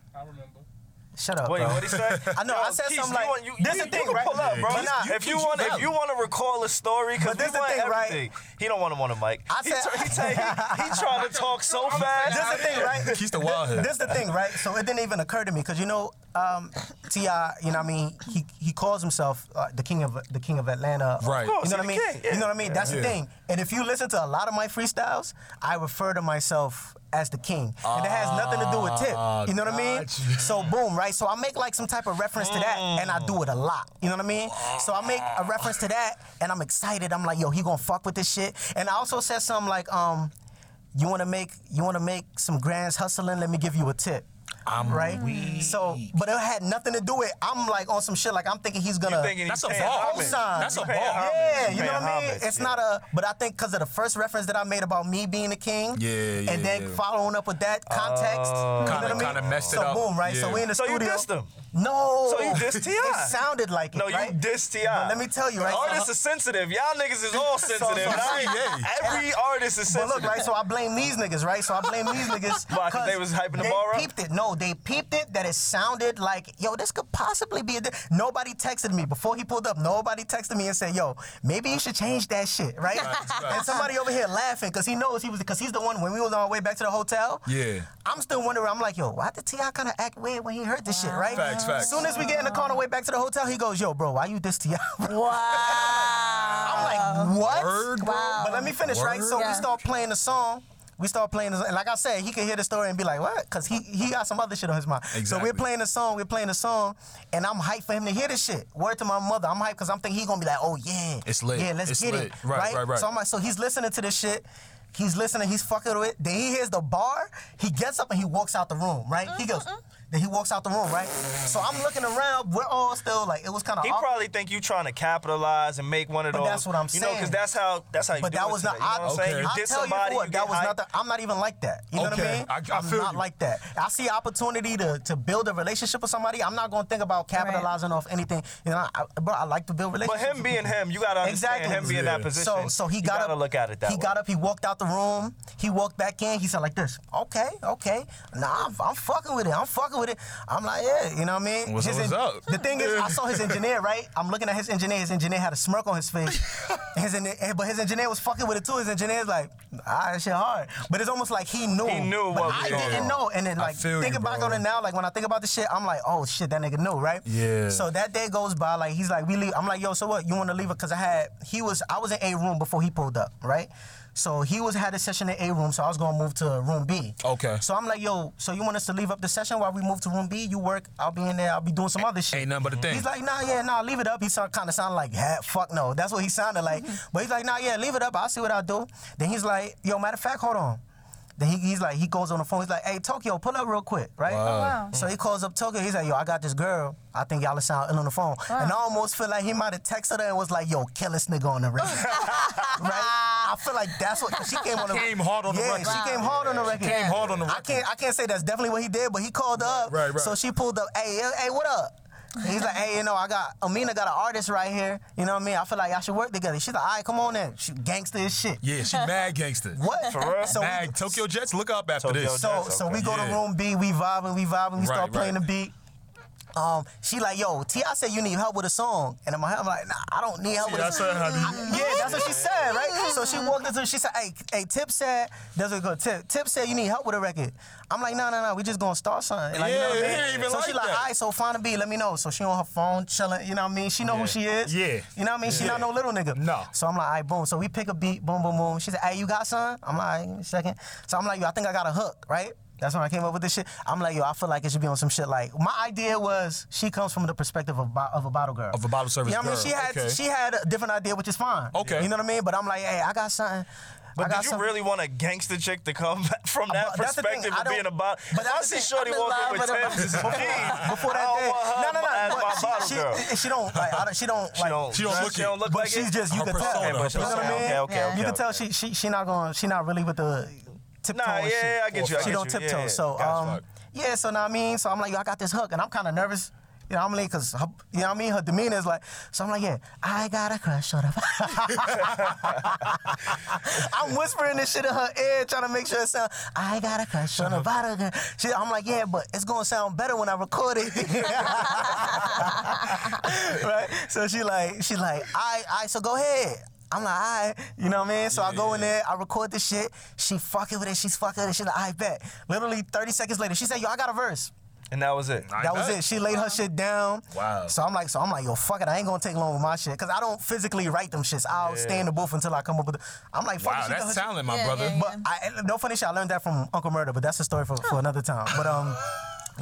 shut up.
Wait,
bro.
what he said?
I know, I said
Keith,
something
you
like-
want- you-
This
you-
the thing,
you can
right?
Pull up, bro.
But nah,
if you want, if you want to recall a story, because
But this
we
the
want
thing, right?
everything. He don't want him on the mic.
I
he,
said-
tr- he, tell- he, he trying to talk so fast.
This the thing, right?
He's the wild head.
This the thing, right? So it didn't even occur to me because you know, um, Ti, you know, what I mean, he he calls himself uh, the king of the king of Atlanta,
Right. Of course,
You know
he
what I mean?
the king, yeah.
You know what I mean? That's the
Yeah.
thing. And if you listen to a lot of my freestyles, I refer to myself as the king, and it has nothing to do with tip. You know what I mean?
Ah, gotcha.
So boom, right? So I make like some type of reference to that, and I do it a lot. You know what I mean? So I make a reference to that, and I'm excited. I'm like, yo, he gonna fuck with this shit. And I also said something like, um, you wanna make you wanna make some grands hustling? Let me give you a tip.
I'm
right. So, but it had nothing to do with. I'm like on some shit. Like I'm thinking he's gonna.
You thinking
That's
he's
a
paying
ball.
homage.
That's
a
You paying
ball.
homage.
yeah,
You
you know
paying
what I mean.
homage,
It's
yeah.
not a, but I think because of the first reference that I made about me being the king,
Yeah, yeah,
and then
yeah. Oh.
following up with that context, you know
Kinda-
what I mean?
kinda messed it
so
up.
boom, right? So
Yeah.
we in the
So you
studio.
dissed him.
No.
So you dissed T.I.
It sounded like it.
No, you
right?
dissed Ti.
But let me tell you, right?
Artists are sensitive. Y'all niggas is all sensitive.
so-
Right? Every artist is
But
sensitive.
look, right, so I blame these niggas, right? So I blame these niggas.
Why, 'cause they was hyping the
they
bar up?
peeped it. No, yo, they peeped it that it sounded like, yo, this could possibly be a. Di-. Nobody texted me before he pulled up. Nobody texted me and said, yo, maybe you should change that shit, right? And somebody over here laughing because he knows he was because he's the one when we was on our way back to the hotel.
Yeah.
I'm still wondering. I'm like, yo, why did Ti kind of act weird when he heard this shit, right?
Facts, facts.
Soon as we get in the car on the way back to the hotel, he goes, yo, bro, why you diss Ti? bro?"
Ah.
I'm
Wow.
like, what?
Word, bro.
Wow.
But let
Um,
me finish, right? So we
Yeah.
start playing the song. We start playing the song. And like I said, he could hear the story and be like, what? Because he, he got some other shit on his mind. So
Exactly.
we're playing the song, we're playing the song, and I'm hyped for him to hear this shit. Word to my mother, I'm hyped because I'm thinking he going to be like, oh, yeah.
It's lit.
Yeah, let's
It's
get
lit.
it.
Right, right, right.
So I'm like, so he's listening to this shit. He's listening, he's fucking with it. Then he hears the bar, he gets up and he walks out the room, right? He goes, then he walks out the room, right? So I'm looking around, we're all still like, it was kind of
He probably think you trying to capitalize and make one of
But
those.
that's what I'm
you know, because
saying.
that's how that's how you.
But
do
that
it
was
today,
not.
You know what I'm
I,
saying?
will
You did
tell
somebody,
you
you
what. That
get
was
hyped.
not. The, I'm not even like that. You know what
Okay,
I mean?
I- I
am
feel
not
you.
like that. I see opportunity to to build a relationship with somebody. I'm not gonna think about capitalizing off anything. You know, I, bro. I like to build
But
relationships.
him
with
being
people.
him, you gotta understand
Exactly.
him being that position.
So, so he
You
got
gotta
up.
look at it that
He
way.
got up. He walked out the room. He walked back in. He said like this. Okay, okay. Nah, I'm, I'm fucking with it. I'm fucking with it. I'm like, yeah, you know what I mean?
What's up,
His
what's up?
The thing is, I saw his engineer. Right, I'm looking at his engineer. His engineer had a smirk on his face. his, en- eh, but his engineer was fucking with it too. His engineer's like, ah, that shit hard. But it's almost like he knew.
He knew
but
what
I
was going
didn't
on.
know. And then
I
like
feel you,
thinking back
bro.
on it now, like when I think about the shit, I'm like, oh shit, that nigga knew, right?
Yeah.
So that day goes by, like he's like, we leave. I'm like, yo, so what? You want to leave it? Cause I had he was I was in a room before he pulled up, right? So he was had a session in a room, so I was gonna move to room B.
Okay.
So I'm like, yo, so you want us to leave up the session while we move to room B? You work, I'll be in there, I'll be doing some other shit.
ain't nothing but a thing.
He's like, nah, yeah, nah, leave it up. He sound, kind of sounded like, yeah, fuck no. That's what he sounded like.
Mm-hmm.
But he's like, nah, yeah, leave it up. I'll see what I'll do. Then he's like, yo, matter of fact, hold on. Then he, he's like, he goes on the phone. He's like, hey, Tokyo, pull up real quick, right?
Oh,
Wow.
So he calls up Tokyo. He's like, yo, I got this girl. I think y'all sound ill on the phone. And I almost feel like he might have texted her and was like, yo, kill this nigga on the record. right? I feel like that's what 'cause she came on the
Came hard on the
yeah,
record.
She came hard on the record.
came hard on the
I can't I can't say that's definitely what he did, but he called up.
right, right.
So she pulled up, hey, eh, hey, what up? He's like, hey, you know, I got Amina got an artist right here. You know what I mean? I feel like y'all should work together. She's like, all right, come on in. She gangster as shit.
Yeah, she mad gangster.
What?
For real?
So we-
Mad Tokyo Jets, look up after
Tokyo
this.
Jets.
so
That's
so we
okay.
go to
Yeah.
room B, we vibing, we vibing, we
Right,
start playing
right.
the beat. Um, she like, yo, T, I said you need help with a song, and in my head I'm like, nah, I don't need help with
Yeah,
a
I said, how do you-
I- Yeah, that's what she said, right? So she walked into, she said, hey, hey, Tip said, that's what it go. Tip, Tip said you need help with a record. I'm like, no, no, no, we just gonna start something. Like,
Yeah,
you know what I
it
mean?
ain't even
so she
like
like,
that.
all right, so find a beat, let me know. So she on her phone chilling, you know what I mean? She know who she is.
Yeah.
You know what I mean? She not no little nigga.
No.
So I'm like, all right, boom. So we pick a beat, boom, boom, boom. She said, hey, you got some? I'm like, all right, give me a second. So I'm like, yo, I think I got a hook, right? That's when I came up with this shit. I'm like, yo, I feel like it should be on some shit. Like, my idea was she comes from the perspective of, bo- of a bottle girl.
Of a bottle service
You know what
girl,
I mean? She had
okay.
she had a different idea, which is fine.
Okay.
You know what I mean? But I'm like, hey, I got something. I
But
got
did you
something.
really want a gangster chick to come back from that
But that's the thing,
perspective
I
of being
don't-
a bottle?
but that's
I
the
see
thing,
Shorty
I'm in
walking
love
with
with a bottle-
Timbs and
before-
jeans.
before
I
that
don't
day.
want her
No, no, no.
as
but
my
she,
bottle
she,
girl.
She don't like. I don't, she don't
She
like.
don't,
she don't
dress,
look
she
it.
don't look
but
like
she's
it.
just you
Her
can tell.
persona, her
you know what I
persona.
mean?
Okay, okay, okay,
You can
okay.
tell she she she not going. She not really with the tiptoe.
Nah,
and
yeah,
shit.
yeah, I get you, I
she
get
don't
you. Yeah,
tiptoe.
yeah.
So
Gotcha,
um,
fuck.
yeah. So know what I mean. So I'm like, yo, I got this hook, and I'm kind of nervous. You know what I mean? Cause her, you know what I mean. Her demeanor is like, so I'm like, yeah, I got a crush on her. I'm whispering this shit in her ear, trying to make sure it sound. I got a crush on a bottle girl. She, I'm like, yeah, but it's gonna sound better when I record it, right? So she like, she like, I, I. So go ahead. I'm like, all right, you know what I mean? So I go in there, I record this shit. She fucking with it. She's fucking with it. She's like, I bet. Literally 30 seconds later, she said, yo, I got a verse.
And that was it.
That was it. She laid her shit down.
Wow.
So I'm like, so I'm like, yo, fuck it. I ain't gonna take long with my shit because I don't physically write them shits. I'll stay in the booth until I come up with. It. I'm like, fuck it,
Wow,
she got
that's
her shit.
talent, my
Yeah,
brother.
yeah,
But I, no funny shit. I learned that from Uncle Murder, but that's a story for,
Oh.
for another time. But um,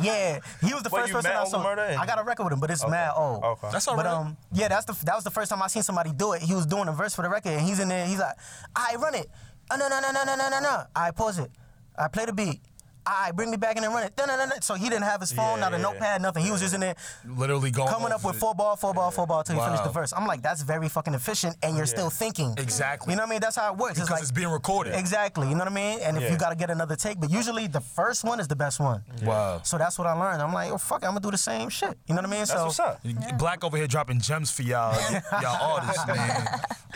yeah, he was the
Wait,
first
you
person
met
I
Uncle
saw.
Murda and-
I got a record with him, but it's mad old.
Okay.
That's all
but,
right.
um, yeah, that's the that was the first time I seen somebody do it. He was doing a verse for the record, and he's in there. He's like, "I run it. Oh, no, no, no, no, no, no, no, no. I pause it. I play the beat. I bring me back in and run it. No, no, no, no." So he didn't have his phone,
Yeah,
not a
yeah,
notepad, nothing. He was just in there
Literally going
coming
off
up with
it.
four ball, four ball, four ball till you finish
Wow.
the verse. I'm like, that's very fucking efficient, and you're still thinking.
Exactly.
You know what I mean? That's how it works.
because
it's like
it's being recorded.
Exactly. You know what I mean? And if
Yeah.
you gotta get another take, but usually the first one is the best one.
Wow.
So that's what I learned. I'm like, oh fuck, it, I'm gonna do the same shit. You know what I mean?
That's
so
what's up.
Black over here dropping gems for y'all, y'all artists, man.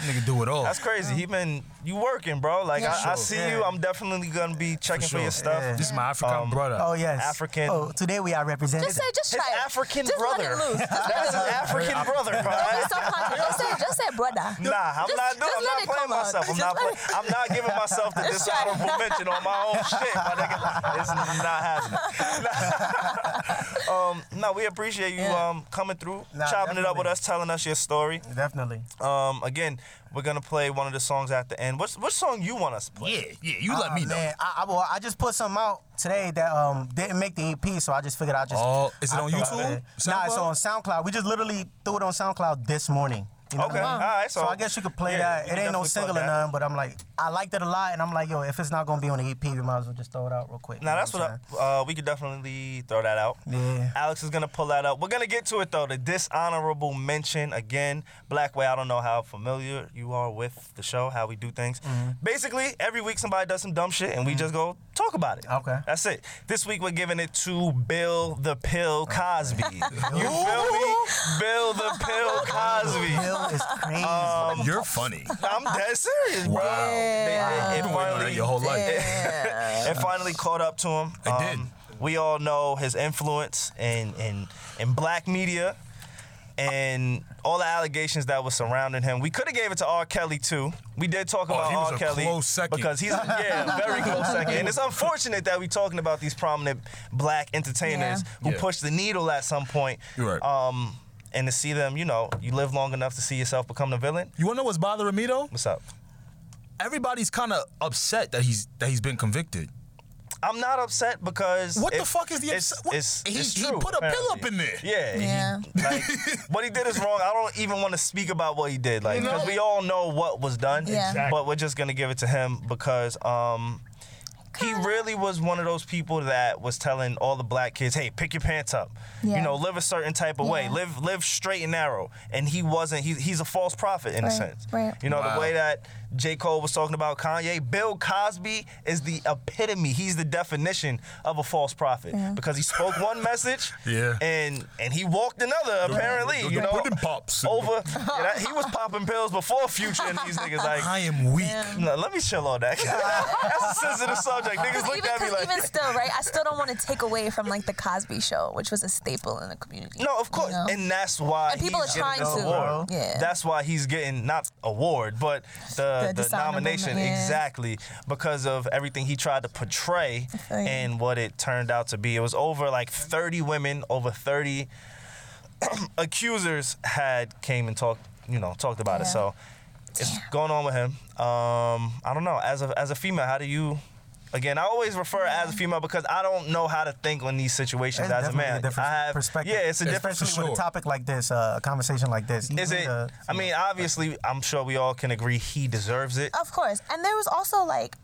nigga do it all.
That's crazy. He been you working, bro. Like I, I see you. I'm definitely gonna be checking for,
sure.
your stuff.
Yeah.
This is my African
Um,
brother.
Oh yes.
African-
Oh, today we are represented.
Just say, just
His
try it.
African
just
brother.
Let it loose. Just
That's his African brother, bro.
Don't be so conscious. Just say, just say brother.
Nah, I'm
Just-
not doing.
just
I'm
let
not
it
playing
come out.
myself. I'm
Just
not.
let
Play,
it-
I'm not giving myself the
Just try it.
dishonorable mention on my own shit, my nigga. It's not happening. um, no, we appreciate you
Yeah.
um coming through,
Nah,
chopping it up with
definitely.
us, telling us your story.
Definitely.
Um, again, we're gonna play one of the songs at the end. What's what song you want us to play?
yeah, yeah. You let
Ah,
me know.
man, I, I, well, I just put something out today that um didn't make the EP, so I just figured I just.
Oh, is it
I
on
throw
YouTube?
it in. Nah, it's
SoundCloud?
on SoundCloud. We just literally threw it on SoundCloud this morning. You know what
Okay,
I mean?
all right. So,
So, I guess you could play
yeah, we
that.
can
It ain't no
definitely plug
single or
that.
none, but I'm like, I liked it a lot, and I'm like, yo, if it's not gonna be on the EP, we might as well just throw it out real quick.
Now that's what I, uh, we could definitely throw that out.
Yeah.
Alex is gonna pull that up. We're gonna get to it though. The dishonorable mention again, Blackway. I don't know how familiar you are with the show, how we do things.
Mm-hmm.
Basically, every week somebody does some dumb shit, and we just go talk about it.
Okay.
That's it. This week we're giving it to Bill the Pill Cosby. you feel me? Bill the Pill Cosby.
Bill is
Oh,
crazy.
You're funny.
I'm dead serious, bro. They-
Wow.
they-
You've been waiting on that
finally-
your whole life.
it finally caught up to him. Um,
It did.
We all know his influence in in in black media and all the allegations that were surrounding him. We could have gave it to R. Kelly too. We did talk about
Oh, he was
R.
a
Kelly
close second.
because he's yeah very close second. And it's unfortunate that we're talking about these prominent black entertainers
Yeah.
who
Yeah.
pushed the needle at some point.
You're right.
Um, and to see them, you know, you live long enough to see yourself become the villain.
You wanna know what's bothering me though?
What's up?
Everybody's kind of upset that he's that he's been convicted.
I'm not upset because
What the
it-
fuck is the
it's,
upset- what-
It's,
he-
it's
he
true,
put a pill
apparently.
up in there.
Yeah, he-
Yeah.
like, what he did is wrong. I don't even want to speak about what he did, like, because we all know what was done.
Yeah. Exactly.
But we're just gonna give it to him because um, he really was one of those people that was telling all the black kids, "Hey, pick your pants up. You
Yeah.
know, live a certain type of way.
Yeah.
Live, live straight and narrow." And he wasn't. He, he's a false prophet in a
Right,
sense.
right.
You know,
Wow.
the way that J. Cole was talking about Kanye, Bill Cosby is the epitome. He's the definition of a false prophet because he spoke one message,
Yeah.
and and he walked another. Apparently,
the-
you
the
know,
pudding pops.
over. yeah, that- he was popping pills before Future and these niggas
I
like.
am weak.
No, let me chill on that. That's a sensitive subject. Niggas
Because
looked
even,
at me
'cause
like,
even still, right? I still don't want to take away from like the Cosby Show, which was a staple in the community.
No, of course,
you know?
and that's why
And people
he's
are trying
getting the
to,
award.
yeah.
That's why he's getting not award, but the
The
the,
dishonorable
nomination
men- yeah.
exactly because of everything he tried to portray
feel you.
and what it turned out to be. It was over like 30 women, over 30 accusers had came and talked, you know, talked about it.
Yeah.
So it's going on with him. Um, I don't know. As a as a female, how do you? Again, I always refer as a female because I don't know how to think on these situations
It's
as a
definitely
man.
a different
I have,
perspective.
Yeah, it's a different.
Especially with
sure.
a topic like this, uh, a conversation like this. You
Is
need
it?
Uh,
to-
I mean, obviously, I'm sure we all can agree he deserves it.
Of course. And there was also like,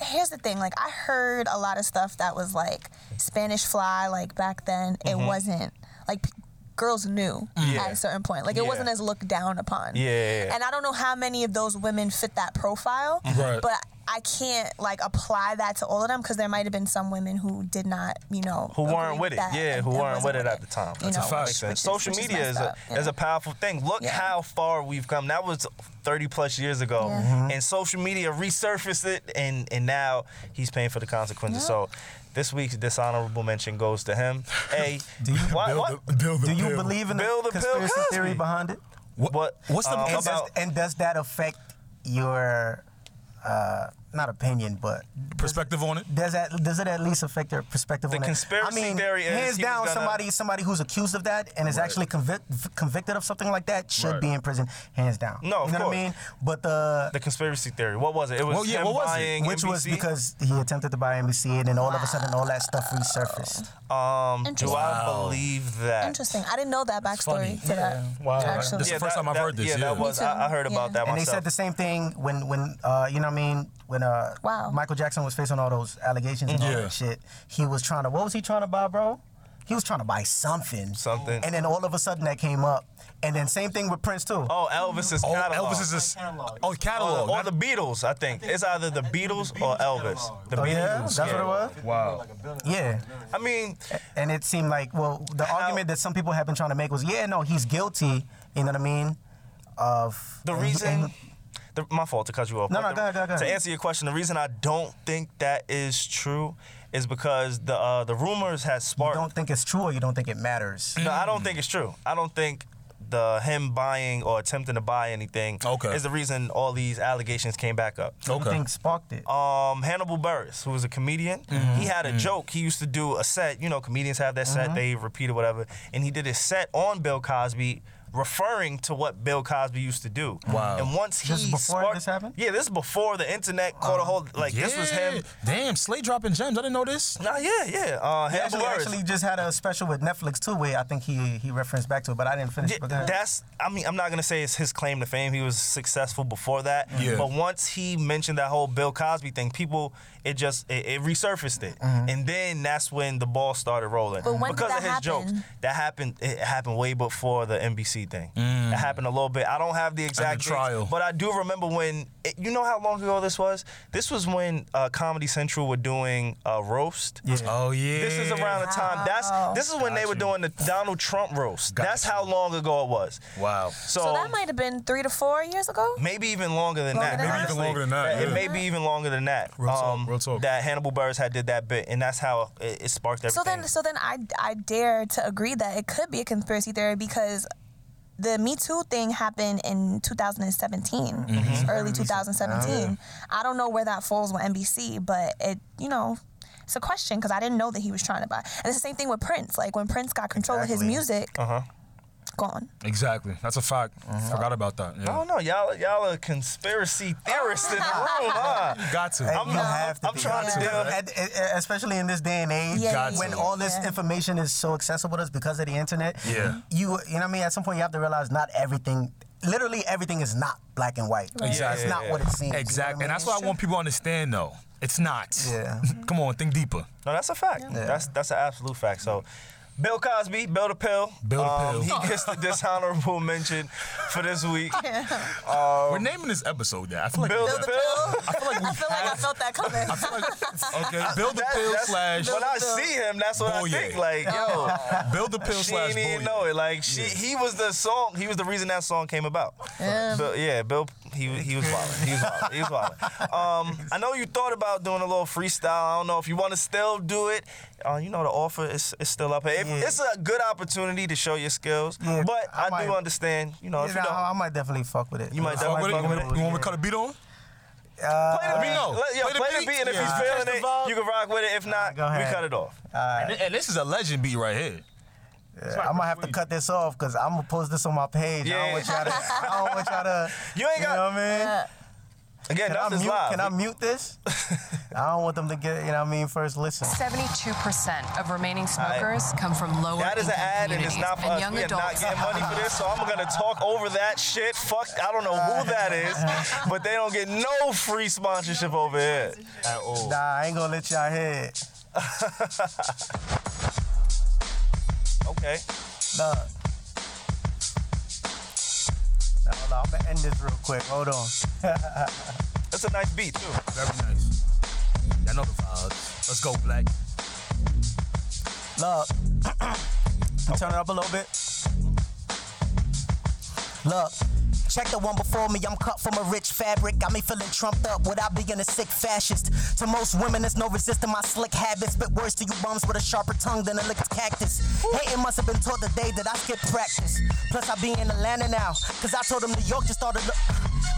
here's the thing. Like I heard a lot of stuff that was like Spanish fly. Like back then, it wasn't like. p- Girls knew at a certain point. Like, it
Mm-hmm. Yeah.
wasn't as looked down upon.
Yeah, yeah, yeah.
And I don't know how many of those women fit that profile,
Right.
but I can't, like, apply that to all of them because there might have been some women who did not, you know,
who weren't
agree
with it.
that
Yeah,
and-
who
and
weren't with
wasn't
it at the time.
You
That's
know,
a
fact.
fact.
which is-
Social
which
media is
messed
a
up, yeah.
is a powerful thing. Look
Yeah.
how far we've come. That was 30 plus years ago,
Yeah.
Mm-hmm.
and social media resurfaced it, and and now he's paying for the consequences. So. This week's dishonorable mention goes to him. Hey, why,
Bill
what,
the- Bill the
do you
pill.
believe in
Bill the
the
Bill
conspiracy theory
Cosby.
behind it?
What,
what-
What's the
um,
And
about?
does,
about-
and does that affect your uh, not opinion, but
perspective on it?
does that does it at least affect your perspective
The
on it?
conspiracy
I mean,
theory is
hands
he was
down,
gonna-
somebody somebody who's accused of that and is actually convic- convicted of something like that should
Right.
be in prison, hands down.
No, of
you know
course.
what I mean. But the
the conspiracy theory? What was it? It was
Well, yeah,
him
what was it?
buying
which was
NBC?
because he attempted to buy NBC and then all of a sudden all that stuff resurfaced.
um, do I
Wow.
believe that?
Interesting. I didn't know that
funny.
backstory to that.
Wow.
Actually.
This is the first
that-
time I've
that-
heard this.
Yeah,
Yeah,
that was.
too.
I, I heard
Yeah.
about that
And they
myself.
said the same thing when when uh, you know what I mean when uh
Wow.
Michael Jackson was facing all those allegations and all
Mm-hmm.
Yeah.
that shit. He was trying to what was he trying to buy, bro? He was trying to buy something.
Something.
And then all of a sudden that came up. And then same thing with Prince too.
Oh, Elvis is
Oh,
catalog.
Elvis is this.
Catalog.
Oh,
or,
catalog.
or the Beatles, I think. It's either the Beatles or Elvis. The
Oh,
Beatles.
yeah, that's what it was.
wow.
Yeah.
I mean,
And it seemed like well the argument that some people have been trying to make was yeah no he's guilty. You know what I mean? Of
the
and-
reason
and-
the, my fault to cut you off.
No,
but
no,
the-
go ahead, go ahead, go
To
ahead.
answer your question, the reason I don't think that is true is because the uh, the rumors has
You
sparked.
don't think it's true or you don't think it matters.
No, I don't think it's true. I don't think the him buying or attempting to buy anything
Okay.
is the reason all these allegations came back up.
You think sparked it.
Um, Hannibal Burris, who was a comedian,
Mm-hmm.
he had a joke. He used to do a set. You know, comedians have that set. They repeat or whatever. And he did a set on Bill Cosby, referring to what Bill Cosby used to do.
Wow.
And once he
This is before
sparked-
this happened? Uh,
Yeah, this is before the internet caught a hold. Like this was him.
Damn, Slay dropping gems. I didn't know this.
Nah, yeah, yeah. Uh,
He
Hannibal
actually,
Buress.
actually just had a special with Netflix too, where I think he he referenced back to it, but I didn't finish.
Yeah,
but go ahead.
that's I mean I'm not gonna say it's his claim to fame. He was successful before that.
Yeah.
But once he mentioned that whole Bill Cosby thing, people it just it, it resurfaced it,
Mm-hmm.
and then that's when the ball started rolling.
But when did
because
that
of his
happen?
jokes, that happened. It happened way before the NBC thing. It happened a little bit. I don't have the exact dates,
Mm. trial.
but I do remember when it, you know how long ago this was. This was when uh, Comedy Central were doing a roast.
Oh yeah.
This is around the time. That's this is when they were doing the Donald Trump roast. That's how long ago it was.
Wow.
So, Mm,
So that might have been three to four years ago.
maybe even longer than
Longer
that.
than
that?
Maybe
even longer than that,
It
yeah.
may be even longer than that. Um,
Real talk, real talk.
That Hannibal Burris had did that bit, and that's how it, it sparked everything.
So then, so then I I dare to agree that it could be a conspiracy theory because the Me Too thing happened in 2017,
Mm-hmm.
early 2017. I don't know where that falls with NBC, but it you know. It's a question because I didn't know that he was trying to buy. And it's the same thing with Prince. Like when Prince got control of his
Exactly.
music,
Uh-huh.
gone.
Exactly. That's a fact. Forgot about that.
I
Yeah.
don't know, Uh-huh. y'all. Y'all are conspiracy theorists in the room, huh?
Got to.
And
I'm-
you have to
I'm
be.
trying to
Yeah.
do-
And- and- and especially in this day and age,
Yeah, Got
when
to.
all this
yeah.
information is so accessible to us because of the internet.
Yeah.
you you know what I mean. At some point, you have to realize not everything, literally everything, is not black and white.
Exactly.
it's not what it seems. you know what I
Exactly.
mean?
And that's what I want people to understand though. It's not.
Yeah.
Come on, think deeper.
No, that's a fact. That's that's an absolute fact. So. Bill Cosby, Bill the Pill. Um,
Bill the Pill.
He gets the dishonorable mention for this week.
We're naming this episode that. I feel like
Bill Oh. the Pill.
I feel like we
I feel like I
have-
felt that coming.
I feel like okay, build the
That-
pill
that's-
slash
When I see him, that's what
Booyah.
I think. Like, yo,
build the pill
she
slash
didn't even
booyah.
know it. Like she, he was the song. He was the reason that song came about.
Yeah.
Bill, yeah, Bill. He he was wild. He was wild. He was wild. Um, I know you thought about doing a little freestyle. I don't know if you want to still do it. Uh, you know the offer is, is still up. If,
Yeah.
It's a good opportunity to show your skills.
Yeah,
but I,
I
do
might-
understand. You know, if
Yeah,
you
nah,
don't.
I might definitely fuck with it.
You might
I
definitely
All right, what do you-
fuck with
you, want me to cut a beat on?
Play the
Let me
beat.
know.
Uh, Let- yeah,
Play the
play the
beat.
beat, and if
Yeah.
he's
Catch
feeling
the
it,
vibe.
you can rock with it. If not,
go
we
ahead.
cut it off.
And thi- and this is a legend beat right here.
I might have to cut this off because I'm gonna post this on my page. I
Yeah.
don't want y'all to. I don't want y'all to.
You ain't
You know
got.
what I mean?
Again,
Can I,
that's his
mute,
live.
can I mute this? I don't want them to get, you know what I mean, first listen.
72% of remaining smokers come from lower
That is an
income
ad, and
communities
it's not for
and
us.
young
We are not
adults.
getting money for this, so I'm gonna talk over that shit. Fuck, I don't know
Uh.
who that is, but they don't get no free sponsorship over here.
Nah, I ain't gonna let y'all hear it.
Okay,
Nah. Nah, hold on, I'm gonna end this real quick. Hold on.
that's a nice beat too.
Very nice. I know the vibes. Let's go, Black.
Look. Turn it up a little bit. Look. Check the one before me, I'm cut from a rich fabric. Got me feeling trumped up without being a sick fascist. To most women, there's no resisting my slick habits. But worse to you bums with a sharper tongue than a licked cactus. Hating must have been taught the day that I skipped practice. Plus, I be in Atlanta now, cause I told them New York just started look.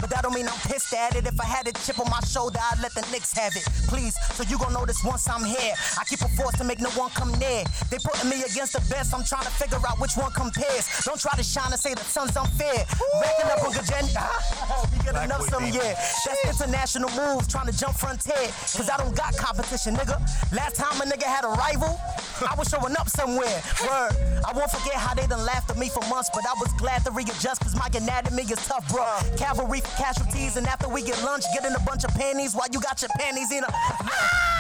But that don't mean I'm pissed at it. If I had a chip on my shoulder, I'd let the Knicks have it. Please, so you gon' notice once I'm here. I keep a force to make no one come near. They putting me against the best. I'm trying to figure out which one compares. Don't try to shine and say the sun's unfair. Racking up on Gajenya. we get enough some yeah. That's international moves, trying to jump frontier. Cause I don't got competition, nigga. Last time a nigga had a rival, I was showing up somewhere. Word. I won't forget how they done laughed at me for months, but I was glad to readjust cause my anatomy is tough, bro. Cavalry for casualties, and after we get lunch, get in a bunch of panties while you got your panties in a.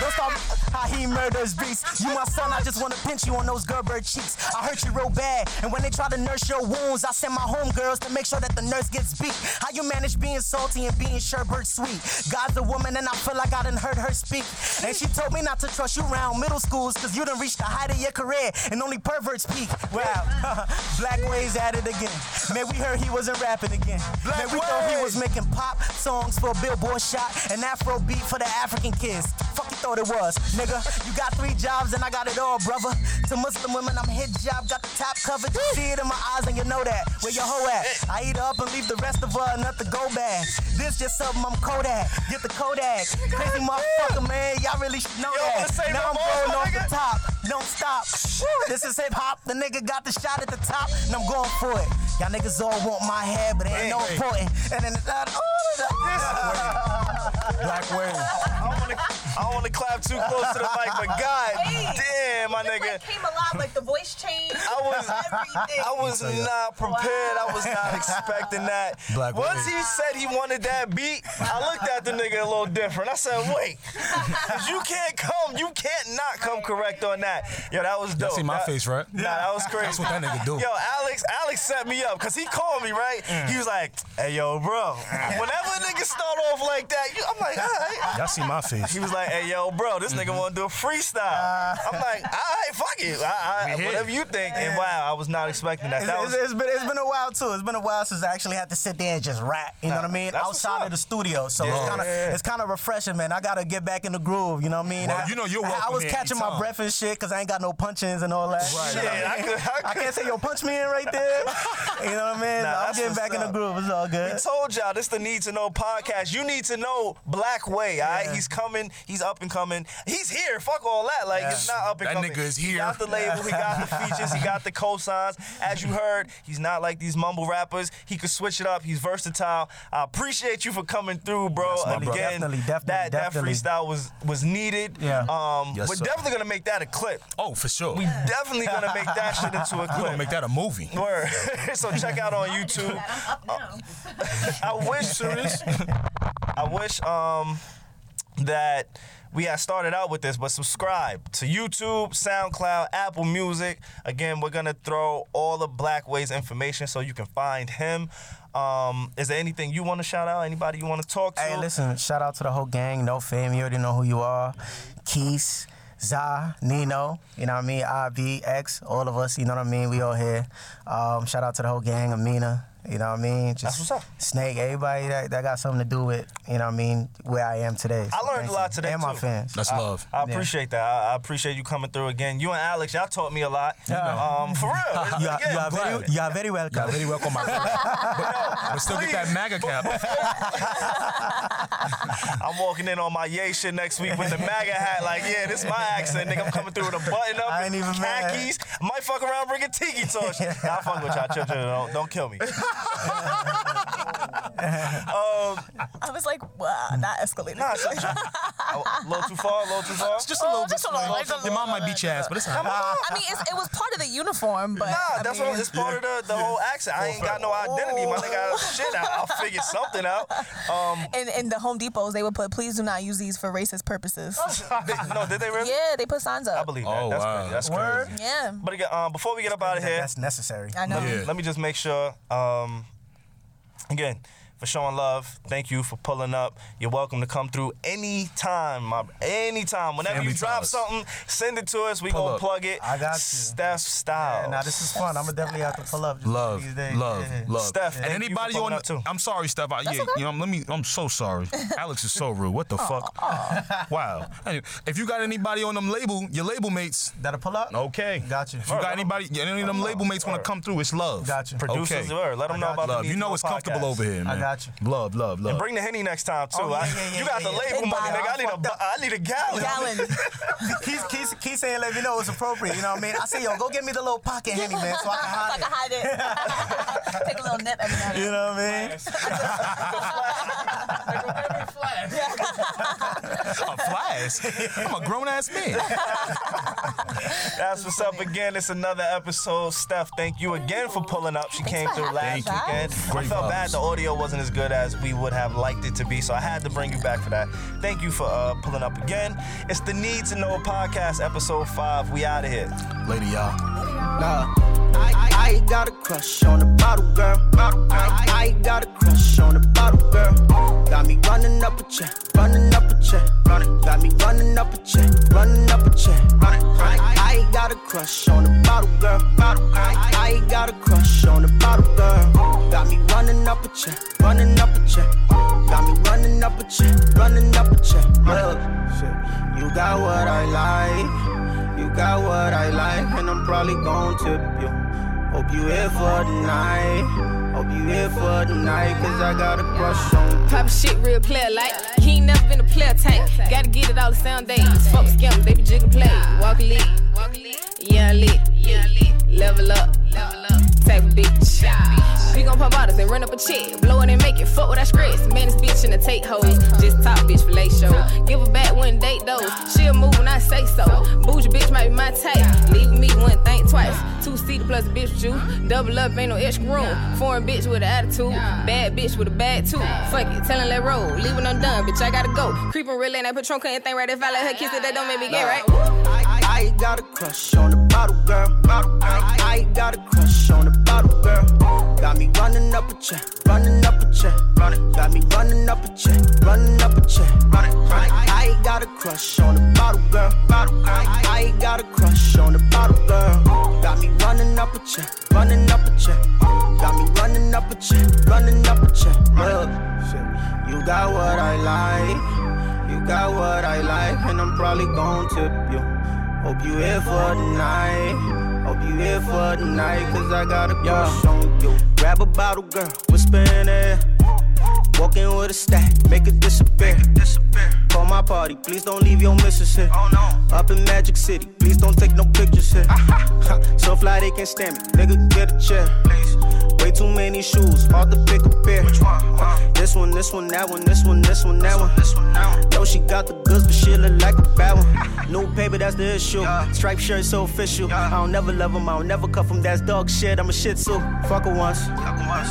Don't stop how he murders beasts. You my son, I just wanna pinch you on those Gerber cheeks. I hurt you real bad, and when they try to nurse your wounds, I send my homegirls to make sure that the nurse gets beat. How you manage being salty and being sherbert sweet? God's a woman, and I feel like I done heard her speak. And she told me not to trust you around middle schools, cause you done reached the height of your career, and only perverts peak. Wow, Black Ways at it again. Man, we heard he wasn't rapping again. Man, we thought he was making pop songs for a Billboard shot, an Afro beat for the African kids. Fuck you thought it was, nigga. You got three jobs and I got it all, brother. To Muslim women, I'm hit job, got the top covered. You see it in my eyes and you know that. Where your hoe at? I eat her up and leave the rest of her enough to go back. This just something I'm Kodak. Get the Kodak. Crazy motherfucker, man. Y'all really should know
Yo, I'm gonna
that.
save
Now
my
I'm
balls,
going
my
off
nigga.
the top, don't stop. This is hip hop. The nigga got the shot at the top, and I'm going for it. Y'all niggas all want my head, but it ain't no
Wait, wait.
important. And then that all of the Black word.
I don't wanna- I don't want to clap too close to the mic, but God
Hey,
damn, my
It,
nigga.
like, came alive, like the voice changed.
I was
everything.
I was not prepared. I was not expecting that.
Black
Once
women.
he said he wanted that beat, I looked at the nigga a little different. I said, "Wait, 'cause you can't come. You can't not come correct on that." Yo, that was dope.
see my
That-
face, right?
Nah, that was crazy.
That's what that nigga do. Mm.
Yo, Alex, Alex set me up because he called me right. He was like, "Hey, yo, bro." Whenever a nigga start off like that, you- I'm like, "All right."
Y'all see my face.
He was like, "Hey, yo, bro, this
Mm-hmm.
nigga want to do a freestyle."
Uh.
I'm like, "All right, fuck it, I, I, whatever you think." And wow, I was not expecting that.
It's,
That was
it's- it's been it's been a while too. It's been a while since I actually had to sit there and just rap. You know what I mean?
that's what's
Outside
up.
of the studio, so
Yeah.
it's kind of
Yeah.
it's kind of refreshing, man. I gotta get back in the groove. You know what I mean?
Well,
I-
you know you're
I- I
welcome
was
here
catching my
anytime.
breath and shit because I ain't got no punch-ins and all that.
Shit, I could- I
I can't say yo punch me in right there. you know what I mean?
Nah,
I'm
that's
getting
what's
back in the
up.
groove. It's all good.
I told y'all this the need to know podcast. You need to know Black Way. All right, he's coming. He's up and coming. He's here. Fuck all that. Like it's not up and
That
coming.
nigga is
He
here.
got the label. He got the features. He got the cosigns. As you heard, he's not like these mumble rappers. He could switch it up. He's versatile. I appreciate you for coming through, bro.
my
Again,
brother.
Definitely, definitely,
that
definitely.
that freestyle was was needed.
Yeah.
Um,
Yes,
we're
sir.
definitely gonna make that a clip.
Oh, for sure.
We definitely gonna make that shit into a clip.
We're gonna make that a movie.
Word. so check out on YouTube.
I'm up now.
I wish serious. I wish um that we had started out with this, but subscribe to YouTube, SoundCloud, Apple Music. Again, we're gonna throw all the Black Ways information so you can find him. Um, is there anything you want to shout out? Anybody you want to talk to?
Hey, listen, shout out to the whole gang. No fame, you already know who you are. Keys, Za, Nino, you know what I mean? IB, X, all of us, you know what I mean? We all here. Um, shout out to the whole gang, Amina, you know what I mean? Just
That's what's up.
Snake, everybody that, that got something to do with, you know what I mean, where I am today. So
I learned
thank
a lot
you.
today,
And my
too.
fans.
That's love.
I appreciate that. I, I appreciate you coming through again. You and Alex, y'all taught me a lot. Um, for real.
you, are,
Again,
you, are
glad-
very, you are very welcome.
Y'all very welcome, my brother. But, but still get that MAGA cap.
I'm walking in on my yay shit next week with the MAGA hat. Like, yeah, this is my accent, nigga. I'm coming through with a button up,
I ain't even mad.
khakis. Might fuck around, bring a tiki torch. nah, I fuck with y'all, chill, chill, don't, don't kill me. um,
I was like, wow, that escalated.
nah, chill, chill. A little too far, a little too far.
Just a
Oh,
little
just
bit.
a little, like a
Your mom
little
might beat your ass, but it's not.
I mean, it's, it was part of the uniform, but
Nah,
I
that's
mean,
what it's part of the, the whole accent. I ain't got no identity, my nigga. Shit, I, I'll figure something out. Um,
in, in the Home Depots, they would put, please do not use these for racist purposes.
Oh. they- no, did they really?
Yeah, they put signs up.
I believe that.
Oh,
that's
wow.
crazy. That's
Word.
crazy.
Yeah,
But again, um, before we get up out of here,
That's necessary.
I know.
Yeah.
let me just make sure. Um, again, for showing love, thank you for pulling up. You're welcome to come through anytime, my anytime. Whenever
Family
you drop
ties.
something, send it to us. We
Pull
gonna
up.
plug it.
I got you.
Steph
Yeah,
Styles.
nah, this is fun. I'm gonna definitely have to pull up. just
Love,
these days.
love,
Yeah.
love.
Steph,
and
thank you
anybody
for
on,
pulling up too.
I'm sorry, Steph. I, yeah, you know, let me. I'm so sorry. Alex is so rude. What the fuck? Wow. Anyway, if you got anybody on them label, your label mates,
That'll pull up.
okay.
Got you.
If you got anybody, any of them label mates want to come through, it's love.
Got you.
Producers,
okay.
word. let them know
got
about
Love.
the
You
Need
know
to
it's
Know
comfortable
podcast.
over here, man.
got you.
Love, love, love.
Bring the henny next time too.
Oh, yeah,
I-
yeah, yeah,
you got
yeah,
the
yeah.
label
Big
money,
bottle.
nigga. I need a, bu- I need a gallon.
Gallon.
Keith, Keith, Keith saying let me know it's appropriate. You know what I mean? I say, yo, go get me the little pocket henny, man, so I can
I
hide
can hide it. Take a little nip every now and
it. You
then.
know what I mean?
a flash. I'm a grown ass man.
That's what's up again. It's another episode. Steph, thank you again for pulling up. She came
for
through last
having us.
weekend. I
Great
felt
vibes.
bad the audio wasn't as good as we would have liked it to be, so I had to bring you back for that. Thank you for uh, pulling up again. It's the Need to Know podcast, episode five. We out of here.
Lady, y'all.
I, I, I got a crush on the bottle girl. I, I got a crush on the bottle girl. Got me running up a check, running up a check, running. Got me running up a check, running up a check, running. I, I got a crush on the bottle girl. I, I got a crush on the bottle girl. Got me running up a a check, running up a check. Got me running up a check, running up a check. Look, shit, you got what I like, you got what I like, and I'm probably gon' tip you. Hope you here for the night, hope you here for the night, cause I got a crush on you.
Pop shit, real player like. He ain't never been a player type. Gotta get it all the sound days. Fuck skim, they be jigging play. Walk lit, walk lit. Yeah, lit, yeah, lit. Level up, level up. Type of bitch. We gon' pump bottles and run up a check. Blow it and make it. Fuck what I stress. Man, this bitch in the take hoes. Just top bitch fillet show. Give her back when date those. She'll move when I say so. Bougie bitch might be my type. Leave me one think twice. Two seater plus a bitch with you. Double up, ain't no extra room. Foreign bitch with an attitude. Bad bitch with a bad tooth. Fuck it, tell her let roll. Leave when I'm done, bitch. I gotta go. Creeping real and I put trunk anything right. If I let her kiss it, that don't make me gay, right?
I got a crush on the bottle girl. I got a crush on the bottle girl. Got me running up a check, running up a check. Got me running up a check, running up a check. I got a crush on the bottle girl. I got a crush on the bottle girl. Got me running up a check, running up a check. Got me running up a check, running up a check. Look, shit, you got what I like. You got what I like, and I'm probably gon' tip you. Hope you here for the night. Hope you here for the night, cause I got a crush on you. Grab a bottle, girl, whisper in there. Walking with a stack, make it disappear. Oh, Call my party, please don't leave your missus here. Up in Magic City, please don't take no pictures here. so fly they can stand me, nigga get a chair. Way too many shoes, hard to pick a pair. Uh, This one, this one, that one, this one, this one, that one. Yo, she got the goods, but she look like a bad one. New paper, that's the issue. Striped shirt, so official. I don't never love him, I don't never cuff him. That's dog shit, I'm a shih tzu. Fuck her once,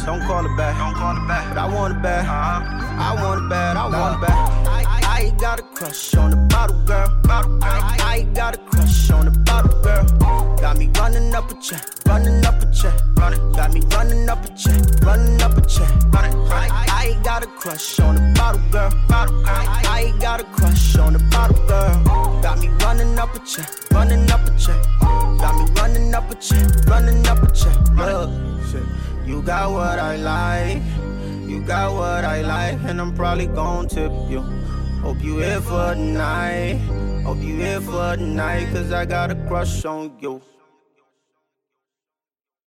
don't call her back. Uh-huh. But I want it back. I want it bad, I want it bad. I, I got a crush on the bottle girl. I, I got a crush on the bottle girl. Got me running up a check, running up a check. Got me running up a check, running up a check. I, I got a crush on the bottle girl. I, I got a crush on the bottle girl. Got me running up a check, running up a check. Got me running up a check, running up a check. Look, shit, you got what I like. You got what I like, and I'm probably gon' tip you. Hope you here for the night. Hope you here for the night, cause I got a crush on you.